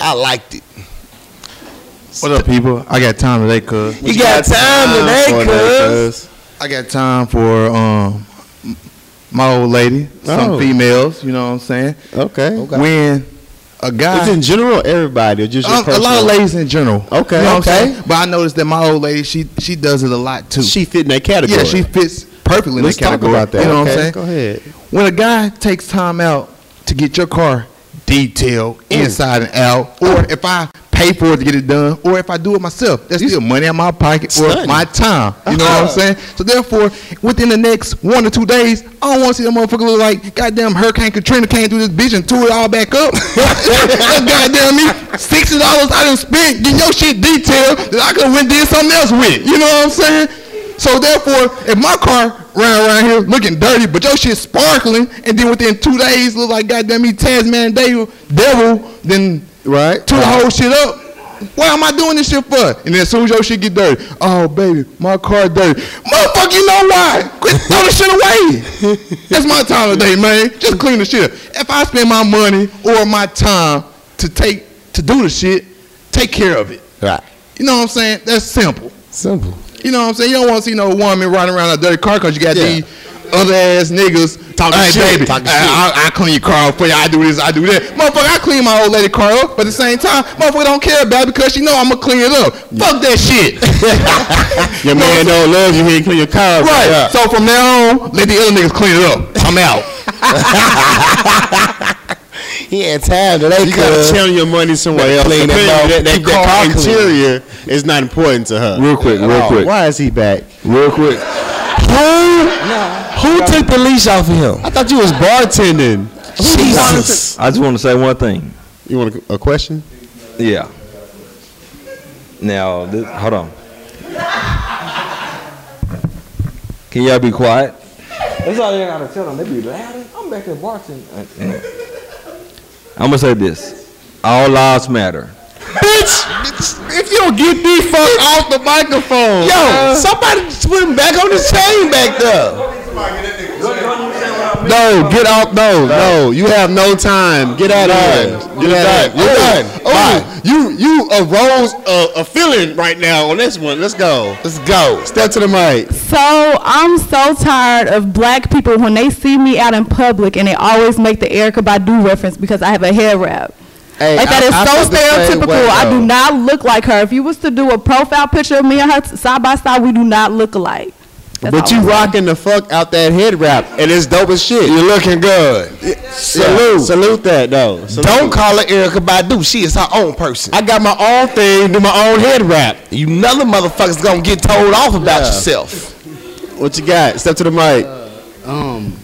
[SPEAKER 1] I liked it.
[SPEAKER 7] What up, people? I got time today, cuz.
[SPEAKER 1] You, got, time today, cuz.
[SPEAKER 7] I got time for um my old lady, some
[SPEAKER 2] Oh.
[SPEAKER 7] females. You know what I'm saying?
[SPEAKER 2] Okay.
[SPEAKER 7] When a
[SPEAKER 2] It's
[SPEAKER 7] guy,
[SPEAKER 2] in general, everybody. Or just your
[SPEAKER 7] Um, a lot
[SPEAKER 2] personal-
[SPEAKER 7] of ladies in general.
[SPEAKER 2] Okay,
[SPEAKER 7] You know what I'm
[SPEAKER 2] okay.
[SPEAKER 7] saying? but I noticed that my old lady, she she does it a lot too.
[SPEAKER 2] She fit in that category.
[SPEAKER 7] yeah, she fits perfectly in
[SPEAKER 2] Let's
[SPEAKER 7] that
[SPEAKER 2] talk
[SPEAKER 7] category.
[SPEAKER 2] about that.
[SPEAKER 7] You know
[SPEAKER 2] okay.
[SPEAKER 7] what I'm saying?
[SPEAKER 2] Go ahead.
[SPEAKER 7] When a guy takes time out to get your car detailed inside and out, or if I pay for it to get it done, or if I do it myself, that's still money out my pocket or
[SPEAKER 2] Stunning.
[SPEAKER 7] my time. You know what I'm saying? So therefore, within the next one or two days, I don't want to see that motherfucker look like goddamn Hurricane Katrina came through this bitch and tore it all back up. [laughs] goddamn me, sixty dollars I done spent getting your shit detailed that I could have went did something else with. You know what I'm saying? So therefore, if my car ran around here looking dirty, but your shit sparkling, and then within two days look like goddamn me Tasman Devil, devil then
[SPEAKER 2] Right.
[SPEAKER 7] to the whole shit up. Why am I doing this shit for? And then as soon as your shit get dirty, oh baby, my car dirty. Motherfucker, you know why? Quit throw the
[SPEAKER 10] [laughs]
[SPEAKER 7] shit away. That's my time today, man. Just clean the shit up. If I spend my money or my time to take to do the shit, take care of it.
[SPEAKER 1] Right.
[SPEAKER 7] You know what I'm saying? That's simple.
[SPEAKER 1] Simple.
[SPEAKER 7] You know what I'm saying? You don't want to see no woman riding around in a dirty car because you got these other ass niggas talking hey,
[SPEAKER 1] shit,
[SPEAKER 7] Baby,
[SPEAKER 1] talking
[SPEAKER 7] [laughs] I, I, I clean your car up for you. I do this. I do that. Motherfucker, I clean my old lady car up, but at the same time, motherfucker don't care about it because she know I'm gonna clean it up. Fuck that shit.
[SPEAKER 2] Your man don't love you. He ain't clean your car. up.
[SPEAKER 7] right. So from now on, let the other niggas clean it up. I'm out.
[SPEAKER 1] He had time today,
[SPEAKER 2] You gotta
[SPEAKER 1] cuz.
[SPEAKER 2] channel your money somewhere else.
[SPEAKER 1] Clean that
[SPEAKER 2] Apparently
[SPEAKER 1] mouth,
[SPEAKER 2] that, that
[SPEAKER 1] keep that
[SPEAKER 2] car
[SPEAKER 1] car clean.
[SPEAKER 2] interior is not important to her.
[SPEAKER 10] Real quick, real quick,
[SPEAKER 2] Why is he back?
[SPEAKER 10] real quick.
[SPEAKER 1] Who took the leash off of him?
[SPEAKER 2] I thought you was bartending.
[SPEAKER 1] Jesus.
[SPEAKER 5] I just want to say one thing.
[SPEAKER 2] You want a, a question?
[SPEAKER 5] Yeah. Now, this, hold on. Can y'all be quiet? That's all they gotta tell them. They be loud. I'm back at Barton. I'm gonna say this: all lives matter.
[SPEAKER 2] Bitch, if you don't get me fuck off the microphone.
[SPEAKER 1] Yo, somebody just put him back on the chain back there.
[SPEAKER 2] No, get off. No, no. You have no time. Get out of here. Get out of here.
[SPEAKER 1] You're
[SPEAKER 2] Oh,
[SPEAKER 1] done.
[SPEAKER 2] Oh, you you arose a, a feeling right now on this one. Let's go.
[SPEAKER 1] Let's go.
[SPEAKER 2] Step to the mic.
[SPEAKER 11] So I'm so tired of black people when they see me out in public and they always make the Erica Badu reference because I have a hair wrap.
[SPEAKER 2] Hey,
[SPEAKER 11] like that
[SPEAKER 2] I-
[SPEAKER 11] is
[SPEAKER 2] I felt
[SPEAKER 11] so
[SPEAKER 2] the same
[SPEAKER 11] stereotypical.
[SPEAKER 2] way,
[SPEAKER 11] I
[SPEAKER 2] though.
[SPEAKER 11] do not look like her. If you was to do a profile picture of me and her t- side by side, we do not look alike. That's
[SPEAKER 2] But
[SPEAKER 11] all
[SPEAKER 2] you
[SPEAKER 11] I'm saying.
[SPEAKER 2] rocking the fuck out that head wrap, and it's dope as shit.
[SPEAKER 1] You're looking good.
[SPEAKER 2] Salute, salute that though. Salute.
[SPEAKER 1] Don't call her Erica Badu. She is her own person.
[SPEAKER 2] I got my own thing, do my own head wrap.
[SPEAKER 1] You another motherfucker's gonna get told off about
[SPEAKER 2] Yeah.
[SPEAKER 1] yourself.
[SPEAKER 2] What you got? Step to the mic.
[SPEAKER 12] Um,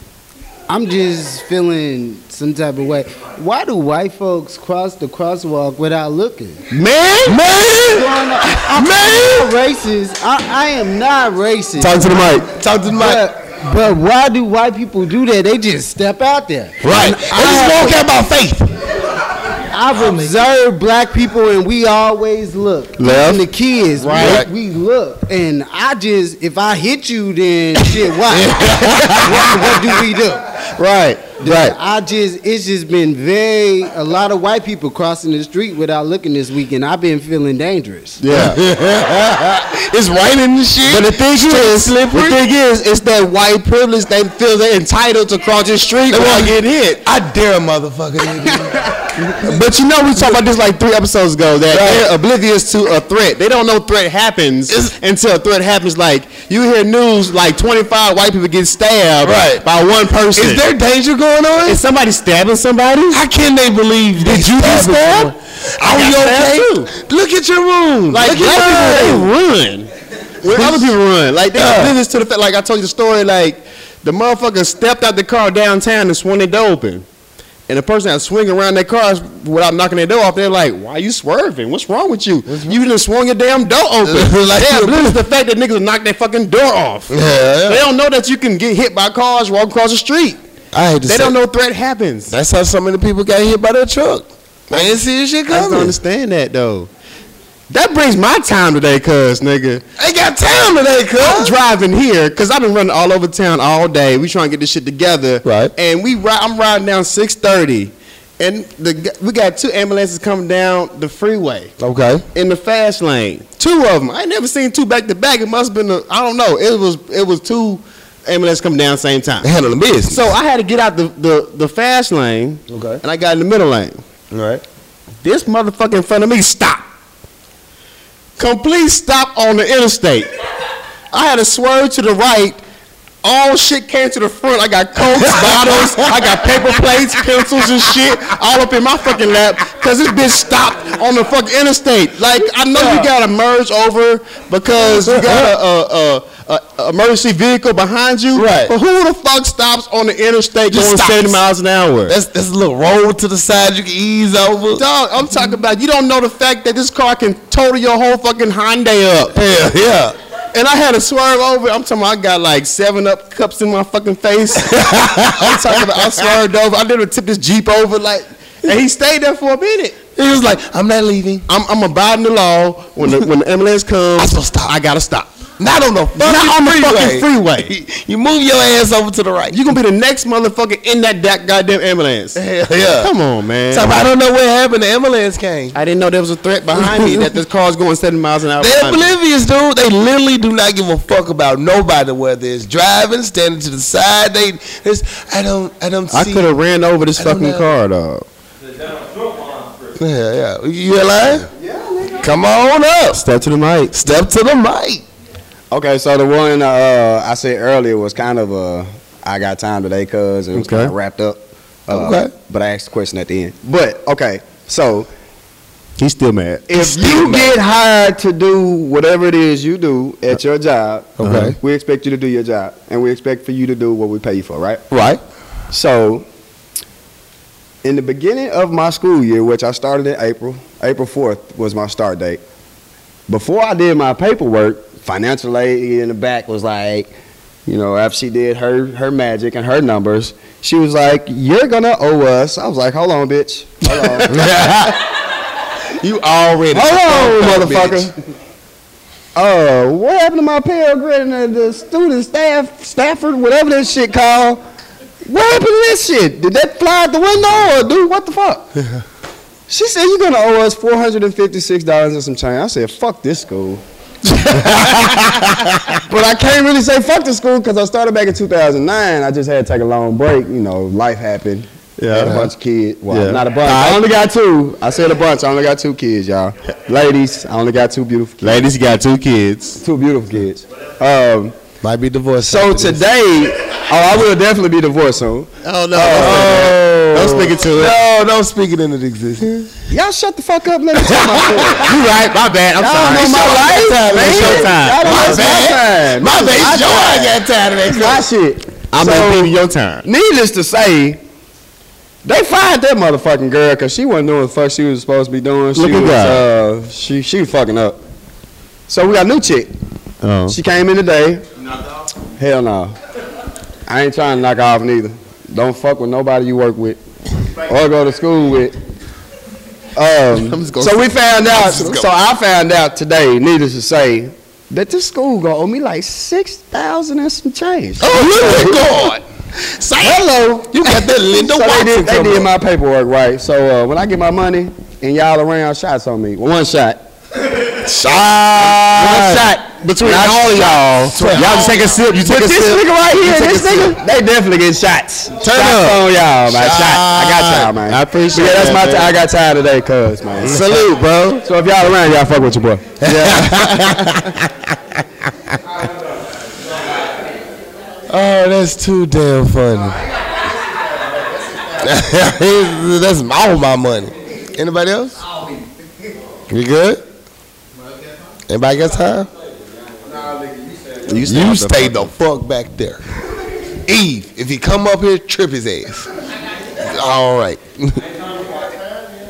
[SPEAKER 12] I'm just feeling some type of way. Why do white folks cross the crosswalk without looking?
[SPEAKER 2] Man, man.
[SPEAKER 12] Going on- I'm not racist. I, I am not racist.
[SPEAKER 2] Talk to the mic.
[SPEAKER 1] Talk to the mic.
[SPEAKER 12] but, but why do white people do that? They just step out there.
[SPEAKER 1] Right. I just don't care about faith.
[SPEAKER 12] I've observed black people, and we always look.
[SPEAKER 2] Left.
[SPEAKER 12] Even the kids, we-
[SPEAKER 2] Right.
[SPEAKER 12] we, look. And I just, if I hit you, then shit.
[SPEAKER 5] [laughs]
[SPEAKER 12] Why? what, what do we do?
[SPEAKER 2] Right, right.
[SPEAKER 12] I just it's just been very a lot of white people crossing the street without looking this weekend. I've been feeling dangerous.
[SPEAKER 2] Yeah.
[SPEAKER 1] [laughs] It's raining and shit.
[SPEAKER 2] But the thing is, the
[SPEAKER 1] slippery.
[SPEAKER 2] thing is, it's that white privilege. They feel they're entitled to cross the street without getting hit.
[SPEAKER 1] I dare a motherfucker. nigga. [laughs]
[SPEAKER 2] But you know, we talked about this like three episodes ago. That they're oblivious to a threat. They don't know threat happens until a threat happens. Like you hear news, like twenty five white people get stabbed
[SPEAKER 1] Right.
[SPEAKER 2] by one person.
[SPEAKER 1] is there danger going on?
[SPEAKER 2] Is somebody stabbing somebody?
[SPEAKER 1] How can they believe? Did you get stabbed? Are
[SPEAKER 2] I
[SPEAKER 1] we
[SPEAKER 2] got stabbed
[SPEAKER 1] okay? Look at your room.
[SPEAKER 2] Like
[SPEAKER 1] Look at
[SPEAKER 2] black
[SPEAKER 1] your
[SPEAKER 2] people,
[SPEAKER 1] room.
[SPEAKER 2] they run. When other people run, like they
[SPEAKER 1] Yeah.
[SPEAKER 2] did this to the fact. Like I told you the story, like the motherfucker stepped out the car downtown and swung it door open, and the person that swing around their cars without knocking their door off, they're like, "Why you swerving? What's wrong with you? You just swung your damn door [laughs] open."
[SPEAKER 1] Like-
[SPEAKER 2] damn, this is the fact that niggas knock their fucking door off.
[SPEAKER 1] Yeah.
[SPEAKER 2] They don't know that you can get hit by cars walking across the street.
[SPEAKER 1] I hate to
[SPEAKER 2] They
[SPEAKER 1] say-
[SPEAKER 2] don't know threat happens.
[SPEAKER 1] That's how so many people got hit by their truck. They didn't see this shit
[SPEAKER 2] I just don't
[SPEAKER 1] coming.
[SPEAKER 2] understand that though. That brings my time today, cuz nigga.
[SPEAKER 1] Ain't got time today, cuz.
[SPEAKER 2] I'm driving here, cuz I've been running all over town all day. We trying to get this shit together.
[SPEAKER 1] Right.
[SPEAKER 2] And we ri- I'm riding down 630. And the g- we got two ambulances coming down the freeway
[SPEAKER 1] Okay.
[SPEAKER 2] in the fast lane. Two of them. I ain't never seen two back to back. It must have been a, I don't know. It was it was two ambulances coming down same time.
[SPEAKER 1] They handling business.
[SPEAKER 2] So I had to get out the, the, the fast lane
[SPEAKER 1] Okay.
[SPEAKER 2] and I got in the middle lane.
[SPEAKER 1] All right.
[SPEAKER 2] This motherfucker in front of me stop. Complete stop on the interstate. I had to swerve to the right. All shit came to the front. I
[SPEAKER 1] [laughs]
[SPEAKER 2] got cokes, bottles, I got paper plates, pencils, and shit all up in my fucking lap because this bitch stopped on the fucking interstate. Like, I know you gotta merge over because you got a, a, a, a emergency vehicle behind you.
[SPEAKER 1] Right.
[SPEAKER 2] But who the fuck stops on the interstate
[SPEAKER 1] Just
[SPEAKER 2] going
[SPEAKER 1] stops.
[SPEAKER 2] 70 miles an hour?
[SPEAKER 1] That's that's a little roll to the side you can ease over.
[SPEAKER 2] Dog, I'm talking about you don't know the fact that this car can total your whole fucking Hyundai up.
[SPEAKER 1] Yeah, yeah.
[SPEAKER 2] And I had to swerve over. I'm talking about I got like seven up cups in my fucking [laughs] face. I'm talking about I swerved over. I didn't tip this Jeep over like and he stayed there for a minute.
[SPEAKER 1] He was like, I'm not leaving.
[SPEAKER 2] I'm I'm abiding the law. When the when the ambulance comes,
[SPEAKER 1] I supposed to stop.
[SPEAKER 2] I gotta stop.
[SPEAKER 1] Not on the fucking
[SPEAKER 2] Not on the
[SPEAKER 1] freeway.
[SPEAKER 2] fucking freeway.
[SPEAKER 1] you move your ass over to the right.
[SPEAKER 2] You gonna be the next motherfucker in that da- goddamn ambulance.
[SPEAKER 1] Hell yeah.
[SPEAKER 2] Come on, man.
[SPEAKER 1] So I don't know what happened. The ambulance came.
[SPEAKER 2] I didn't know there was a threat behind me that this car's going 70 miles an hour.
[SPEAKER 1] They're
[SPEAKER 2] behind me.
[SPEAKER 1] oblivious, dude. They literally do not give a fuck about nobody, whether it's driving, standing to the side. They, it's, I don't, I don't
[SPEAKER 2] I
[SPEAKER 1] see.
[SPEAKER 2] could have ran over this
[SPEAKER 1] I don't
[SPEAKER 2] fucking
[SPEAKER 1] know.
[SPEAKER 2] car, dog.
[SPEAKER 1] Yeah, yeah. You alive? Yeah, nigga. Come on up.
[SPEAKER 2] Step to the mic.
[SPEAKER 1] Step to the mic.
[SPEAKER 5] Okay, so the one uh, I said earlier was kind of a I got time today, cuz it was
[SPEAKER 2] Okay.
[SPEAKER 5] kind of wrapped up. Uh,
[SPEAKER 1] Okay.
[SPEAKER 5] But I asked a question at the end. But okay, so
[SPEAKER 2] He's still mad.
[SPEAKER 5] if you get hired to do whatever it is you do at your job,
[SPEAKER 1] Uh,
[SPEAKER 5] uh-huh.
[SPEAKER 1] Okay.
[SPEAKER 5] we expect you to do your job, and we expect for you to do what we pay you for, right?
[SPEAKER 1] Right.
[SPEAKER 5] So, in the beginning of my school year, which I started in April, April 4th was my start date. Before I did my paperwork, financial lady in the back was like, you know, after she did her, her magic and her numbers, she was like, You're gonna owe us. I was like, Hold on, bitch. Hold on.
[SPEAKER 1] You already.
[SPEAKER 5] Hold on, motherfucker. Uh, what happened to my Pell Grant and the student staff, Stafford, whatever that shit called? What happened to that shit? Did that fly out the window or dude, what the fuck? she said, you're going to owe us $456 and some change. I said, fuck this school. but I can't really say fuck the school because I started back in 2009. I just had to take a long break. You know, life happened. [laughs] Yeah. Had a bunch of kids. Well,
[SPEAKER 2] Yeah.
[SPEAKER 5] not a bunch. I only got two. I said a bunch. I only got two kids, y'all. Ladies, I only got two beautiful kids.
[SPEAKER 2] Ladies, you got two kids.
[SPEAKER 5] Two beautiful kids. Um,
[SPEAKER 1] Might be divorced.
[SPEAKER 5] so today, oh, I will definitely be divorced soon.
[SPEAKER 2] Oh no!
[SPEAKER 5] Oh.
[SPEAKER 2] Don't speak it
[SPEAKER 1] [laughs]
[SPEAKER 2] to it.
[SPEAKER 1] no, don't speak it into existence.
[SPEAKER 5] Y'all shut the fuck up. Let me tell my story.
[SPEAKER 2] You right? My bad. I'm
[SPEAKER 5] Y'all don't
[SPEAKER 2] sorry.
[SPEAKER 5] know my life, man.
[SPEAKER 2] It's your
[SPEAKER 5] Y'all
[SPEAKER 2] time.
[SPEAKER 5] don't
[SPEAKER 2] It's
[SPEAKER 5] know
[SPEAKER 2] your
[SPEAKER 5] my time.
[SPEAKER 1] My baby,
[SPEAKER 5] I
[SPEAKER 1] Joe, I got tired of that.
[SPEAKER 5] It's my shit.
[SPEAKER 2] I'm
[SPEAKER 5] So-
[SPEAKER 2] gonna give you your time.
[SPEAKER 5] Needless to say, they fired that motherfucking girl because she wasn't doing the fuck she was supposed to be doing.
[SPEAKER 2] Look
[SPEAKER 5] she
[SPEAKER 2] at
[SPEAKER 5] was,
[SPEAKER 2] God.
[SPEAKER 5] uh, she she was fucking up. So we got a new chick.
[SPEAKER 2] Oh.
[SPEAKER 5] She came in today. Hell no. I ain't trying to knock her off neither. Don't fuck with nobody you work with or go to school with.
[SPEAKER 2] [laughs]
[SPEAKER 5] Um,
[SPEAKER 2] just gonna
[SPEAKER 5] so we found out.
[SPEAKER 2] just gonna-
[SPEAKER 5] So I found out today. Needless to say, that this school gonna owe me like six thousand and some change.
[SPEAKER 1] Oh, look at God. Say hello. You got that Linda
[SPEAKER 5] So they
[SPEAKER 1] Watson.
[SPEAKER 5] did, they
[SPEAKER 1] coming
[SPEAKER 5] did
[SPEAKER 1] up.
[SPEAKER 5] my paperwork right. So uh, when I get my money and y'all around shots on me, one shot, one
[SPEAKER 2] Shot.
[SPEAKER 5] shot
[SPEAKER 2] Between
[SPEAKER 5] Not
[SPEAKER 2] all of y'all,
[SPEAKER 5] shot.
[SPEAKER 2] y'all just take a sip. You take
[SPEAKER 5] But
[SPEAKER 2] a
[SPEAKER 5] this nigga
[SPEAKER 2] sip.
[SPEAKER 5] right here, this nigga, they definitely get shots. Turn shots
[SPEAKER 2] up.
[SPEAKER 5] on y'all, man. Shot. Uh, I got
[SPEAKER 2] Shot.
[SPEAKER 5] y'all, man.
[SPEAKER 2] I appreciate
[SPEAKER 5] Yeah, that's
[SPEAKER 2] that,
[SPEAKER 5] my.
[SPEAKER 2] man.
[SPEAKER 5] T- I got tired today, cuz man.
[SPEAKER 2] Salute, bro.
[SPEAKER 5] So if y'all around, y'all fuck with your boy.
[SPEAKER 1] Oh, that's too damn funny. [laughs] that's my- all my money. Anybody else? You good? Anybody got time? You stay, the fuck back there. Eve, if he come up here, trip his ass. All right.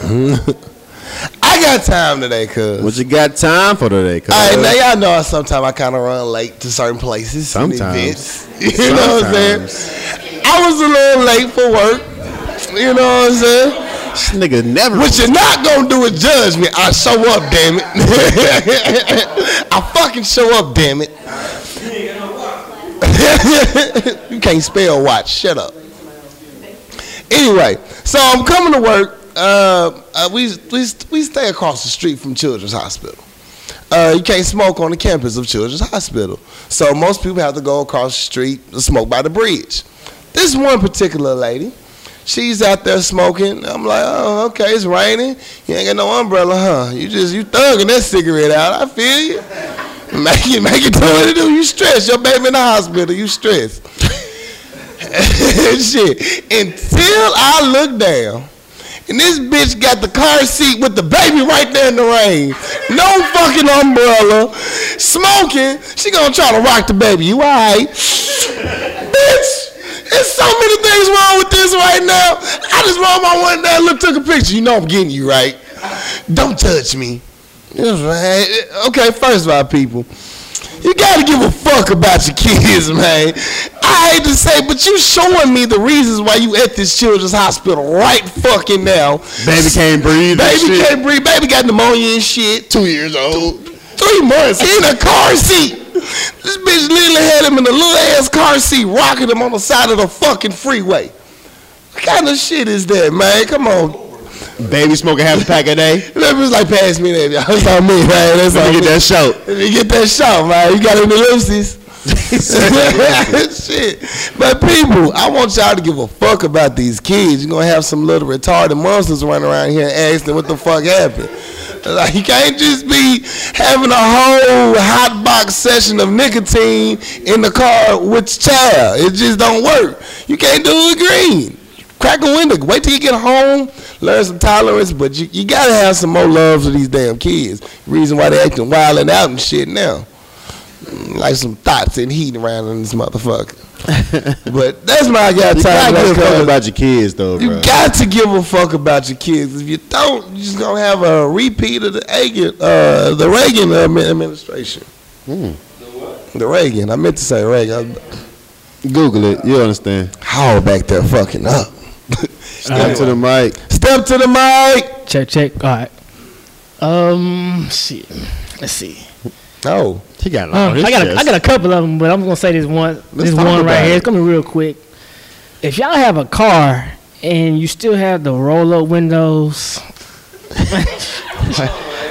[SPEAKER 1] [laughs] I got time today, cuz.
[SPEAKER 2] What you got time for today, uh, cuz?
[SPEAKER 1] All right, now y'all know sometimes I kind of run late to certain places. and
[SPEAKER 2] Sometimes.
[SPEAKER 1] events. [laughs] You know what I'm saying? I was a little late for work. You know what I'm saying? This
[SPEAKER 2] nigga never.
[SPEAKER 1] What you're not gonna do is judge me. I show up, damn it. [laughs] I fucking show up, damn it. [laughs] you can't spell watch. Shut up. Anyway, so I'm coming to work. Uh, uh, we, we we stay across the street from Children's Hospital. Uh, you can't smoke on the campus of Children's Hospital, so most people have to go across the street to smoke by the bridge. This one particular lady, she's out there smoking. I'm like, oh, okay, it's raining. You ain't got no umbrella, huh? You just you thugging that cigarette out. I feel you. [laughs] Make it, make it do what it do. You stressed. Your baby in the hospital. You stressed. [laughs] Shit. Until I look down, and this bitch got the car seat with the baby right there in the rain. No fucking umbrella. Smoking. She gonna try to rock the baby. You alright? bitch. There's so many things wrong with this right now. I just rolled my window down, look, took a picture. You know I'm getting you right. Don't touch me. That's right. Okay, first of all, people, you gotta give a fuck about your kids, man. I hate to say, but you showing me the reasons why you at this children's hospital right fucking now.
[SPEAKER 2] Baby can't breathe. and
[SPEAKER 1] Baby
[SPEAKER 2] shit.
[SPEAKER 1] can't breathe. Baby got pneumonia and shit. Two years old. Three months. He in a car seat. This bitch literally had him in a little ass car seat, rocking him on the side of the fucking freeway. What kind of shit is that, man? Come on.
[SPEAKER 2] Baby smoking half a pack a day.
[SPEAKER 1] [laughs] That was like, pass me that. y'all. That's on me, man. That's
[SPEAKER 2] Let
[SPEAKER 1] on
[SPEAKER 2] me get
[SPEAKER 1] me.
[SPEAKER 2] that shout.
[SPEAKER 1] Let me get that shot, man. You got any loosies? Shit. But people, I want y'all to give a fuck about these kids. You're gonna have some little retarded monsters running around here and ask them what the fuck happened. Like you can't just be having a whole hot box session of nicotine in the car with your child. It just don't work. You can't do it green crack a window. Wait till you get home, learn some tolerance, but you, you gotta have some more love for these damn kids. Reason why they acting wild and out and shit now. Mm, Like some thoughts and heat around in this
[SPEAKER 2] [laughs]
[SPEAKER 1] motherfucker. but that's my I got
[SPEAKER 2] You
[SPEAKER 1] time.
[SPEAKER 2] gotta
[SPEAKER 1] for,
[SPEAKER 2] give a fuck
[SPEAKER 1] cuz
[SPEAKER 2] about your kids, though,
[SPEAKER 1] You
[SPEAKER 2] bro.
[SPEAKER 1] got to give a fuck about your kids. If you don't, you're just gonna have a repeat of the Reagan, uh, the Reagan admi- administration.
[SPEAKER 2] Hmm.
[SPEAKER 1] The Reagan. I meant to say Reagan.
[SPEAKER 2] Google it. You understand.
[SPEAKER 1] How back there fucking up.
[SPEAKER 2] Step to the mic.
[SPEAKER 1] Step to the mic.
[SPEAKER 7] Check, check. All right. Um, shit. Let's see.
[SPEAKER 1] Oh,
[SPEAKER 2] he got
[SPEAKER 7] Um, I got a, I got a couple of them, but I'm gonna say this one. this
[SPEAKER 2] talk
[SPEAKER 7] one right
[SPEAKER 2] about
[SPEAKER 7] here.
[SPEAKER 2] it.
[SPEAKER 7] It's coming real quick. If y'all have a car and you still have the roll up windows,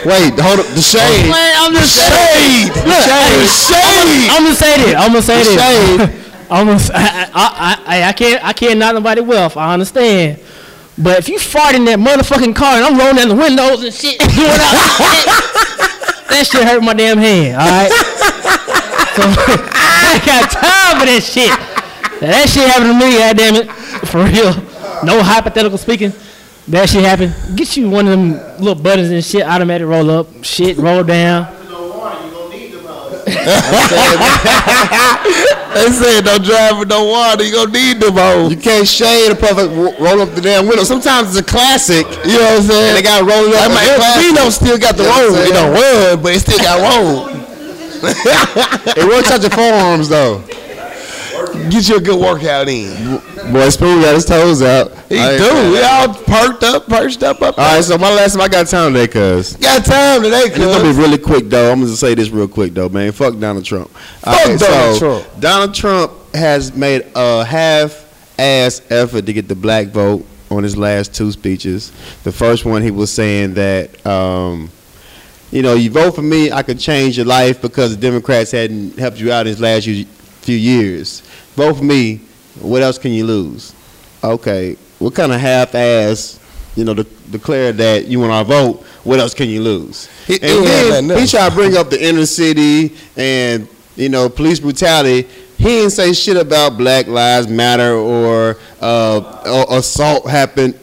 [SPEAKER 2] Wait, hold up. The shade.
[SPEAKER 7] I'm just
[SPEAKER 2] The
[SPEAKER 7] saying.
[SPEAKER 2] shade.
[SPEAKER 7] Look,
[SPEAKER 2] The
[SPEAKER 7] hey,
[SPEAKER 2] shade.
[SPEAKER 7] I'm, gonna say this. I'm gonna say
[SPEAKER 2] The shade.
[SPEAKER 7] [laughs] this. I'm gonna. s- I, I, I, I- I can't. I can't knock nobody wealth. I understand. But if you fart in that motherfucking car and I'm rolling down the windows and shit, [laughs] doing all that shit, that shit hurt my damn hand. All right. So, [laughs] I ain't got time for that shit. Now, that shit happened to me. God damn it. For real. No hypothetical speaking. That shit happened. Get you one of them little buttons and shit. Automatic roll up. Shit roll down.
[SPEAKER 1] They said don't drive with no water. You gonna need them hoes.
[SPEAKER 2] You can't shade a perfect ro- roll up the damn window. Sometimes it's a classic.
[SPEAKER 1] You know what I'm saying?
[SPEAKER 2] And they got rolled up.
[SPEAKER 1] Like my
[SPEAKER 2] as a classic.
[SPEAKER 1] Elfino still got the
[SPEAKER 2] You know what I'm
[SPEAKER 1] road. It
[SPEAKER 2] saying?
[SPEAKER 1] don't run, but it still got road.
[SPEAKER 2] [laughs] It will touch your forearms though.
[SPEAKER 1] Get you a good workout in.
[SPEAKER 2] Boy, Spoon got his toes out.
[SPEAKER 1] He
[SPEAKER 2] I ain't-
[SPEAKER 1] do. We all perked up, perched up, up.
[SPEAKER 2] All right, so my last time I got time today, cuz.
[SPEAKER 1] Got time today,
[SPEAKER 2] And it's gonna
[SPEAKER 1] cuz.
[SPEAKER 2] be really quick though. I'm gonna say this real quick though, man. Fuck Donald Trump.
[SPEAKER 1] Fuck Donald
[SPEAKER 2] Trump. Donald Trump has made a half-ass effort to get the black vote on his last two speeches. The first one, he was saying that, um, you know, you vote for me, I could change your life because the Democrats hadn't helped you out in his last year- few years. Vote for me. What else can you lose? Okay, what kind of half-ass, you know, de- declare that you want our vote? What else can you lose?
[SPEAKER 1] He- he
[SPEAKER 2] and
[SPEAKER 1] ain't had
[SPEAKER 2] then
[SPEAKER 1] nothing
[SPEAKER 2] he
[SPEAKER 1] else.
[SPEAKER 2] tried to bring up the inner city and you know police brutality. He didn't say shit about Black Lives Matter or uh, a- assault happened.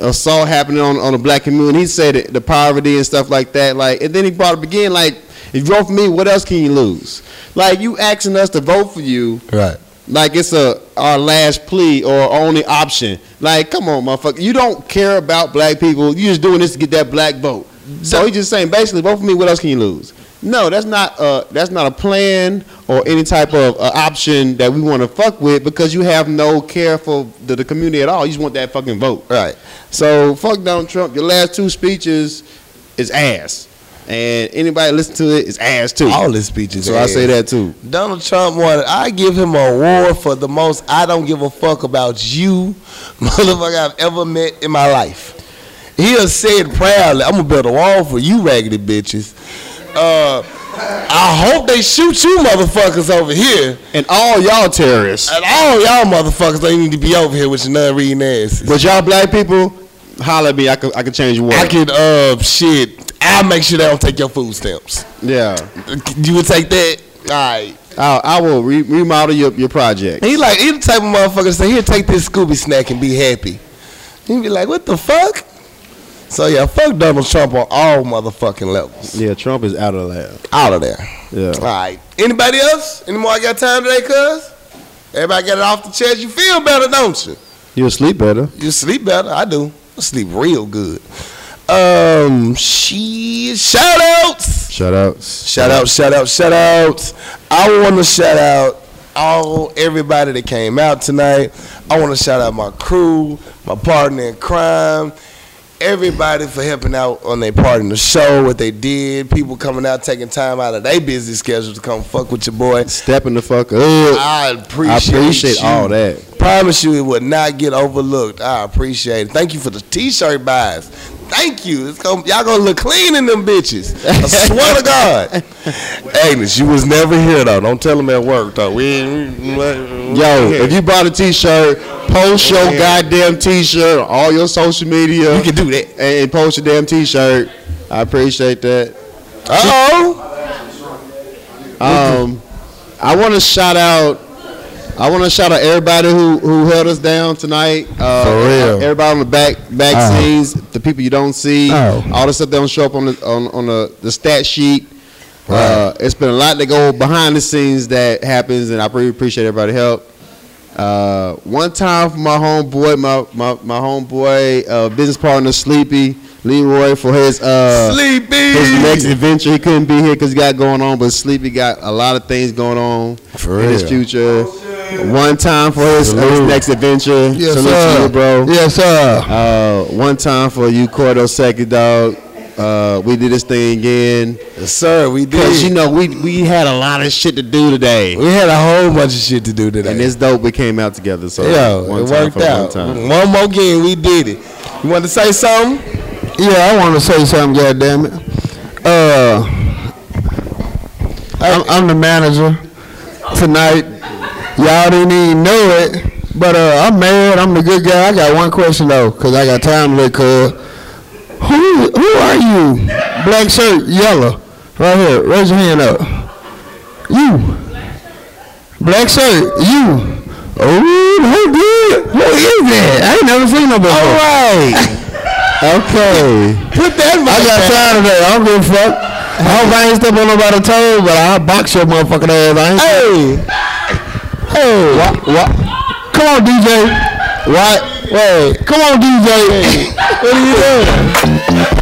[SPEAKER 2] Assault happening on, on the black community. He said it, the poverty and stuff like that. Like, and then he brought up again. Like, if you vote for me, what else can you lose? Like, you asking us to vote for you
[SPEAKER 1] Right.
[SPEAKER 2] like it's a our last plea or only option. Like, come on, motherfucker, you don't care about black people. You just doing this to get that black vote. So he's just saying, basically, vote for me. What else can you lose? No, that's not a, that's not a plan or any type of uh, option that we want to fuck with because you have no care for the, the community at all. You just want that fucking vote, right? So fuck Donald Trump. Your last two speeches is ass, and anybody listen to it is ass too.
[SPEAKER 1] All his speeches.
[SPEAKER 2] So I say
[SPEAKER 1] ass.
[SPEAKER 2] that too.
[SPEAKER 1] Donald Trump won. I give him an award for the most I don't give a fuck about you [laughs] motherfucker I've ever met in my life. He has said proudly, I'm gonna build a wall for you raggedy bitches. Uh, I hope they shoot you motherfuckers over here.
[SPEAKER 2] And all y'all terrorists.
[SPEAKER 1] And all y'all motherfuckers don't need to be over here with your non reading asses.
[SPEAKER 2] But y'all black people, holler at me. I could I could change your world.
[SPEAKER 1] I can uh shit. I'll make sure they don't take your food stamps.
[SPEAKER 2] Yeah.
[SPEAKER 1] You would take that? All right.
[SPEAKER 2] I, I will re- remodel your, your project.
[SPEAKER 1] He like he the type of motherfucker that say he'll take this Scooby snack and be happy. He be like, what the fuck? So yeah, fuck Donald Trump on all motherfucking levels.
[SPEAKER 2] Yeah, Trump is out of there.
[SPEAKER 1] Out of there.
[SPEAKER 2] Yeah.
[SPEAKER 1] All right. Anybody else? Any more? I got time today, cuz? Everybody got it off the chest. You feel better, don't you?
[SPEAKER 2] You'll sleep better.
[SPEAKER 1] You sleep better. I do. I sleep real good. Um, she shout outs.
[SPEAKER 2] Shout outs.
[SPEAKER 1] Shout out, shout out, shout outs. I want to shout out all everybody that came out tonight. I want to shout out my crew, my partner in crime, everybody for helping out on their part in the show, what they did, people coming out, taking time out of their busy schedule to come fuck with your boy.
[SPEAKER 2] Stepping the fuck up.
[SPEAKER 1] I appreciate,
[SPEAKER 2] I appreciate
[SPEAKER 1] you. Mm-hmm.
[SPEAKER 2] all that.
[SPEAKER 1] Promise you it would not get overlooked. I appreciate it. Thank you for the t-shirt buys. Thank you. It's gonna, y'all gonna look clean in them bitches. I swear to
[SPEAKER 5] [laughs]
[SPEAKER 1] God. Agnes, you was never here though. Don't tell them at work though. We, ain't- we- we- we-
[SPEAKER 2] Yo,
[SPEAKER 1] here.
[SPEAKER 2] if you bought a t-shirt, post your
[SPEAKER 1] Yeah.
[SPEAKER 2] goddamn t-shirt on all your social media. You
[SPEAKER 1] can do that.
[SPEAKER 2] And post your damn t-shirt. I appreciate that.
[SPEAKER 1] Uh-oh.
[SPEAKER 2] Um, I want to shout out. I want to shout out everybody who, who held us down tonight. Uh,
[SPEAKER 5] For real.
[SPEAKER 2] Everybody on the back back
[SPEAKER 5] Oh.
[SPEAKER 2] scenes, the people you don't see,
[SPEAKER 5] Oh.
[SPEAKER 2] all the stuff that don't show up on the on, on the, the stat sheet. Uh, it's been a lot that go behind the scenes that happens, and I really appreciate everybody's help. Uh, one time for my homeboy, my my, my homeboy, uh, business partner Sleepy Leroy for his uh,
[SPEAKER 1] Sleepy.
[SPEAKER 2] his next adventure. He couldn't be here because he got going on, but Sleepy got a lot of things going on
[SPEAKER 1] For
[SPEAKER 2] in his
[SPEAKER 1] real.
[SPEAKER 2] future. One time for his, uh, his
[SPEAKER 5] Salute.
[SPEAKER 2] next adventure.
[SPEAKER 5] Yes,
[SPEAKER 2] Salute
[SPEAKER 5] sir.
[SPEAKER 2] to you, bro.
[SPEAKER 5] Yes, sir.
[SPEAKER 2] Uh, one time for you, Cordo Seki Dog. Uh, we did this thing again.
[SPEAKER 1] Yes, sir, we did.
[SPEAKER 2] Cause you know we we had a lot of shit to do today,
[SPEAKER 1] We had a whole bunch of shit to do today.
[SPEAKER 2] and it's dope. We came out together, so
[SPEAKER 1] Yo,
[SPEAKER 2] one
[SPEAKER 1] it
[SPEAKER 2] time
[SPEAKER 1] worked
[SPEAKER 2] for one
[SPEAKER 1] out. Mm.
[SPEAKER 2] time.
[SPEAKER 1] One, more game, we did it. You want to say something?
[SPEAKER 5] Yeah, I want to say something. God damn it. Uh, I'm, I'm the manager tonight. Y'all didn't even know it, but uh, I'm married. I'm the good guy. I got one question though, cause I got time to look. Cause who who are you? Black shirt, yellow, right here. Raise your hand up. You. Black shirt, you. Oh, who did? Who is that? I ain't never seen no before. All right. [laughs] Okay.
[SPEAKER 1] Put that
[SPEAKER 5] I got tired of that. I don't give a fuck. I hope I ain't step on nobody's toes, but I'll box your motherfucking ass. I ain't hey. Hey. What? What? Come on, DJ. What? Wait. Come on, DJ. what are you doing?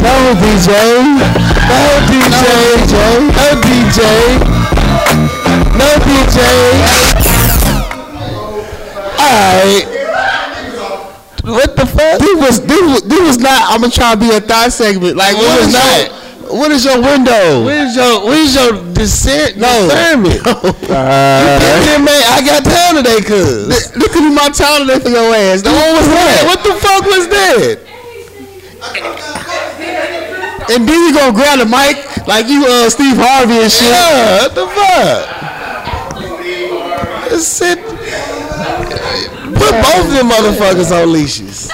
[SPEAKER 5] No, DJ. No, DJ. No, DJ. No, DJ. Alright.
[SPEAKER 1] What the fuck?
[SPEAKER 5] This was this was, this was not. I'm gonna try to be a thought segment. Like
[SPEAKER 1] What
[SPEAKER 5] what
[SPEAKER 1] is
[SPEAKER 5] is that? What is your window?
[SPEAKER 1] Where's your Where's your discern,
[SPEAKER 5] [laughs] No.
[SPEAKER 1] discernment? you get it, man. I got time today, cuz.
[SPEAKER 5] This this could be my time today for your ass. No, what was that?
[SPEAKER 1] What the fuck was that?
[SPEAKER 5] And then you gonna grab the mic like you uh Steve Harvey and shit.
[SPEAKER 1] Yeah, what the fuck? Sit. Put both of them motherfuckers on leashes. [laughs]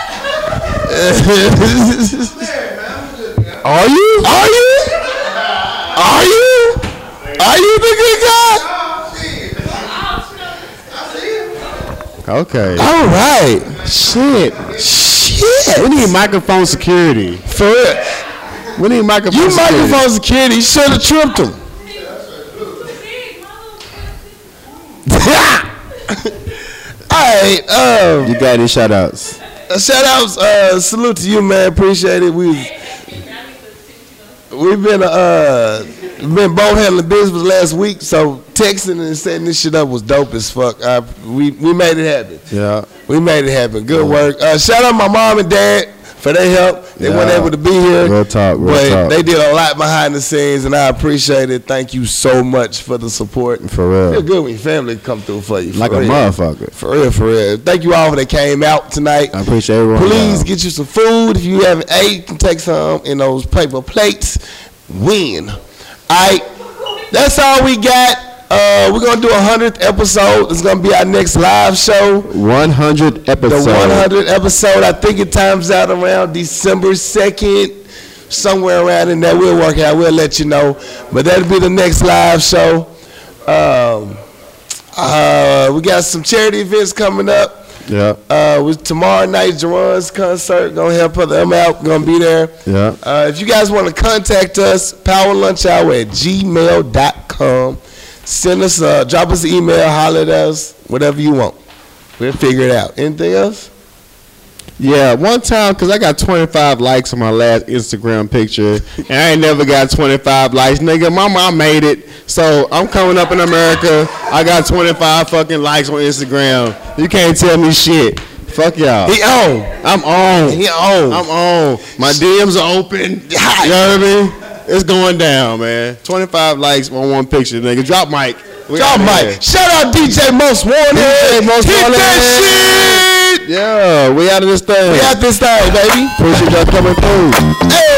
[SPEAKER 5] Are you?
[SPEAKER 1] Are you? Are you? Are you the good guy?
[SPEAKER 2] Okay.
[SPEAKER 1] All right.
[SPEAKER 2] Shit.
[SPEAKER 1] Shit.
[SPEAKER 2] We need microphone security.
[SPEAKER 1] For real.
[SPEAKER 2] We need microphone
[SPEAKER 1] You
[SPEAKER 2] security.
[SPEAKER 1] microphone security should have tripped [laughs] him. right. Um,
[SPEAKER 2] you got any shout outs?
[SPEAKER 1] Uh, shout outs, uh, salute to you, man. Appreciate it. We we've been uh been boat handling business last week, so texting and setting this shit up was dope as fuck. Uh, we we made it happen.
[SPEAKER 2] Yeah.
[SPEAKER 1] We made it happen. Good work. Uh, shout out my mom and dad for their help. They weren't
[SPEAKER 2] Yeah.
[SPEAKER 1] able to be here.
[SPEAKER 2] Real talk, real
[SPEAKER 1] but
[SPEAKER 2] talk.
[SPEAKER 1] they did a lot behind the scenes, and I appreciate it. Thank you so much for the support.
[SPEAKER 2] For real.
[SPEAKER 1] Feel good when your family come through for you. for
[SPEAKER 2] Like a
[SPEAKER 1] real.
[SPEAKER 2] motherfucker.
[SPEAKER 1] For real, for real. Thank you all that came out tonight.
[SPEAKER 2] I appreciate everyone.
[SPEAKER 1] Please get you some food. If you haven't ate, you can take some in those paper plates. Win. All right. That's all we got. Uh, we're going to do a 100th episode. It's going to be our next live show.
[SPEAKER 2] 100
[SPEAKER 1] The
[SPEAKER 2] episodes.
[SPEAKER 1] 100th episode, I think it times out around December 2nd, somewhere around in there. We'll work it out. We'll let you know. But that'll be the next live show. Um, uh, we got some charity events coming up.
[SPEAKER 2] Yeah.
[SPEAKER 1] Uh, with tomorrow night, Jerron's concert. Gonna help them out. Gonna be there.
[SPEAKER 2] Yeah.
[SPEAKER 1] Uh, if you guys want to contact us, powerlunchhour at gmail.com. Send us, uh, drop us an email, holler at us, whatever you want. We'll figure it out. Anything else?
[SPEAKER 2] Yeah, one time because I got 25 likes on my last Instagram picture, and I ain't never got 25 likes, nigga. My mom made it, so I'm coming up in America. I got 25 fucking likes on Instagram. You can't tell me shit. Fuck y'all.
[SPEAKER 1] He on.
[SPEAKER 2] I'm on.
[SPEAKER 1] He on.
[SPEAKER 2] I'm on. My DMs are open. You know what I mean? It's going down, man. 25 likes on one picture, nigga. Drop mic. We
[SPEAKER 1] Drop
[SPEAKER 2] outta
[SPEAKER 1] mic.
[SPEAKER 2] here.
[SPEAKER 1] Shout out DJ Most Wanted.
[SPEAKER 2] DJ Most
[SPEAKER 1] Hit that shit.
[SPEAKER 2] Yeah, we out of this thing.
[SPEAKER 1] We out this thing, baby.
[SPEAKER 2] Appreciate y'all coming through.
[SPEAKER 1] Hey.